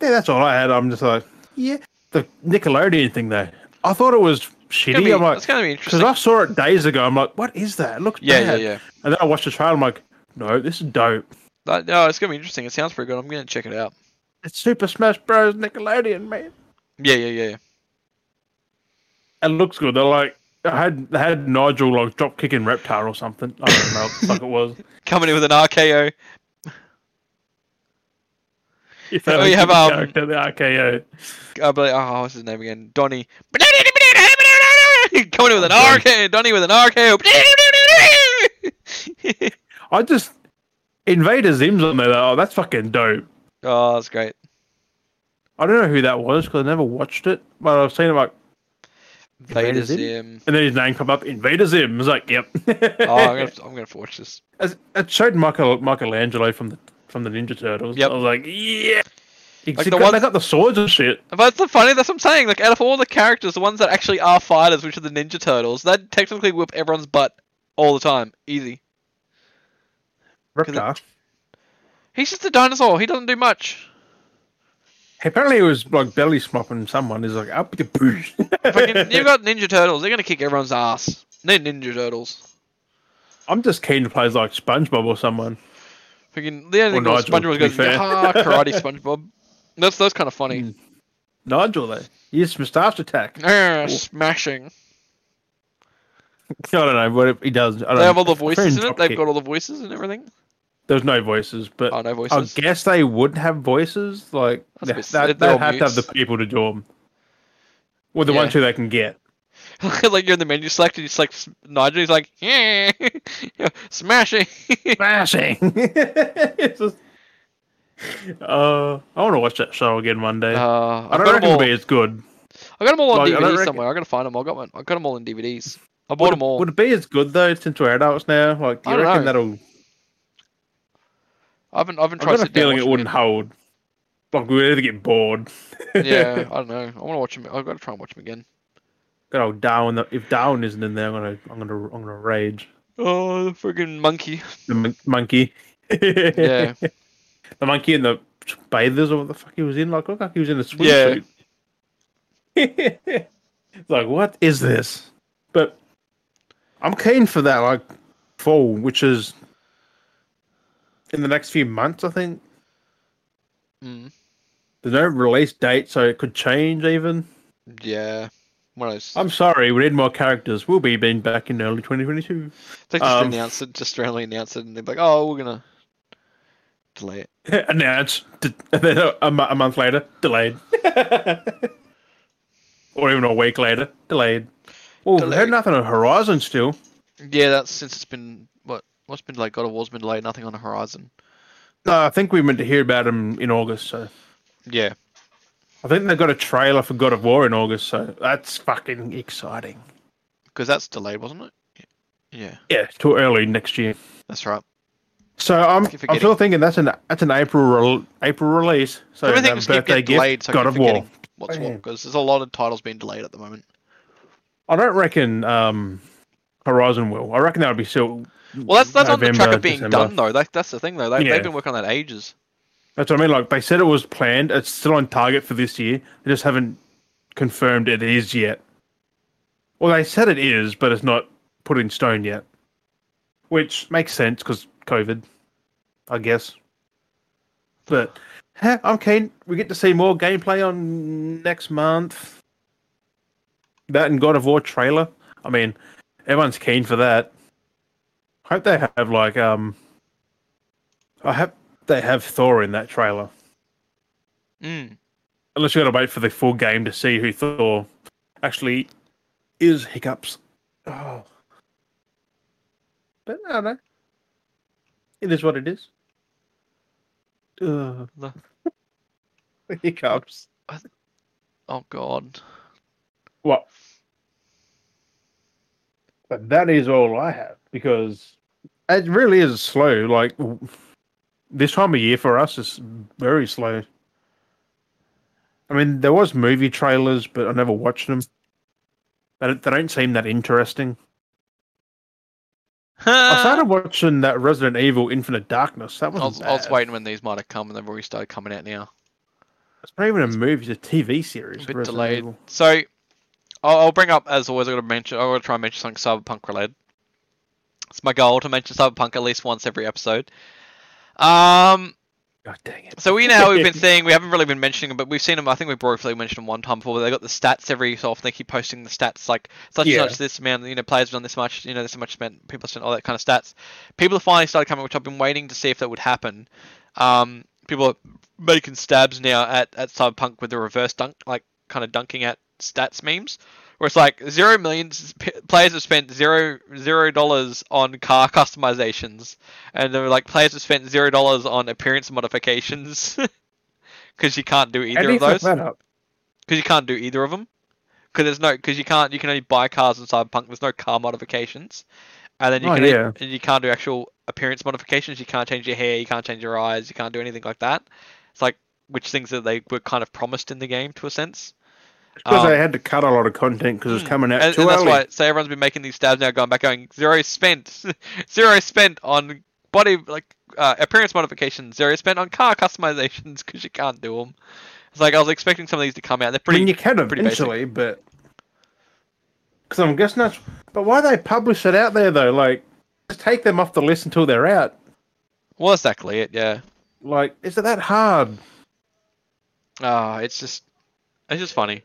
yeah, that's all I had. I'm just like, yeah, the Nickelodeon thing though. I thought it was
It's
shitty.
gonna be,
I'm like,
it's gonna be
because
interesting.
I saw it days ago. I'm like, what is that? It looks
Yeah, yeah,
bad.
yeah.
And then I watched the trailer. I'm like, no, this is dope.
That, Uh, no, it's gonna be interesting. It sounds pretty good. I'm gonna check it out.
It's Super Smash Bros. Nickelodeon, man.
Yeah, yeah, yeah.
It looks good. They're like I had I had Nigel like drop kicking Reptar or something. I don't know what the fuck it was.
Coming in with an RKO.
If that
Oh,
was
you have,
the
um,
character, the RKO.
I believe. Oh, what's his name again? Donny. Coming in with an RKO. Oh, Donny with an RKO.
I just Invader Zim's on there. though. Oh, that's fucking dope.
oh, that's great.
I don't know who that was because I never watched it, but I've seen it like,
Vader
Invader Zim?
Zim.
and then his name come up. Invader Zim. It's like, yep.
Oh, I'm gonna, I'm gonna forge this.
As- It showed Michael, Michelangelo from the from the Ninja Turtles.
Yep.
I was like, yeah. Like
the
they, got,
one-
they got the swords and shit.
But it's funny. That's what I'm saying. Like, out of all the characters, the ones that actually are fighters, which are the Ninja Turtles, they technically whip everyone's butt all the time. Easy.
Reptar.
He's just a dinosaur. He doesn't do much.
Apparently, it was like belly smopping someone. He's like, up the boosh.
Fucking, you've got Ninja Turtles. They're gonna kick everyone's ass. They're Ninja Turtles.
I'm just keen to play like SpongeBob or someone.
Freaking the only
Or
thing was
Nigel,
SpongeBob
to be
goes,
fair. Hmm.
ah, karate SpongeBob. That's that's kind of funny.
Nigel, though. His moustache attack. I
Ah, smashing.
don't know what he does. I don't
They have
know.
all the voices in
Friend
it. They've
dropkick.
got all the voices and everything.
There's no voices, but
Oh, no
I
voices.
guess they would have voices. Like
That's a
they,
bit
they,
sad. They're
they
all
have to have the
mutes.
people to do them. Well, the
Yeah.
ones who they can get.
like you're in the menu select and you select S- Nigel. He's like, yeah, smashing.
Smashing. It's just- uh, I want to watch that show again one day.
Uh,
I don't
I've got them
reckon it'll
all.
be as good.
I got them all on
like, I don't
DVD
reckon-
somewhere. I gotta find them. I got one. I got them all in DVDs. I bought
Would
them
it,
all.
would it be as good though since we're adults now? Like, do
I
you
don't
reckon
know.
that'll?
I haven't. I
I've
haven't tried.
got
to
a
sit down
feeling
and
it
watch 'em
wouldn't hold. Like we'd either get bored.
yet. yeah, I don't know. I want to watch them. I've got to try and watch them again.
Good old Darwin. If Darwin isn't in there, I'm gonna, I'm gonna, I'm gonna rage.
Oh, the friggin' monkey.
The mon- monkey.
Yeah.
the monkey in the bathers or what the fuck he was in. Like, look like he was in a swimsuit. like, what is this? But I'm keen for that, like, fall, which is in the next few months, I think.
Mm.
There's no release date, so it could change even.
Yeah. One of those.
I'm sorry, we need more characters. We'll be being back in early 2022.
They just
Um,
announced it, just randomly announced it, and they're like, "Oh, we're gonna delay it."
Announced. D- and then a, a, mo- a month later, delayed. or even a week later, delayed. Well, we
Delayed.
heard nothing on Horizon still.
Yeah, that's since it's been what what's been delayed. God of War's been delayed. Nothing on the horizon.
No, I think we meant to hear about him in August, so.
Yeah,
I think they got a trailer for God of War in August, so that's fucking exciting.
because that's delayed, wasn't it? Yeah,
Yeah, too early next year.
that's right.
So I'm,
Keep
I'm still thinking that's an that's an April rel- April release. So their
Everything's keep
birthday
getting delayed.
gift,
So I
God
keep
of War.
forgetting What's what?
Bam.
Because there's a lot of titles being delayed at the moment.
I don't reckon um, Horizon will. I reckon that would be still.
Well, that's that's on the track
November,
of being
December.
done though. That, that's the thing though. They,
Yeah.
They've been working on that ages.
That's what I mean. Like they said it was planned. It's still on target for this year. They just haven't confirmed it is yet. Well, they said it is, but it's not put in stone yet, which makes sense because COVID, I guess. But heh, I'm keen. We get to see more gameplay on next month. That and God of War trailer. I mean, everyone's keen for that. Hope they have like um. I hope they have Thor in that trailer.
Mm.
Unless you got to wait for the full game to see who Thor actually is. Hiccups. Oh, but I don't know. It is what it is. Ugh.
No.
Hiccups.
Oh God.
What? But that is all I have because it really is slow. Like w- this time of year for us is very slow. I mean, there was movie trailers, but I never watched them. They don't, they don't seem that interesting.
Uh,
I started watching that Resident Evil Infinite Darkness. That
I was,
wasn't
I was
bad.
waiting when these might have come, and they've already started coming out now.
It's not even a movie; it's a TV series.
a bit
Resident
delayed.
Evil.
So, I'll, I'll bring up as always. I got to mention. I got to try and mention something cyberpunk related. It's my goal to mention cyberpunk at least once every episode. Um,
God dang it!
so we know we've been seeing. We haven't really been mentioning them, but we've seen them. I think we briefly mentioned them one time before. But they got the stats every so often. They keep posting the stats like such
Yeah.
and such this amount. You know, players have done this much. You know, this much spent. People have spent all that kind of stats. People have finally started coming, which I've been waiting to see if that would happen. Um, people are making stabs now at, at Cyberpunk with the reverse dunk, like kind of dunking at stats memes, where it's like zero million s- p- players have spent zero zero dollars on car customizations, and they're like players have spent zero dollars on appearance modifications because you can't do either
Eddie
of those
fucked that up.
because you can't do either of them. Because there's no because you can't you can only buy cars in Cyberpunk. There's no car modifications, and then you
Oh,
can only-
yeah.
and you can't do actual appearance modifications. You can't change your hair. You can't change your eyes. You can't do anything like that. It's like which things that they were kind of promised in the game to a sense.
Because
Um,
they had to cut a lot of content because it's coming out
hmm. and,
too
and that's
early.
why so everyone's been making these stabs now, going back, going zero spent, zero spent on body like uh, appearance modifications, zero spent on car customizations because you can't do them. It's like I was expecting some of these to come out. They're
I
pretty.
mean, you can
pretty basic.
eventually, but because I'm guessing that's. But why they publish it out there though? Like, just take them off the list until they're out.
Well, that's exactly it. Yeah.
Like, is it that hard?
Ah, it's just, it's just funny.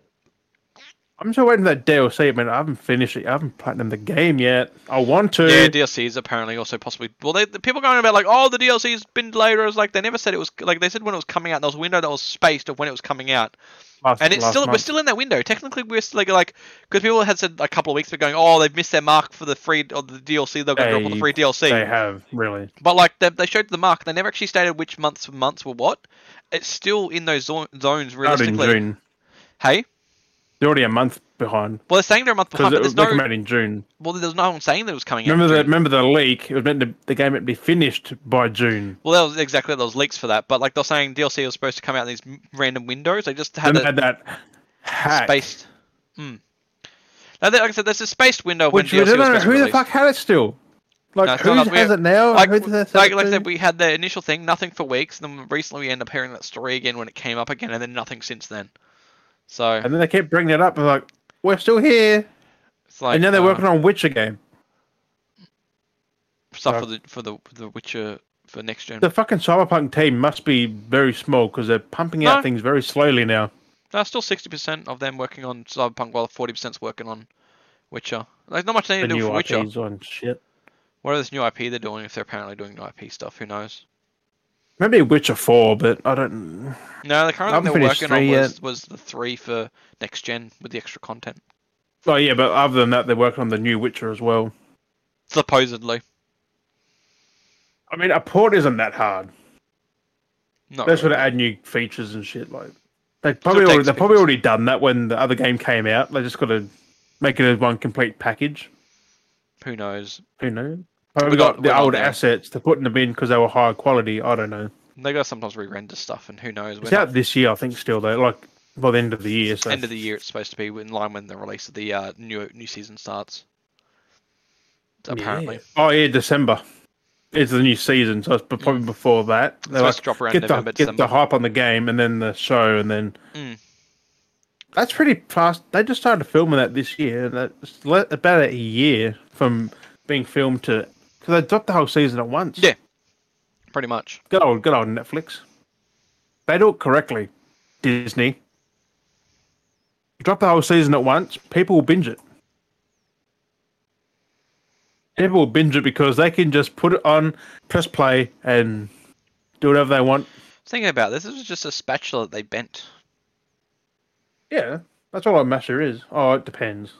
I'm still waiting for that DLC. Man, I haven't finished it. I haven't platinum the game yet. I want to.
Yeah, DLC is apparently also possibly. Well, they, the people going about like, oh, the DLC's been delayed. Or it's like they never said it was like they said when it was coming out. There was a window that was spaced of when it was coming out,
last-
and it's
last
still we're
month.
still in that window. Technically, we're still like like because people had said a couple of weeks ago going, oh, they've missed their mark for the free or the DLC. They're going to drop on the
They-
free DLC.
They have really.
But like they, they showed the mark, they never actually stated which months months were what. It's still in those zo- zones
Out in
realistically.
June.
Hey,
They're already a month behind
well, they're saying they're a month
because
behind,
it
Ah, but
was
there's
no...
no
out in June.
well, there's no one saying that it was coming out. in
remember the
June.
remember the leak? It was meant to, the game had to be finished by June.
Well, that was exactly those leaks for that. But like they're saying, DLC was supposed to come out in these m- random windows. They just had
Then they
a
had that hack,
spaced. Hmm. Now, that- like I said, there's a spaced window
which we
when DLC
don't
was
know
supposed to
who the
release.
fuck had it still.
No,
Like
it's
who
not up- we-
has it now? and
Like,
who did they sell
like,
it
like I
to?
said, we had the initial thing, nothing for weeks. And then recently, we end up hearing that story again when it came up again, and then nothing since then. So
and then they kept bringing it up. and like, we're still here,
it's like
and now they're
uh,
working on Witcher game.
stuff for the for the for the Witcher for next gen.
The fucking Cyberpunk team must be very small because they're pumping
No.
out things very slowly now.
No, still 60% of them working on Cyberpunk, while 40%'s working on Witcher. There's not much they
The
need to do
new
for Witcher.
IPs on shit.
What is this new IP they're doing? If they're apparently doing new IP stuff, who knows?
Maybe Witcher Four, but I don't.
No, the current
I haven't
thing they're
finished
working on
three
was, was the three for next gen with the extra content,
Oh yeah, but other than that, they're working on the new Witcher as well.
supposedly.
I mean, a port isn't that hard.
Not
That's what
really.
add new features and shit. Like they probably
takes
already, they probably
people-
already done that when the other game came out. They just got to make it as one complete package.
Who knows?
Who knows? Probably
We got-
got,
we
the
got
old
there.
assets to put in the bin because they were higher quality. I don't know.
They gotta sometimes re-render stuff, and who knows? We're
It's
not-
out this year, I think, still though. Like by the end of the year. So
end of the year, it's supposed to be in line when the release of the uh, new new season starts. Apparently,
Yeah. Oh yeah, December. It's the new season, so it's b- probably before that.
it's
They're like,
supposed to Mm. drop around
get the
November,
get
December.
the hype on the game, and then the show, and then
Mm.
that's pretty fast. They just started filming that this year. and That's le- about a year from being filmed to because they dropped the whole season at once.
Yeah. Pretty much.
good old good old Netflix. They do it correctly, Disney. Drop the whole season at once. People will binge it. People will binge it because they can just put it on, press play, and do whatever they want.
Thinking about this, this was just a spatula that they bent.
Yeah, that's all a masher is. Oh, it depends.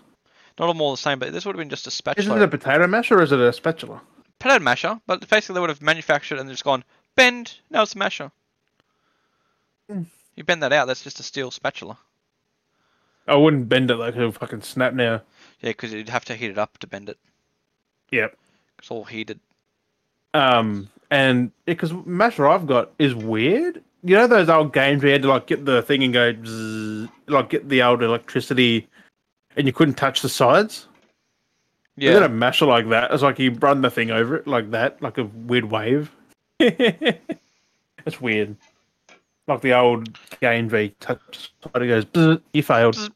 Not all more the same, but this would have been just a spatula.
Isn't it a potato masher or is it a spatula?
potato masher, but basically they would have manufactured and just gone bend. Now it's a masher.
Mm.
You bend that out. That's just a steel spatula.
I wouldn't bend it like it'll fucking snap now.
Yeah, because you'd have to heat it up to bend it.
Yep.
It's all heated.
Um, and because Masher I've got is weird. You know those old games where you had to like get the thing and go, bzzz, like get the old electricity, and you couldn't touch the sides. Yeah. You
Yeah,
got a masher like that. It's like you run the thing over it like that, like a weird wave. it's weird. Like the old game where you touch the side, it goes, bzzz, you failed.
Bzzz.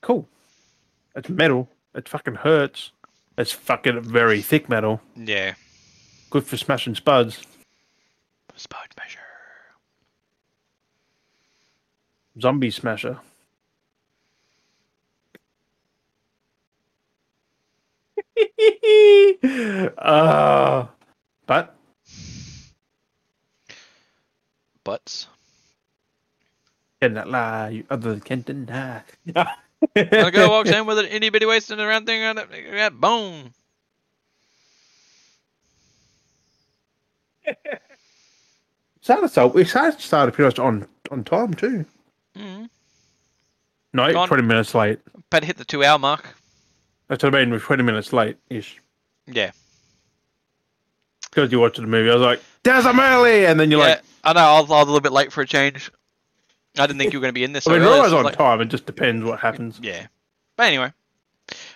Cool. It's metal. It fucking hurts. It's fucking very thick metal.
yeah.
Good for smashing spuds.
Spud masher.
Zombie Smasher. Ah, but cannot lie. You other can deny.
I go walks in with an itty bitty waist and a round thing around it. Yeah, boom.
Sad assault. We started started pretty much on on time too.
Mm.
No,
Gone.
twenty minutes late.
About to hit the two hour mark.
That's what I mean. We're twenty minutes late ish
Yeah.
because you watched the movie. I was like, "There's I'm early," and then you're
yeah.
like,
I know, I was, I was a little bit late for a change. I didn't think you were going to be in this.
"I
so
mean, we're
early.
always
It's
on
like-
time. It just depends what happens."
Yeah. But anyway,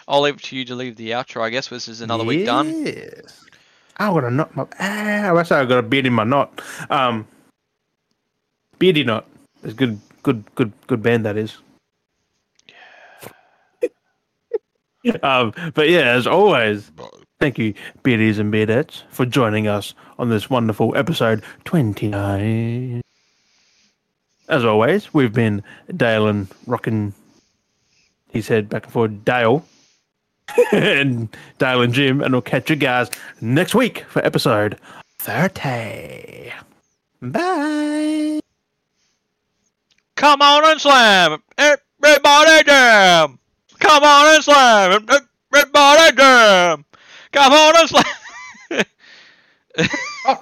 I'll leave it to you to leave the outro, I guess. This is another week done.
Yes. I'm gonna knot my. Ah, I say I got a beard in my knot. Um, beardy knot. It's good, good, good, good band that is. um, but yeah, as always, thank you, beardies and beardettes, for joining us on this wonderful episode twenty nine. As always, we've been Dale and rocking his head back and forth, Dale and Dale and Jim, and we'll catch you guys next week for episode 30. Bye.
Come on and slam! it, Everybody jam! Come on and slam! it, Everybody jam! Come on and slam!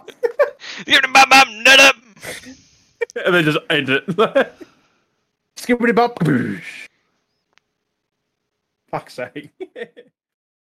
You done bum bum nut up.
And then just end it. Skibbity bop kaboosh. Fuck's sake.